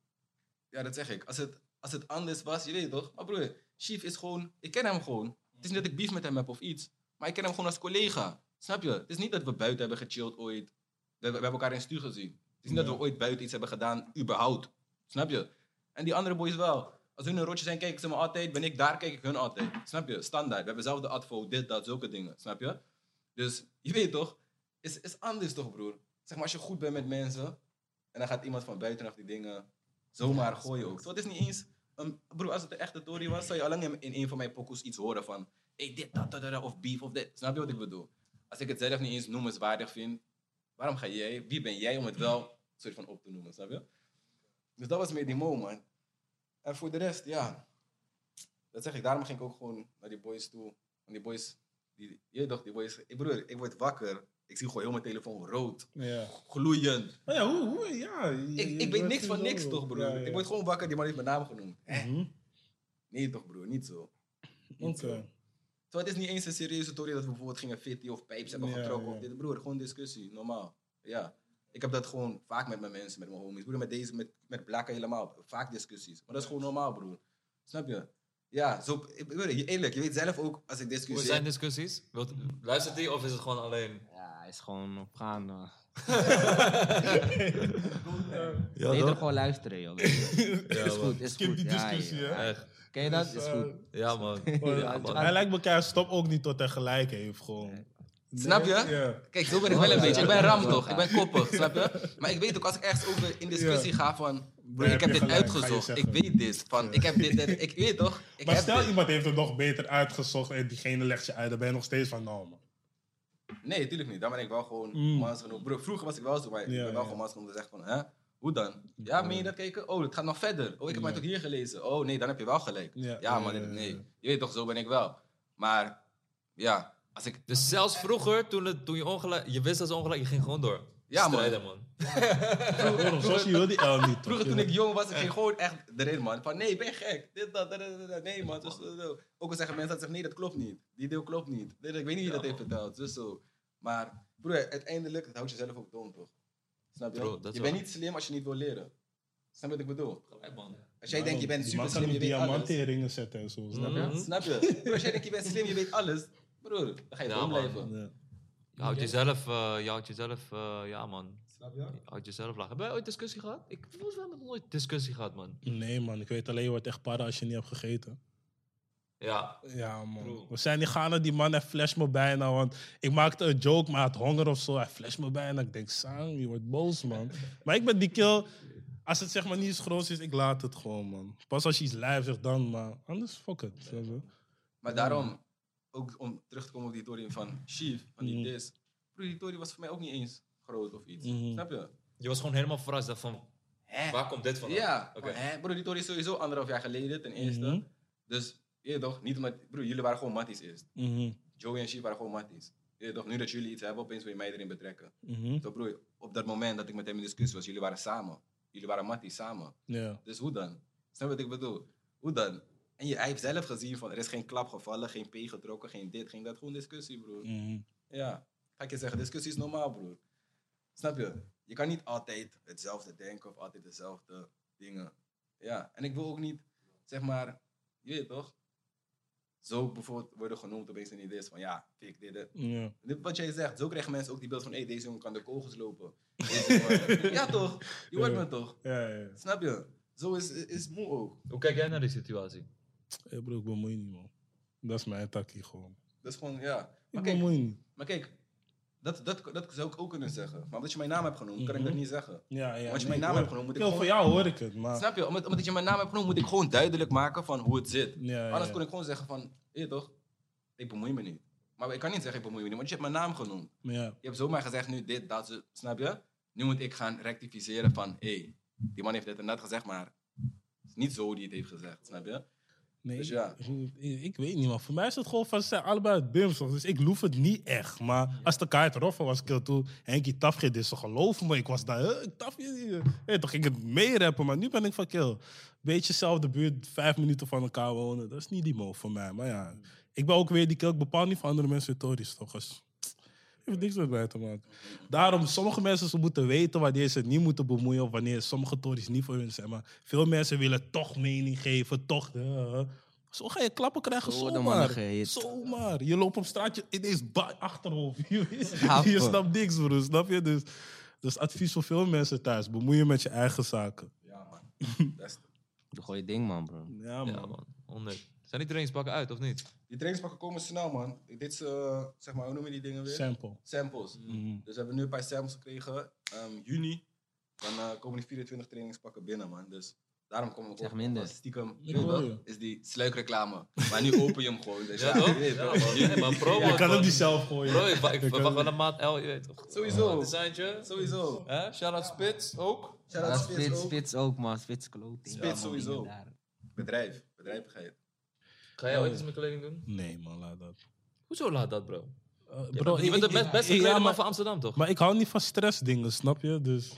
[SPEAKER 4] Ja, dat zeg ik. Als het, als het anders was, je weet toch? Maar broer, Chief is gewoon, ik ken hem gewoon. Het is niet dat ik beef met hem heb of iets. Maar ik ken hem gewoon als collega. Snap je? Het is niet dat we buiten hebben gechilled ooit. We, hebben- we hebben elkaar in stuur gezien. Het is niet
[SPEAKER 2] Ja.
[SPEAKER 4] dat we ooit buiten iets hebben gedaan, überhaupt. Snap je? En die andere boys wel. Als hun een rotje zijn, kijken ze me altijd. Ben ik daar, kijk ik hun altijd. Snap je? Standaard. We hebben zelfde advo, dit, dat, zulke dingen. Snap je? Dus je weet toch? Is, is anders toch, broer? Zeg maar, als je goed bent met mensen. en dan gaat iemand van buitenaf die dingen zomaar gooien ook. Zo, het is niet eens. een- broer, als het een echte Tory was, zou je alleen in, in een van mijn pokoes iets horen van. hey, dit, dat, dat, dat, of beef, of dit. Snap je wat ik bedoel? Als ik het zelf niet eens noemenswaardig vind, waarom ga jij, wie ben jij om het wel soort van op te noemen, snap je? Dus dat was meer die mo, man. En voor de rest, ja. Dat zeg ik, daarom ging ik ook gewoon naar die boys toe. Want die boys, die, je weet toch, die boys. Ik bedoel, ik word wakker. Ik zie gewoon heel mijn telefoon rood,
[SPEAKER 2] Ja.
[SPEAKER 4] gloeiend.
[SPEAKER 2] Maar Oh ja, hoe, hoe, ja.
[SPEAKER 4] Ik, ik weet niks van niks, toch, broer? Ik word gewoon wakker, die man heeft mijn naam genoemd. Eh, Nee, toch, broer, niet zo. Niet zo.
[SPEAKER 2] Mhm. Oké.
[SPEAKER 4] Zo, het is niet eens een serieuze tory dat we bijvoorbeeld gingen fitty of pijps hebben
[SPEAKER 2] Ja,
[SPEAKER 4] getrokken.
[SPEAKER 2] ja.
[SPEAKER 4] Of dit, broer, gewoon discussie, normaal. Ja. Ik heb dat gewoon vaak met mijn mensen, met mijn homies. Broer, met deze, met, met Blakka helemaal. Vaak discussies. Maar dat is gewoon normaal, broer. Snap je? Ja, zo, ik- broer, je- eerlijk, je weet zelf ook als ik
[SPEAKER 1] Hoe
[SPEAKER 4] discussie.
[SPEAKER 1] zijn discussies? Wilt, luistert die of is het gewoon alleen...
[SPEAKER 3] Ja, hij is gewoon op gaan. man.
[SPEAKER 1] Ja,
[SPEAKER 3] Beter gewoon luisteren, joh. is goed, is
[SPEAKER 2] Skip
[SPEAKER 3] goed.
[SPEAKER 2] die
[SPEAKER 3] Ja,
[SPEAKER 2] discussie,
[SPEAKER 3] ja.
[SPEAKER 2] hè?
[SPEAKER 1] Echt.
[SPEAKER 3] Ken je dat?
[SPEAKER 2] Dus,
[SPEAKER 3] Is
[SPEAKER 2] eh,
[SPEAKER 3] goed.
[SPEAKER 1] Ja,
[SPEAKER 4] Oh,
[SPEAKER 1] man.
[SPEAKER 2] Maar
[SPEAKER 1] Ja, man.
[SPEAKER 2] Hij lijkt elkaar stop ook niet tot hij gelijk heeft, gewoon.
[SPEAKER 4] Snap je?
[SPEAKER 2] Nee, Ja.
[SPEAKER 4] Kijk, zo ben ik wel een
[SPEAKER 3] Ja,
[SPEAKER 4] beetje. Ik ben
[SPEAKER 3] ja,
[SPEAKER 4] ram
[SPEAKER 3] ja.
[SPEAKER 4] toch? Ik ben koppig, snap je? Maar ik weet ook als ik ergens over in discussie ga van... Broer,
[SPEAKER 2] heb
[SPEAKER 4] ik heb
[SPEAKER 2] je
[SPEAKER 4] dit
[SPEAKER 2] gelijk, ga je
[SPEAKER 4] uitgezocht. Ik
[SPEAKER 2] zeggen.
[SPEAKER 4] weet dit. Van, ik heb dit, dit- Ik weet toch? Ik
[SPEAKER 2] Maar
[SPEAKER 4] heb
[SPEAKER 2] stel,
[SPEAKER 4] dit.
[SPEAKER 2] iemand heeft het nog beter uitgezocht en diegene legt je uit, dan ben je nog steeds van, nou man.
[SPEAKER 4] Nee, tuurlijk niet. Dan ben ik wel gewoon
[SPEAKER 2] Mm.
[SPEAKER 4] mans genoeg. Broer, vroeger was ik wel zo, maar ik
[SPEAKER 2] Ja,
[SPEAKER 4] ben wel
[SPEAKER 2] ja.
[SPEAKER 4] gewoon mans genoeg om te zeggen van... Hè? Hoe dan? Ja, meen je dat kijken? Oh, het gaat nog verder. Oh, ik heb
[SPEAKER 2] Ja.
[SPEAKER 4] mij tot hier gelezen. Oh, nee, dan heb je wel gelijk.
[SPEAKER 2] Ja.
[SPEAKER 4] Ja, maar
[SPEAKER 2] Ja, ja,
[SPEAKER 4] dit- nee.
[SPEAKER 2] ja.
[SPEAKER 4] Je weet toch, zo ben ik wel. Maar, ja. Als ik...
[SPEAKER 1] Dus zelfs vroeger, toen, het, toen je ongelijk... Je wist dat ze ongelijk... Je ging gewoon door.
[SPEAKER 4] Ja, man.
[SPEAKER 1] Strijden, man.
[SPEAKER 2] Zoals je wil die L niet. toch?
[SPEAKER 4] Vroeger
[SPEAKER 2] Je
[SPEAKER 4] toen
[SPEAKER 2] weet-
[SPEAKER 4] ik jong was, ik ging gewoon echt erin, man. Van nee, ben je gek? Dit, dat, dat, dat, dat. Nee, man. Dus, eh, zo. ook al zeggen mensen dat zeggen, nee, dat klopt niet. Die deel klopt niet. Dit, ik weet niet wie dat heeft verteld. Dus zo. Maar broer, uiteindelijk, dat houdt jezelf ook dom, toch? Snap je?
[SPEAKER 1] Bro, dat
[SPEAKER 4] je
[SPEAKER 1] wel.
[SPEAKER 4] bent niet slim als je niet wil leren. Snap je wat ik bedoel?
[SPEAKER 1] Gelijk, man.
[SPEAKER 4] Als jij denkt, je bent
[SPEAKER 2] Die man
[SPEAKER 4] super
[SPEAKER 2] kan
[SPEAKER 4] slim, je
[SPEAKER 2] nu
[SPEAKER 4] weet
[SPEAKER 2] diamanten in
[SPEAKER 4] alles.
[SPEAKER 2] ringen zetten en zo, snap je?
[SPEAKER 1] Mhm.
[SPEAKER 4] Snap je? Broer, als jij denkt, je bent slim, je weet alles. Broer, dan ga je
[SPEAKER 1] Ja,
[SPEAKER 4] dom
[SPEAKER 1] man.
[SPEAKER 4] blijven.
[SPEAKER 2] Ja.
[SPEAKER 1] Je houdt jezelf... eh, je houdt jezelf... eh, ja, man.
[SPEAKER 4] Snap je?
[SPEAKER 1] Je houdt jezelf laag. Hebben wij ooit discussie gehad? Ik volgens mij hebben we nooit discussie gehad, man.
[SPEAKER 2] Nee man, ik weet alleen, je wordt echt para als je niet hebt gegeten.
[SPEAKER 1] Ja.
[SPEAKER 2] Ja man.
[SPEAKER 1] True.
[SPEAKER 2] We zijn in Ghana, die man, hij flash me bijna. Want ik maakte een joke, maar hij had honger of zo. Hij flash me bijna. Ik denk, Sam, je wordt boos man. maar ik ben die kill, als het zeg maar niet eens groot is, ik laat het gewoon man. Pas als je iets lijf zegt dan, maar anders fuck het. snap je?
[SPEAKER 4] Maar daarom, ook om terug te komen op die Tory van Chief, van die
[SPEAKER 2] Mhm.
[SPEAKER 4] Dis. Broer, die Tory was voor mij ook niet eens groot of iets.
[SPEAKER 2] Mhm.
[SPEAKER 4] Snap je?
[SPEAKER 1] Je was gewoon helemaal verrast dat van...
[SPEAKER 4] Hè?
[SPEAKER 1] Waar komt dit vandaan?
[SPEAKER 4] Ja,
[SPEAKER 1] Oké.
[SPEAKER 4] maar hè, broer, die toren is sowieso anderhalf jaar geleden ten eerste.
[SPEAKER 2] Mhm.
[SPEAKER 4] Dus, je weet toch, niet omdat, broer, jullie waren gewoon matties eerst.
[SPEAKER 2] Mhm.
[SPEAKER 4] Joey en Chief waren gewoon matties. Je weet toch, nu dat jullie iets hebben, opeens wil je mij erin betrekken.
[SPEAKER 2] Mhm.
[SPEAKER 4] Zo broer, op dat moment dat ik met hem in discussie was, jullie waren samen. Jullie waren matties samen.
[SPEAKER 2] Ja.
[SPEAKER 4] Dus hoe dan? Snap je wat ik bedoel? Hoe dan? En je, hij heeft zelf gezien van, er is geen klap gevallen, geen P getrokken, geen dit, geen dat. Gewoon discussie, broer.
[SPEAKER 2] Mhm.
[SPEAKER 4] Ja, ga ik je zeggen, discussie is normaal, broer. Snap je? Je kan niet altijd hetzelfde denken of altijd dezelfde dingen. Ja, en ik wil ook niet, zeg maar, je weet toch? Zo bijvoorbeeld worden genoemd opeens een idee is van, ja, ik dit, dit.
[SPEAKER 2] Ja.
[SPEAKER 4] Dit Wat jij zegt, zo krijgen mensen ook die beeld van, hé, hey, deze jongen kan de kogels lopen. Deze jongen- ja toch? Je hoort me toch?
[SPEAKER 2] Ja, ja.
[SPEAKER 4] Snap je? Zo is, is moe ook.
[SPEAKER 1] Hoe kijk jij naar die situatie?
[SPEAKER 2] Hey Eh, bro, ik bemoei niet, man. Dat is mijn takkie gewoon.
[SPEAKER 4] Dat is gewoon, ja.
[SPEAKER 2] Ik
[SPEAKER 4] Maar kijk,
[SPEAKER 2] bemoei niet.
[SPEAKER 4] maar kijk dat, dat, dat zou ik ook kunnen zeggen. Maar omdat je mijn naam hebt genoemd, kan ik dat
[SPEAKER 2] Mhm.
[SPEAKER 4] niet zeggen.
[SPEAKER 2] Ja, ja.
[SPEAKER 4] Want je
[SPEAKER 2] nee,
[SPEAKER 4] mijn naam
[SPEAKER 2] ik hoor het.
[SPEAKER 4] hebt genoemd, moet ik
[SPEAKER 2] Yo,
[SPEAKER 4] gewoon-
[SPEAKER 2] Voor jou hoor ik het, maar...
[SPEAKER 4] Snap je? Omdat, omdat je mijn naam hebt genoemd, moet ik gewoon duidelijk maken van hoe het zit.
[SPEAKER 2] Ja,
[SPEAKER 4] Anders
[SPEAKER 2] ja.
[SPEAKER 4] kon ik gewoon zeggen van, hé toch, ik bemoei me niet. Maar ik kan niet zeggen ik bemoei me niet, want je hebt mijn naam genoemd.
[SPEAKER 2] Ja,
[SPEAKER 4] Je hebt zomaar gezegd nu dit, dat, zo- snap je? Nu moet ik gaan rectificeren van, hé, die man heeft dit en dat gezegd, maar het is niet zo die het heeft gezegd, snap je?
[SPEAKER 2] nee,
[SPEAKER 4] Dus ja.
[SPEAKER 2] ik, ik- ik weet niet, man. Voor mij is het gewoon van, ze zijn allebei het bims, toch? dus ik loef het niet echt. Maar als de kaart erover was, kill toen Henkie Tafje dit, ze geloven me. Ik was daar, huh, Tafje, eh." hey, toch ging ik het meerappen, maar nu ben ik van, kill, beetje zelfde buurt, vijf minuten van elkaar wonen, dat is niet die mo voor mij. Maar ja, ik ben ook weer die kill, ik bepaal niet van andere mensen hun tories, toch? Dus, heeft niks met mij te maken. Daarom, sommige mensen ze moeten weten wanneer ze het niet moeten bemoeien of wanneer sommige tories niet voor hun zijn. Maar veel mensen willen toch mening geven, toch. eh, zo ga je klappen krijgen
[SPEAKER 3] Zo worden mannen
[SPEAKER 2] zomaar.
[SPEAKER 3] gehit.
[SPEAKER 2] Zomaar. Je loopt op straat, je, ineens ba- achterhoofd. Je,
[SPEAKER 3] Happen.
[SPEAKER 2] je snapt niks, broer. Snap je? Dus, dus advies voor veel mensen thuis. Bemoei je met je eigen zaken.
[SPEAKER 4] Ja, man. Dat is-
[SPEAKER 3] Doe gewoon je ding, man, bro.
[SPEAKER 2] Ja, man.
[SPEAKER 1] Ja, man. 100. Zijn die trainingspakken uit, of niet?
[SPEAKER 4] die trainingspakken komen snel, man. Ik- Dit is, eh, zeg maar, hoe noem je die dingen weer?
[SPEAKER 2] Sample.
[SPEAKER 4] Samples.
[SPEAKER 2] Mhm.
[SPEAKER 4] Dus we hebben nu een paar samples gekregen. Ehm, juni. Dan eh, komen die 24 trainingspakken binnen, man. Dus daarom komen we
[SPEAKER 3] Zeg
[SPEAKER 4] ook
[SPEAKER 3] minder.
[SPEAKER 4] van Stiekem,
[SPEAKER 2] Ik
[SPEAKER 4] weet
[SPEAKER 2] hoor
[SPEAKER 4] je
[SPEAKER 2] je.
[SPEAKER 4] wel, is die sluikreclame. Maar nu open je hem gewoon. Dus ja, je weet wel.
[SPEAKER 1] maar promo.
[SPEAKER 2] Je kan het niet zelf gooien.
[SPEAKER 1] Bro, ik, wa- ik
[SPEAKER 2] Je kan-
[SPEAKER 1] wacht wel een maat L, je weet toch?
[SPEAKER 4] Sowieso.
[SPEAKER 1] Een Designtje.
[SPEAKER 4] Sowieso.
[SPEAKER 1] Hè? Shout-out Spits ook.
[SPEAKER 4] Shout-out
[SPEAKER 3] Ja,
[SPEAKER 4] Spits
[SPEAKER 3] spits,
[SPEAKER 4] ook.
[SPEAKER 3] spits ook, man. Spits kloot.
[SPEAKER 4] Spits sowieso. Bedrijf. Bedrijvigheid.
[SPEAKER 1] Ga jij ooit iets met kleding doen?
[SPEAKER 2] Nee, man, laat dat.
[SPEAKER 1] Hoezo laat dat, bro?
[SPEAKER 2] Eh,
[SPEAKER 1] Je
[SPEAKER 2] bro,
[SPEAKER 1] bent- je bent de
[SPEAKER 2] ik-
[SPEAKER 1] best,
[SPEAKER 2] ik-
[SPEAKER 1] beste
[SPEAKER 2] ja,
[SPEAKER 1] kledingman
[SPEAKER 2] maar-
[SPEAKER 1] van Amsterdam, toch?
[SPEAKER 2] Maar ik hou niet van stressdingen, snap je?
[SPEAKER 4] Ah,
[SPEAKER 2] Dus
[SPEAKER 1] Of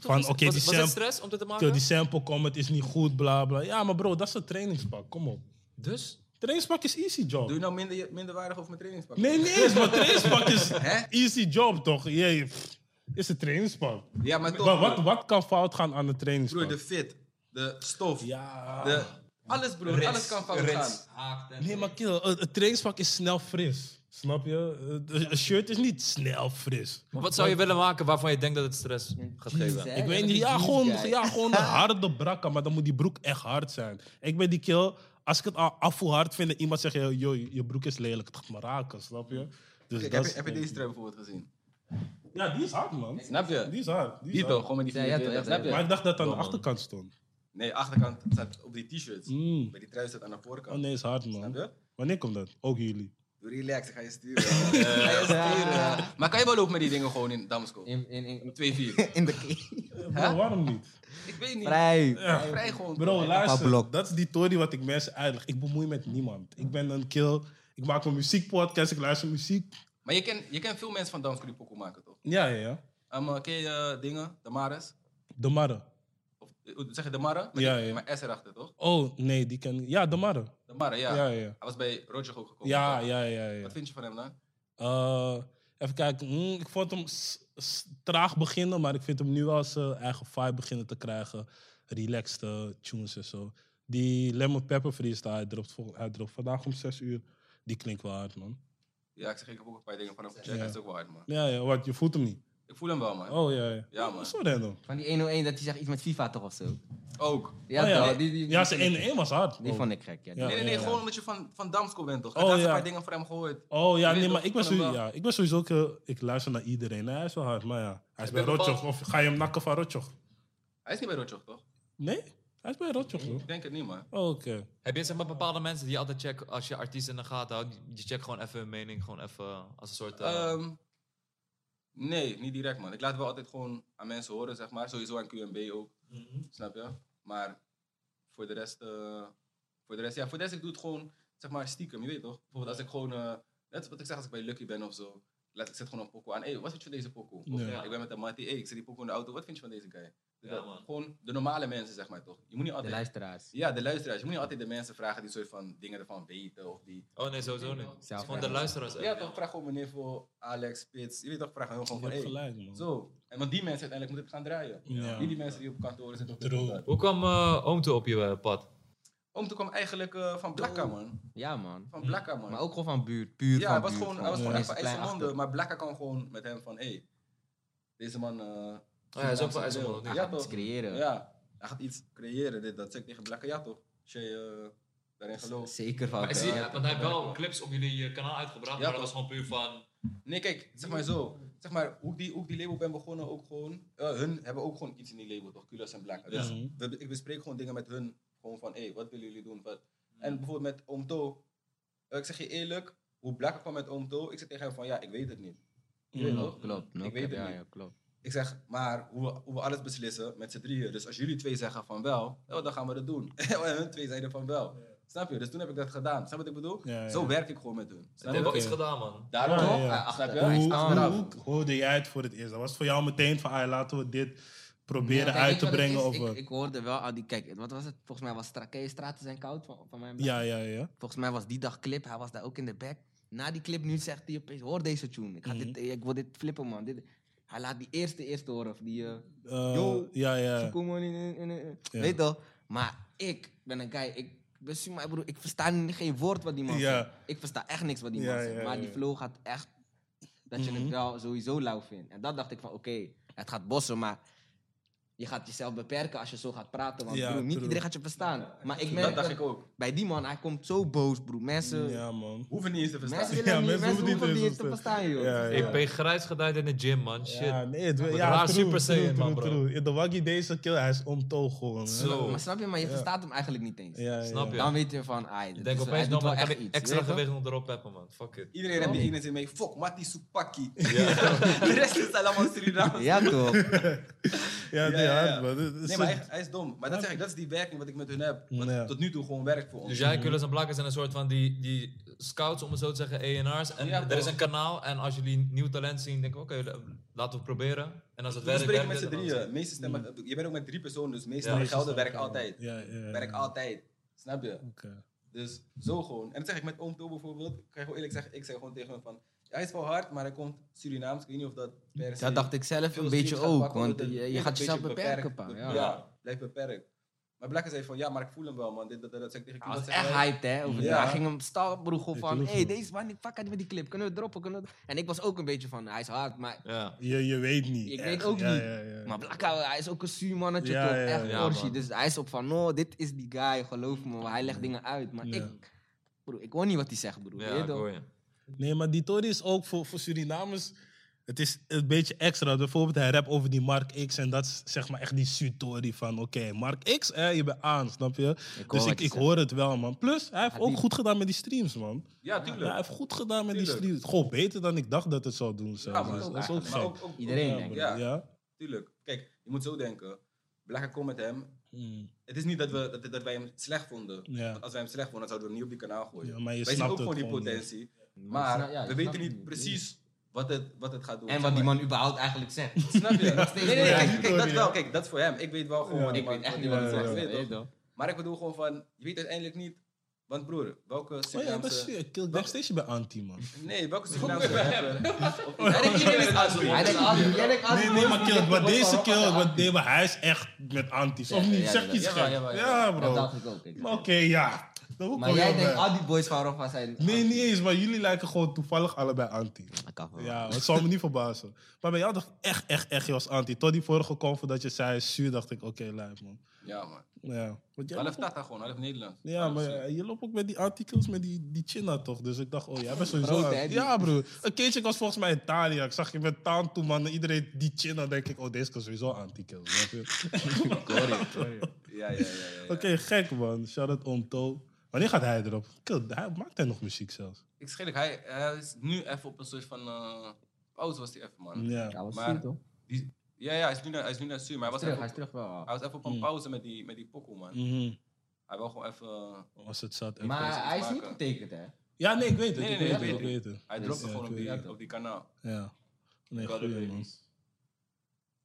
[SPEAKER 1] toch
[SPEAKER 2] van,
[SPEAKER 1] was-
[SPEAKER 2] oké,
[SPEAKER 1] was,
[SPEAKER 2] die
[SPEAKER 1] was het
[SPEAKER 2] Sam-
[SPEAKER 1] stress om dit te
[SPEAKER 2] kill,
[SPEAKER 1] maken?
[SPEAKER 2] die sample komt, het is niet goed, bla bla. Ja, maar bro, dat is een trainingspak, kom op.
[SPEAKER 1] Dus?
[SPEAKER 2] Trainingspak is easy job.
[SPEAKER 4] Doe je nou minder, minderwaardig over mijn trainingspakken?
[SPEAKER 2] Nee, niet eens, maar trainingspak is
[SPEAKER 4] Hè?
[SPEAKER 2] easy job toch? Jee, pff, is een trainingspak.
[SPEAKER 4] Ja, maar toch.
[SPEAKER 2] Maar wat,
[SPEAKER 4] broer.
[SPEAKER 2] wat kan fout gaan aan een
[SPEAKER 4] Broer,
[SPEAKER 2] trainingspak?
[SPEAKER 4] de fit. De stof.
[SPEAKER 2] ja.
[SPEAKER 4] De, alles, broer. alles kan fout gaan.
[SPEAKER 2] Nee, maar kill, een, een trainingspak is snel fris. Snap je? Een, een shirt is niet snel fris.
[SPEAKER 1] Maar wat zou je willen maken waarvan je denkt dat het stress gaat geven?
[SPEAKER 3] hè?
[SPEAKER 2] Ik
[SPEAKER 3] Ja,
[SPEAKER 2] weet
[SPEAKER 3] dat
[SPEAKER 2] niet,
[SPEAKER 3] is
[SPEAKER 2] ja
[SPEAKER 3] die
[SPEAKER 2] gewoon,
[SPEAKER 3] guy.
[SPEAKER 2] ja, gewoon een harde brakka, maar dan moet die broek echt hard zijn. Ik ben die kill, als ik het al af hoe hard vind en iemand zegt, "Yo, yo, je broek is lelijk, het gaat me raken, snap je? Dus dat
[SPEAKER 4] Kijk, heb je,
[SPEAKER 2] is-
[SPEAKER 4] heb je deze trui bijvoorbeeld gezien?
[SPEAKER 2] Ja, die is hard, man.
[SPEAKER 4] Snap je?
[SPEAKER 2] Die is hard. Die is
[SPEAKER 4] Die
[SPEAKER 2] hard.
[SPEAKER 4] toch, gewoon met die
[SPEAKER 3] Ja, ja, toch,
[SPEAKER 4] 24,
[SPEAKER 3] ja, toch,
[SPEAKER 4] snap
[SPEAKER 3] ja.
[SPEAKER 4] je?
[SPEAKER 2] Maar ik dacht dat het aan de
[SPEAKER 1] Ja, man.
[SPEAKER 2] achterkant stond.
[SPEAKER 4] Nee, achterkant staat op die t-shirts.
[SPEAKER 2] Mm.
[SPEAKER 4] Bij die trui staat aan de voorkant.
[SPEAKER 2] Oh nee, is hard,
[SPEAKER 4] Snap
[SPEAKER 2] man.
[SPEAKER 4] je?
[SPEAKER 2] Wanneer komt dat? Ook jullie.
[SPEAKER 4] Doe relax, ik ga je sturen. Ik ga je sturen. Maar kan je wel lopen met die dingen gewoon in Damsko?
[SPEAKER 3] In, in, in,
[SPEAKER 4] Om 2-4.
[SPEAKER 3] in de key.
[SPEAKER 2] Eh, Bro, waarom niet?
[SPEAKER 4] Ik weet niet.
[SPEAKER 3] Vrij.
[SPEAKER 4] Vrij gewoon.
[SPEAKER 2] Bro,
[SPEAKER 3] paar
[SPEAKER 2] luister,
[SPEAKER 3] blok.
[SPEAKER 2] dat is die tory wat ik mensen uitleg. Ik bemoei met niemand. Ik ben een kill, ik maak een muziekpodcast, ik luister muziek.
[SPEAKER 4] Maar je kent je kent veel mensen van Damsko die pokoe maken, toch?
[SPEAKER 2] Ja, ja, ja.
[SPEAKER 4] Um, ken je eh, dingen? De Mares?
[SPEAKER 2] De Marre.
[SPEAKER 4] Of eh, hoe zeg je de Marre? Met
[SPEAKER 2] Ja,
[SPEAKER 4] die-
[SPEAKER 2] ja.
[SPEAKER 4] Maar S erachter, toch?
[SPEAKER 2] Oh, nee, die ken ik. Ja, de Marre.
[SPEAKER 4] De Marre, ja.
[SPEAKER 2] Ja, ja, ja.
[SPEAKER 4] Hij was bij Roger ook gekomen.
[SPEAKER 2] Ja,
[SPEAKER 4] toch?
[SPEAKER 2] ja, ja. ja.
[SPEAKER 4] Wat vind je van hem dan?
[SPEAKER 2] Eh, even kijken. Mm, ik vond hem s- s- traag beginnen, maar ik vind hem nu wel zijn eigen vibe beginnen te krijgen. Relaxed eh, tunes en zo. Die Lemon Pepper freestyle, hij dropt, vol- hij dropt vandaag om 6 uur. Die klinkt wel hard, man.
[SPEAKER 4] Ja, ik zeg, ik heb ook een paar dingen van hem gecheckt.
[SPEAKER 2] Ja.
[SPEAKER 4] Hij is ook wel hard, man.
[SPEAKER 2] Ja, ja, wat? Je voelt hem niet?
[SPEAKER 4] Ik voel hem wel, man.
[SPEAKER 2] Oh, ja, ja.
[SPEAKER 4] Ja, man.
[SPEAKER 2] Zo random.
[SPEAKER 3] Van die 101 dat hij zegt iets met FIFA toch of zo.
[SPEAKER 4] Ook.
[SPEAKER 3] Ja,
[SPEAKER 2] Oh,
[SPEAKER 3] toch,
[SPEAKER 2] ja.
[SPEAKER 3] Die, die,
[SPEAKER 2] ja,
[SPEAKER 3] die,
[SPEAKER 2] zijn 1-1 was hard.
[SPEAKER 3] die
[SPEAKER 2] bro.
[SPEAKER 3] vond ik gek. Ja.
[SPEAKER 2] Oh. Ja,
[SPEAKER 4] Nee, nee, nee.
[SPEAKER 2] ja, ja.
[SPEAKER 4] Gewoon omdat je van, van Damsko bent, toch? Ik
[SPEAKER 2] Oh,
[SPEAKER 4] heb een
[SPEAKER 2] ja.
[SPEAKER 4] paar dingen van hem gehoord.
[SPEAKER 2] Oh ja,
[SPEAKER 4] Je
[SPEAKER 2] nee,
[SPEAKER 4] weet
[SPEAKER 2] maar
[SPEAKER 4] toch,
[SPEAKER 2] ik ben,
[SPEAKER 4] van hem
[SPEAKER 2] sowieso,
[SPEAKER 4] wel.
[SPEAKER 2] ja, ik ben sowieso ook... eh, ik luister naar iedereen. Nee, hij is wel hard, maar ja. Hij is bij
[SPEAKER 1] bent
[SPEAKER 2] Rotjoch. Of ga je hem nakken van Rotjoch?
[SPEAKER 4] Hij is niet bij Roger, toch?
[SPEAKER 2] Nee? Hij is bij Rotjoch, hoor.
[SPEAKER 4] Ik denk het niet, man.
[SPEAKER 2] Oh, Oké.
[SPEAKER 1] Heb je zeg maar bepaalde mensen die je altijd check als je artiesten in de gaten houdt? Je check gewoon even hun mening, gewoon even als een soort... eh,
[SPEAKER 4] Ehm, nee, niet direct, man. Ik laat wel altijd gewoon aan mensen horen, zeg maar. Sowieso aan QMB ook.
[SPEAKER 1] Mhm.
[SPEAKER 4] Snap je? Maar voor de rest, eh, voor de rest, ja, voor de rest, ik doe het gewoon, zeg maar, stiekem, je weet toch? Bijvoorbeeld als ik gewoon eh, Net wat ik zeg als ik bij Lucky ben of zo. Laat, ik zet gewoon een pokoe aan. Hé, hey, wat vind je van deze pokoe? Of
[SPEAKER 2] Ja.
[SPEAKER 4] ja, ik ben met een mattie. Hé, ik zet die pokoe in de auto. Wat vind je van deze guy? Dus
[SPEAKER 1] Ja,
[SPEAKER 4] dat-
[SPEAKER 1] man.
[SPEAKER 4] gewoon de normale mensen, zeg maar toch? Je moet
[SPEAKER 3] De
[SPEAKER 4] niet altijd...
[SPEAKER 3] luisteraars.
[SPEAKER 4] ja, de luisteraars. Je moet niet altijd de mensen vragen die soort van dingen ervan weten. Of die...
[SPEAKER 1] Oh nee, sowieso niet. Gewoon
[SPEAKER 3] Zelf
[SPEAKER 1] de
[SPEAKER 3] vragen.
[SPEAKER 1] luisteraars.
[SPEAKER 4] Ja, toch? Vraag gewoon meneer voor Alex, Spits. Je weet toch? Vraag gewoon
[SPEAKER 2] Je
[SPEAKER 4] gewoon van...
[SPEAKER 2] hebt
[SPEAKER 4] Oh, Hey,
[SPEAKER 2] gelijk, man.
[SPEAKER 4] zo. En want die mensen uiteindelijk moeten het gaan draaien.
[SPEAKER 2] Ja.
[SPEAKER 4] Niet die mensen die op kantoor zitten. of dit
[SPEAKER 2] True.
[SPEAKER 4] of dat.
[SPEAKER 1] Hoe kwam eh Oom toe op je eh, pad?
[SPEAKER 4] Oom toen kwam eigenlijk eh, van Blakka, man.
[SPEAKER 3] Ja, man.
[SPEAKER 4] Van Blakka, man.
[SPEAKER 3] Maar ook gewoon van buurt. Puur
[SPEAKER 4] ja,
[SPEAKER 3] van
[SPEAKER 4] hij was
[SPEAKER 3] buurt,
[SPEAKER 4] gewoon, hij was
[SPEAKER 2] gewoon.
[SPEAKER 4] gewoon
[SPEAKER 2] Ja.
[SPEAKER 4] echt van
[SPEAKER 3] Klein
[SPEAKER 4] IJsselmonde.
[SPEAKER 3] achter.
[SPEAKER 4] Maar Blakka kwam gewoon met hem van, hé, hey, deze man... eh,
[SPEAKER 1] hij is ook van
[SPEAKER 4] zijn
[SPEAKER 1] IJsselmonde,
[SPEAKER 4] wil.
[SPEAKER 3] Hij
[SPEAKER 4] Ja,
[SPEAKER 3] gaat iets
[SPEAKER 4] toch?
[SPEAKER 3] creëren.
[SPEAKER 4] Ja, hij gaat iets creëren, dit, dat. Zeg ik tegen Blakka, ja toch? Als je eh, daarin gelooft.
[SPEAKER 3] Zeker van.
[SPEAKER 1] Maar is
[SPEAKER 3] ja.
[SPEAKER 1] die- want hij heeft wel clips op jullie eh, kanaal uitgebracht,
[SPEAKER 4] Ja,
[SPEAKER 1] maar dat
[SPEAKER 4] toch?
[SPEAKER 1] was gewoon puur van...
[SPEAKER 4] Nee, kijk, zeg maar zo. Zeg maar, hoe ik die, hoe ik die label ben begonnen, ook gewoon... eh, hun hebben ook gewoon iets in die label, toch? Kulas en Blakka. Dus
[SPEAKER 2] Ja.
[SPEAKER 4] we, ik bespreek gewoon dingen met hun. Gewoon van, hé, hey, wat willen jullie doen? Wat?
[SPEAKER 3] Mhm.
[SPEAKER 4] En bijvoorbeeld met Oom To. eh, ik zeg je eerlijk, hoe Blakka kwam met Oom To, ik zeg tegen hem van, ja, ik weet het niet. Je weet
[SPEAKER 2] Ja.
[SPEAKER 4] toch?
[SPEAKER 3] Klopt. no
[SPEAKER 4] Ik weet het
[SPEAKER 3] cap, ja,
[SPEAKER 4] niet.
[SPEAKER 3] ja, klopt.
[SPEAKER 4] Ik zeg, maar hoe we, hoe we alles beslissen met z'n drieën. Dus als jullie twee zeggen van wel, oh, dan gaan we dat doen. en hun twee zeiden van wel. Snap je? Dus toen heb ik dat gedaan. Snap je wat ik bedoel?
[SPEAKER 2] Ja, ja.
[SPEAKER 4] Zo werk ik gewoon met hun.
[SPEAKER 1] Ze
[SPEAKER 4] Snap je?
[SPEAKER 1] hebben wel
[SPEAKER 2] Oké.
[SPEAKER 1] iets gedaan, man.
[SPEAKER 4] Daarom.
[SPEAKER 2] Ja, ja.
[SPEAKER 4] eh, Snap je?
[SPEAKER 3] Hij is
[SPEAKER 2] Hoe,
[SPEAKER 3] aan
[SPEAKER 2] hoe-
[SPEAKER 3] eraf.
[SPEAKER 2] hoe hoorde jij het voor het eerst? Was het voor jou meteen van, ah, laten we dit proberen
[SPEAKER 3] Ja, kijk,
[SPEAKER 2] uit
[SPEAKER 3] weet
[SPEAKER 2] te
[SPEAKER 3] wat het
[SPEAKER 2] brengen?
[SPEAKER 3] is?
[SPEAKER 2] Of,
[SPEAKER 3] ik,
[SPEAKER 2] wat?
[SPEAKER 3] ik hoorde wel aan die. Kijk, wat was het? Volgens mij was stra ken je Straten zijn koud van, van mijn.
[SPEAKER 2] ja, ja, ja.
[SPEAKER 3] Volgens mij was die dag clip. Hij was daar ook in de back. Na die clip nu zegt hij opeens: hoor deze tune. Ik, ga
[SPEAKER 2] Mhm.
[SPEAKER 3] dit, ik wil dit flippen, man. Dit, hij laat die eerste eerste horen. Of die. eh
[SPEAKER 2] Eh,
[SPEAKER 3] Yo.
[SPEAKER 2] ja, ja.
[SPEAKER 3] Zoekoe, man, in- in- in- in-
[SPEAKER 2] Ja.
[SPEAKER 3] Weet toch? Maar ik ben een guy. Ik, ben Sima, ik, bedoel, ik versta ni- geen woord wat die man
[SPEAKER 2] Ja.
[SPEAKER 3] zegt. Ik versta echt niks wat die man
[SPEAKER 2] Ja,
[SPEAKER 3] zegt.
[SPEAKER 2] ja,
[SPEAKER 3] maar
[SPEAKER 2] ja,
[SPEAKER 3] die
[SPEAKER 2] ja. Mhm.
[SPEAKER 3] flow gaat echt. Dat je het wel sowieso lauw vindt. En dat dacht ik van: oké, het gaat bossen, maar. Je gaat jezelf beperken als je zo gaat praten. Want
[SPEAKER 2] Ja,
[SPEAKER 3] broer, niet
[SPEAKER 2] true.
[SPEAKER 3] iedereen gaat je verstaan. Maar ik merk
[SPEAKER 4] Dat dacht
[SPEAKER 3] dat
[SPEAKER 4] ik ook.
[SPEAKER 3] bij die man, hij komt zo boos, broer. Mensen,
[SPEAKER 2] Ja, man.
[SPEAKER 4] Hoeven niet eens te verstaan.
[SPEAKER 3] mensen willen
[SPEAKER 2] Ja,
[SPEAKER 3] hem niet,
[SPEAKER 2] mensen
[SPEAKER 3] mensen
[SPEAKER 2] hoeven niet
[SPEAKER 3] hoeven
[SPEAKER 2] eens
[SPEAKER 3] die eens
[SPEAKER 2] te
[SPEAKER 3] te verstaan, joh.
[SPEAKER 2] Ja, ja.
[SPEAKER 1] Ik ben grijs gedaan in de gym, man. Shit.
[SPEAKER 2] Ja, nee, het,
[SPEAKER 1] Wordt
[SPEAKER 2] ja,
[SPEAKER 1] raar
[SPEAKER 2] true,
[SPEAKER 1] Super Saiyan,
[SPEAKER 2] true,
[SPEAKER 1] man,
[SPEAKER 2] true,
[SPEAKER 1] bro.
[SPEAKER 2] true. In De Waggy deze kill, hij is omtoog gewoon. hè.
[SPEAKER 1] Zo.
[SPEAKER 3] Maar snap je, maar je verstaat hem eigenlijk niet eens.
[SPEAKER 2] Ja, ja,
[SPEAKER 1] Snap je?
[SPEAKER 3] Dan weet je van, ai, dit
[SPEAKER 1] Ik denk
[SPEAKER 3] is,
[SPEAKER 1] opeens,
[SPEAKER 3] hij
[SPEAKER 1] nou,
[SPEAKER 3] doet wel
[SPEAKER 1] man, heb
[SPEAKER 3] echt
[SPEAKER 1] ik
[SPEAKER 3] iets.
[SPEAKER 1] extra
[SPEAKER 3] weet je?
[SPEAKER 1] gewicht om erop te hebben, man. Fuck it.
[SPEAKER 4] Iedereen heeft die ene zin mee. Fuck, Matti Soepakkie. de rest is allemaal Suriname.
[SPEAKER 3] Ja, toch?
[SPEAKER 2] Ja, die
[SPEAKER 4] ja, ja.
[SPEAKER 2] hard, man. Het is
[SPEAKER 4] Nee,
[SPEAKER 2] zo-
[SPEAKER 4] maar hij, hij is dom. Maar dat zeg ik, dat is die werking wat ik met hun heb. Wat
[SPEAKER 2] Ja.
[SPEAKER 4] tot nu toe gewoon werkt voor ons.
[SPEAKER 1] Dus jij, Kulis en Blakker zijn een soort van die, die scouts, om het zo te zeggen, ENR's. En
[SPEAKER 4] Ja,
[SPEAKER 1] er
[SPEAKER 4] toch.
[SPEAKER 1] is een kanaal en als jullie nieuw talent zien, denk ik, oké, la- laten we proberen. En als het
[SPEAKER 4] We
[SPEAKER 1] werkt,
[SPEAKER 4] spreken met
[SPEAKER 1] werkt
[SPEAKER 4] z'n
[SPEAKER 1] het, en
[SPEAKER 4] drieën.
[SPEAKER 1] dan-
[SPEAKER 4] Meeste stemmen, je bent ook met drie personen, dus meeste
[SPEAKER 1] Ja.
[SPEAKER 4] stemmen gelden werk altijd.
[SPEAKER 2] Ja, ja, ja.
[SPEAKER 4] Werk altijd. Snap je?
[SPEAKER 2] Oké.
[SPEAKER 4] Dus zo gewoon. En dat zeg ik met Oom To bijvoorbeeld. Ik kan gewoon eerlijk zeggen, ik zeg gewoon tegen hem van... ja, Hij is wel hard, maar hij komt Surinaams. Ik weet niet of dat per se...
[SPEAKER 3] Dat dacht ik zelf
[SPEAKER 4] veel
[SPEAKER 3] een
[SPEAKER 4] streams
[SPEAKER 3] beetje
[SPEAKER 4] gaat
[SPEAKER 3] ook,
[SPEAKER 4] pakken,
[SPEAKER 3] want
[SPEAKER 4] omdat
[SPEAKER 3] je,
[SPEAKER 4] het
[SPEAKER 3] je
[SPEAKER 4] een
[SPEAKER 3] gaat jezelf
[SPEAKER 4] beetje
[SPEAKER 3] beperken,
[SPEAKER 4] beperkt-
[SPEAKER 3] pa.
[SPEAKER 4] be-
[SPEAKER 3] Ja.
[SPEAKER 4] Ja, blijf beperkt. Maar Blakker zei van, ja, maar ik voel hem wel, man. Dit, dat, dat, dat. Zeg ik tegen
[SPEAKER 3] Hij was
[SPEAKER 4] Kulas,
[SPEAKER 3] echt
[SPEAKER 4] zeg,
[SPEAKER 3] hyped, hè? Over
[SPEAKER 4] Ja.
[SPEAKER 3] Hij ging hem staan, broer, gewoon
[SPEAKER 2] Ik
[SPEAKER 3] van...
[SPEAKER 2] geloof
[SPEAKER 3] Hé, hey,
[SPEAKER 2] het.
[SPEAKER 3] deze man, fuck uit met die clip. Kunnen we droppen? Kunnen we... En ik was ook een beetje van, hij is hard, maar...
[SPEAKER 1] Ja.
[SPEAKER 2] Je, je weet niet.
[SPEAKER 3] Ik
[SPEAKER 2] echt.
[SPEAKER 3] weet ook
[SPEAKER 2] Ja,
[SPEAKER 3] niet.
[SPEAKER 2] ja, ja.
[SPEAKER 3] Maar Blakka, hij is ook een zuur mannetje,
[SPEAKER 2] Ja,
[SPEAKER 3] toch?
[SPEAKER 2] ja,
[SPEAKER 3] Echt
[SPEAKER 1] ja,
[SPEAKER 3] orgie.
[SPEAKER 1] man.
[SPEAKER 3] Dus hij is op van, no, dit is die guy, geloof me. Hij legt dingen uit. Maar
[SPEAKER 2] Ja.
[SPEAKER 3] ik... Broer, ik hoor niet wat hij zegt, broer.
[SPEAKER 1] Ja,
[SPEAKER 3] weet
[SPEAKER 1] ik
[SPEAKER 3] toch?
[SPEAKER 1] hoor je.
[SPEAKER 2] Nee, maar die Tory is ook voor, voor Surinamers. Het is een beetje extra. Bijvoorbeeld, hij rapt over die Mark X. En dat is zeg maar echt die Sutori van: oké, Mark X, hè, je bent aan, snap je?
[SPEAKER 3] hoor
[SPEAKER 2] dus
[SPEAKER 3] wat
[SPEAKER 2] ik,
[SPEAKER 3] je
[SPEAKER 2] ik
[SPEAKER 3] zegt.
[SPEAKER 2] hoor het wel, man. Plus, hij heeft
[SPEAKER 3] Hij
[SPEAKER 2] ook
[SPEAKER 3] biedt.
[SPEAKER 2] goed gedaan met die streams, man.
[SPEAKER 4] Ja,
[SPEAKER 2] Hij
[SPEAKER 4] tuurlijk.
[SPEAKER 2] heeft goed gedaan met
[SPEAKER 4] Tuurlijk.
[SPEAKER 2] die streams. Gewoon beter dan ik dacht dat het zou doen.
[SPEAKER 4] Ja,
[SPEAKER 2] zelfs.
[SPEAKER 4] maar
[SPEAKER 2] Dus
[SPEAKER 4] ook-
[SPEAKER 2] dat is ook
[SPEAKER 4] maar
[SPEAKER 2] gek.
[SPEAKER 4] ook- ook-
[SPEAKER 3] Iedereen,
[SPEAKER 2] Ja,
[SPEAKER 3] denk
[SPEAKER 2] bro,
[SPEAKER 4] ik. Ja.
[SPEAKER 2] ja.
[SPEAKER 4] Tuurlijk. Kijk, je moet zo denken. Blakker komt met hem.
[SPEAKER 2] Mm.
[SPEAKER 4] Het is niet dat, we, dat, dat wij hem slecht vonden.
[SPEAKER 2] Ja.
[SPEAKER 4] Want als wij hem slecht vonden, dan zouden we hem niet op die kanaal gooien.
[SPEAKER 2] Ja, maar je
[SPEAKER 4] wij zien
[SPEAKER 2] snapt
[SPEAKER 4] ook
[SPEAKER 2] het
[SPEAKER 4] gewoon die
[SPEAKER 2] gewoon, ja.
[SPEAKER 4] potentie.
[SPEAKER 3] Maar
[SPEAKER 4] Maar
[SPEAKER 3] sna- ja, je
[SPEAKER 4] we
[SPEAKER 3] snapt
[SPEAKER 4] weten
[SPEAKER 3] het
[SPEAKER 4] niet
[SPEAKER 3] niet.
[SPEAKER 4] precies wat het, wat het gaat doen.
[SPEAKER 3] En
[SPEAKER 4] Zeg
[SPEAKER 3] wat die
[SPEAKER 4] maar.
[SPEAKER 3] man überhaupt eigenlijk zegt.
[SPEAKER 4] Snap je?
[SPEAKER 3] Nog steeds
[SPEAKER 4] Nee, nee, nee,
[SPEAKER 3] niet.
[SPEAKER 4] kijk, kijk, dat
[SPEAKER 2] Ja.
[SPEAKER 4] wel. Kijk, dat is voor hem. Ik weet wel gewoon
[SPEAKER 2] Ja.
[SPEAKER 4] wat die
[SPEAKER 3] Ik
[SPEAKER 4] man-
[SPEAKER 3] weet echt
[SPEAKER 4] wat
[SPEAKER 3] niet
[SPEAKER 4] die
[SPEAKER 3] wat
[SPEAKER 4] man
[SPEAKER 3] hij
[SPEAKER 4] zegt,
[SPEAKER 3] zegt.
[SPEAKER 4] weet je
[SPEAKER 3] weet
[SPEAKER 4] toch?
[SPEAKER 3] toch?
[SPEAKER 4] Maar ik bedoel gewoon van, je weet uiteindelijk niet... Want broer,
[SPEAKER 2] Oh
[SPEAKER 4] welke
[SPEAKER 2] ja, dat is
[SPEAKER 4] Surinaamse...
[SPEAKER 2] Ik nog steeds je bent anti, man.
[SPEAKER 4] Nee, welke Surinaamse rapper...
[SPEAKER 3] Hij denkt iedereen is Azul. Oh, Hij denkt Azul. Jij denkt Azul.
[SPEAKER 2] Nee, nee, maar kill, maar deze kill, want nee, maar hij is echt met anti's. Of
[SPEAKER 3] Ja,
[SPEAKER 2] niet?
[SPEAKER 3] ja,
[SPEAKER 2] Zeg
[SPEAKER 3] ja,
[SPEAKER 2] iets
[SPEAKER 4] ja,
[SPEAKER 2] gek.
[SPEAKER 4] ja, ja, ja.
[SPEAKER 2] Ja,
[SPEAKER 3] Dat
[SPEAKER 2] bro.
[SPEAKER 3] dacht ik ook. ik-
[SPEAKER 2] Maar Oké, ja. Dan hoe
[SPEAKER 3] Maar
[SPEAKER 2] kom je
[SPEAKER 3] jij
[SPEAKER 2] op,
[SPEAKER 3] denkt,
[SPEAKER 2] hè?
[SPEAKER 3] al die boys van Rafa zijn...
[SPEAKER 2] Nee, niet eens, maar jullie lijken gewoon toevallig allebei anti.
[SPEAKER 3] Ik kan wel.
[SPEAKER 2] Ja, het zal me niet verbazen. Maar bij jou dacht ik echt, echt, echt, je was anti. Tot die vorige convo dat je zei, zuur, dacht ik, oké, lijf, man.
[SPEAKER 4] Ja, man.
[SPEAKER 2] Ja, want jij
[SPEAKER 4] Half
[SPEAKER 2] loopt ook-
[SPEAKER 4] Tata gewoon, half Nederlands.
[SPEAKER 2] ja, maar
[SPEAKER 4] eh.
[SPEAKER 2] ja, je loopt ook met die artikels met die, die China toch? Dus ik dacht, oh, jij bent sowieso.
[SPEAKER 3] Groot,
[SPEAKER 2] anti.
[SPEAKER 3] hè, die-
[SPEAKER 2] Ja, broer. Een keertje, ik was volgens mij in Italië. Ik zag je met Taan toe, man. en Iedereen die China, denk ik, oh, deze kan sowieso anti-kills. snap je?
[SPEAKER 4] Ja, ja, ja. ja, ja.
[SPEAKER 2] Oké, gek, man. Shout out Oom To. Wanneer gaat hij erop? Kill, hij, maakt hij nog muziek zelfs?
[SPEAKER 4] Ik schrik, hij, hij is nu even op een soort van... eh oud was hij even, man.
[SPEAKER 2] Ja.
[SPEAKER 3] Ja, wat
[SPEAKER 4] Maar-
[SPEAKER 3] ziet toch?
[SPEAKER 4] Die, ja, ja, hij is nu naar, hij is nu naar Suur, maar hij was,
[SPEAKER 3] Terug,
[SPEAKER 4] even,
[SPEAKER 3] Hij is terug wel.
[SPEAKER 4] hij was even op een
[SPEAKER 2] Mm.
[SPEAKER 4] pauze met die, met die pokoe, man.
[SPEAKER 2] Mhm.
[SPEAKER 4] Hij wil gewoon even... eh,
[SPEAKER 2] Als het zat. even-
[SPEAKER 3] Maar hij is niet
[SPEAKER 4] maken.
[SPEAKER 3] getekend, hè?
[SPEAKER 2] Ja, nee, ik weet het.
[SPEAKER 4] Nee,
[SPEAKER 2] ik
[SPEAKER 4] nee,
[SPEAKER 2] weet
[SPEAKER 4] nee,
[SPEAKER 2] het, ik weet het.
[SPEAKER 4] Hij dropte
[SPEAKER 2] Ja,
[SPEAKER 4] gewoon
[SPEAKER 2] ik
[SPEAKER 4] op
[SPEAKER 2] weet het.
[SPEAKER 4] die, op die kanaal.
[SPEAKER 2] Ja. Nee,
[SPEAKER 5] Got it,
[SPEAKER 2] goeie man.
[SPEAKER 5] babies.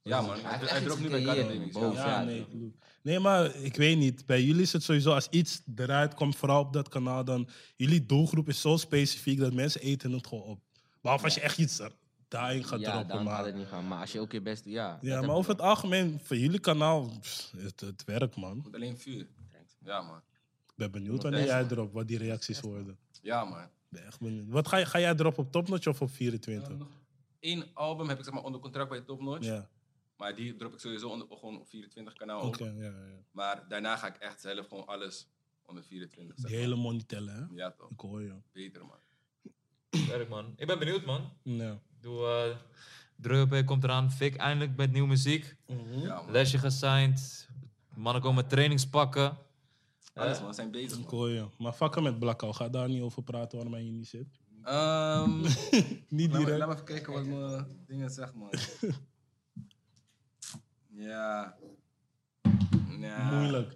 [SPEAKER 4] Ja, man.
[SPEAKER 3] Hij
[SPEAKER 4] Hij,
[SPEAKER 3] heeft
[SPEAKER 4] hij
[SPEAKER 3] echt
[SPEAKER 4] dropt nu
[SPEAKER 3] iets
[SPEAKER 4] bij
[SPEAKER 3] gecreëerd,
[SPEAKER 4] Cardinals.
[SPEAKER 3] man. Boven.
[SPEAKER 4] Ja.
[SPEAKER 2] Ja,
[SPEAKER 3] Ja,
[SPEAKER 2] nee,
[SPEAKER 3] ik-
[SPEAKER 2] klopt. nee, maar ik weet niet. Bij jullie is het sowieso als iets eruit komt, vooral op dat kanaal, dan jullie doelgroep is zo specifiek dat mensen eten het gewoon op. Behalve als je echt iets er- daarin gaat
[SPEAKER 3] ja,
[SPEAKER 2] droppen.
[SPEAKER 3] dan gaat
[SPEAKER 2] Maar,
[SPEAKER 3] het niet gaan. Maar als je ook je best doet, ja.
[SPEAKER 2] ja, maar over het algemeen, voor jullie kanaal, pff, het, het werkt man.
[SPEAKER 4] Moet alleen vuur. Ja, man.
[SPEAKER 2] Ik ben benieuwd wanneer jij erop, wat die reacties worden.
[SPEAKER 4] Ja, man.
[SPEAKER 2] Ik ben echt benieuwd. Wat ga, je- ga jij erop op Topnotch of op 24?
[SPEAKER 4] Eén album heb ik zeg maar onder contract bij Top Notch.
[SPEAKER 2] Ja,
[SPEAKER 4] Maar die drop ik sowieso onder, gewoon op 24 kanaal
[SPEAKER 3] Oh,
[SPEAKER 2] oké.
[SPEAKER 4] op.
[SPEAKER 2] ja, ja.
[SPEAKER 4] Maar daarna ga ik echt zelf gewoon alles onder 24
[SPEAKER 2] Die
[SPEAKER 4] zetten.
[SPEAKER 2] hele mond tellen, hè?
[SPEAKER 4] Ja, toch.
[SPEAKER 2] Ik hoor je.
[SPEAKER 4] Beter, man.
[SPEAKER 1] Werk, man. Ik ben benieuwd, man.
[SPEAKER 2] Ja.
[SPEAKER 1] Doe, eh Dreupen komt eraan. Fik eindelijk met nieuwe muziek.
[SPEAKER 3] Hm?
[SPEAKER 4] Ja, man.
[SPEAKER 1] Lesje gesigned. Mannen komen met trainingspakken.
[SPEAKER 4] Alles, man. We zijn bezig,
[SPEAKER 2] Ik
[SPEAKER 4] man.
[SPEAKER 2] hoor je. Maar vakken met Blakko, ga daar niet over praten waarom hij hier niet zit.
[SPEAKER 4] Ehm,
[SPEAKER 2] Niet
[SPEAKER 4] laat, me,
[SPEAKER 2] direct.
[SPEAKER 4] laat me even kijken wat mijn dingen zeggen, man. ja. Ja.
[SPEAKER 2] Moeilijk.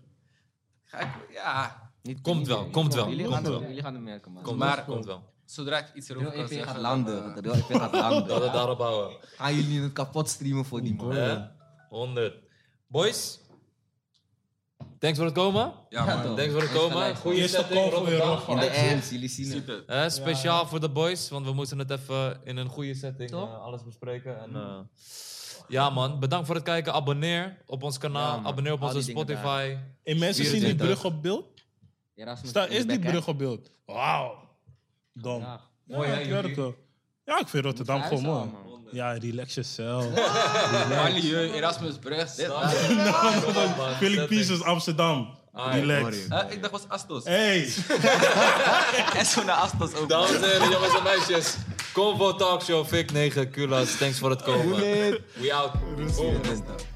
[SPEAKER 4] Ga ik, ja.
[SPEAKER 3] Niet-
[SPEAKER 1] Komt
[SPEAKER 3] niet-
[SPEAKER 1] wel,
[SPEAKER 3] jullie-
[SPEAKER 1] komt wel,
[SPEAKER 3] Jullie
[SPEAKER 1] komt
[SPEAKER 3] gaan het-
[SPEAKER 1] wel.
[SPEAKER 3] jullie gaan het merken, man.
[SPEAKER 1] Komt
[SPEAKER 4] Maar-
[SPEAKER 1] wel, komt wel.
[SPEAKER 4] Zodra ik iets
[SPEAKER 3] De
[SPEAKER 4] erover kan
[SPEAKER 3] EP
[SPEAKER 4] zeggen.
[SPEAKER 3] E gaat
[SPEAKER 4] dan,
[SPEAKER 3] landen.
[SPEAKER 4] eh,
[SPEAKER 3] De EP gaat landen.
[SPEAKER 1] Dat we
[SPEAKER 3] ja.
[SPEAKER 1] daarop houden.
[SPEAKER 3] Gaan jullie het kapot streamen voor die man?
[SPEAKER 1] Hè? 100. Boys. Thanks voor het komen.
[SPEAKER 4] ja,
[SPEAKER 3] Ja,
[SPEAKER 4] man.
[SPEAKER 3] toch.
[SPEAKER 1] Thanks voor het
[SPEAKER 3] Hij is
[SPEAKER 1] komen.
[SPEAKER 3] gelijk,
[SPEAKER 1] Goeie
[SPEAKER 2] man. Eerste
[SPEAKER 1] setting.
[SPEAKER 2] call voor je
[SPEAKER 1] Rotterdam.
[SPEAKER 2] rug,
[SPEAKER 3] In
[SPEAKER 1] In
[SPEAKER 3] de
[SPEAKER 1] de zin.
[SPEAKER 3] ends, jullie zien
[SPEAKER 4] Ziet
[SPEAKER 3] het.
[SPEAKER 4] het.
[SPEAKER 1] Hè, speciaal voor de boys, want we moeten het even in een goede setting
[SPEAKER 3] Toch?
[SPEAKER 1] eh, alles bespreken. En, eh, ja man, bedankt voor het kijken. Abonneer op ons kanaal,
[SPEAKER 3] Ja, man.
[SPEAKER 1] abonneer op
[SPEAKER 3] Al
[SPEAKER 1] onze
[SPEAKER 3] die dingen
[SPEAKER 1] Spotify.
[SPEAKER 2] En mensen zien die
[SPEAKER 1] 24.
[SPEAKER 2] brug op beeld.
[SPEAKER 3] Erasmus
[SPEAKER 2] Sta,
[SPEAKER 3] in de
[SPEAKER 2] is die
[SPEAKER 3] bek, hè?
[SPEAKER 2] brug op beeld? Wauw. Dom. Ja,
[SPEAKER 3] Ja.
[SPEAKER 1] Mooi, hè,
[SPEAKER 2] het
[SPEAKER 1] Yuki?
[SPEAKER 2] werkt wel. Ja, ik vind Rotterdam
[SPEAKER 3] Moet je
[SPEAKER 2] gewoon
[SPEAKER 3] huis
[SPEAKER 2] mooi.
[SPEAKER 3] halen, man.
[SPEAKER 2] Ja, relax jezelf.
[SPEAKER 4] Milieu, Erasmus Brug. dit, dat.
[SPEAKER 2] Philippies Amsterdam.
[SPEAKER 1] Ah, ja,
[SPEAKER 2] Relax.
[SPEAKER 4] Eh, ik dacht was Astos.
[SPEAKER 2] Hey.
[SPEAKER 3] En zo naar Astas ook.
[SPEAKER 1] Dames en heren, jongens en meisjes. Convo Talkshow, Fik 9, Kulas. Thanks voor het komen. We out. Boom.
[SPEAKER 3] Best, hè.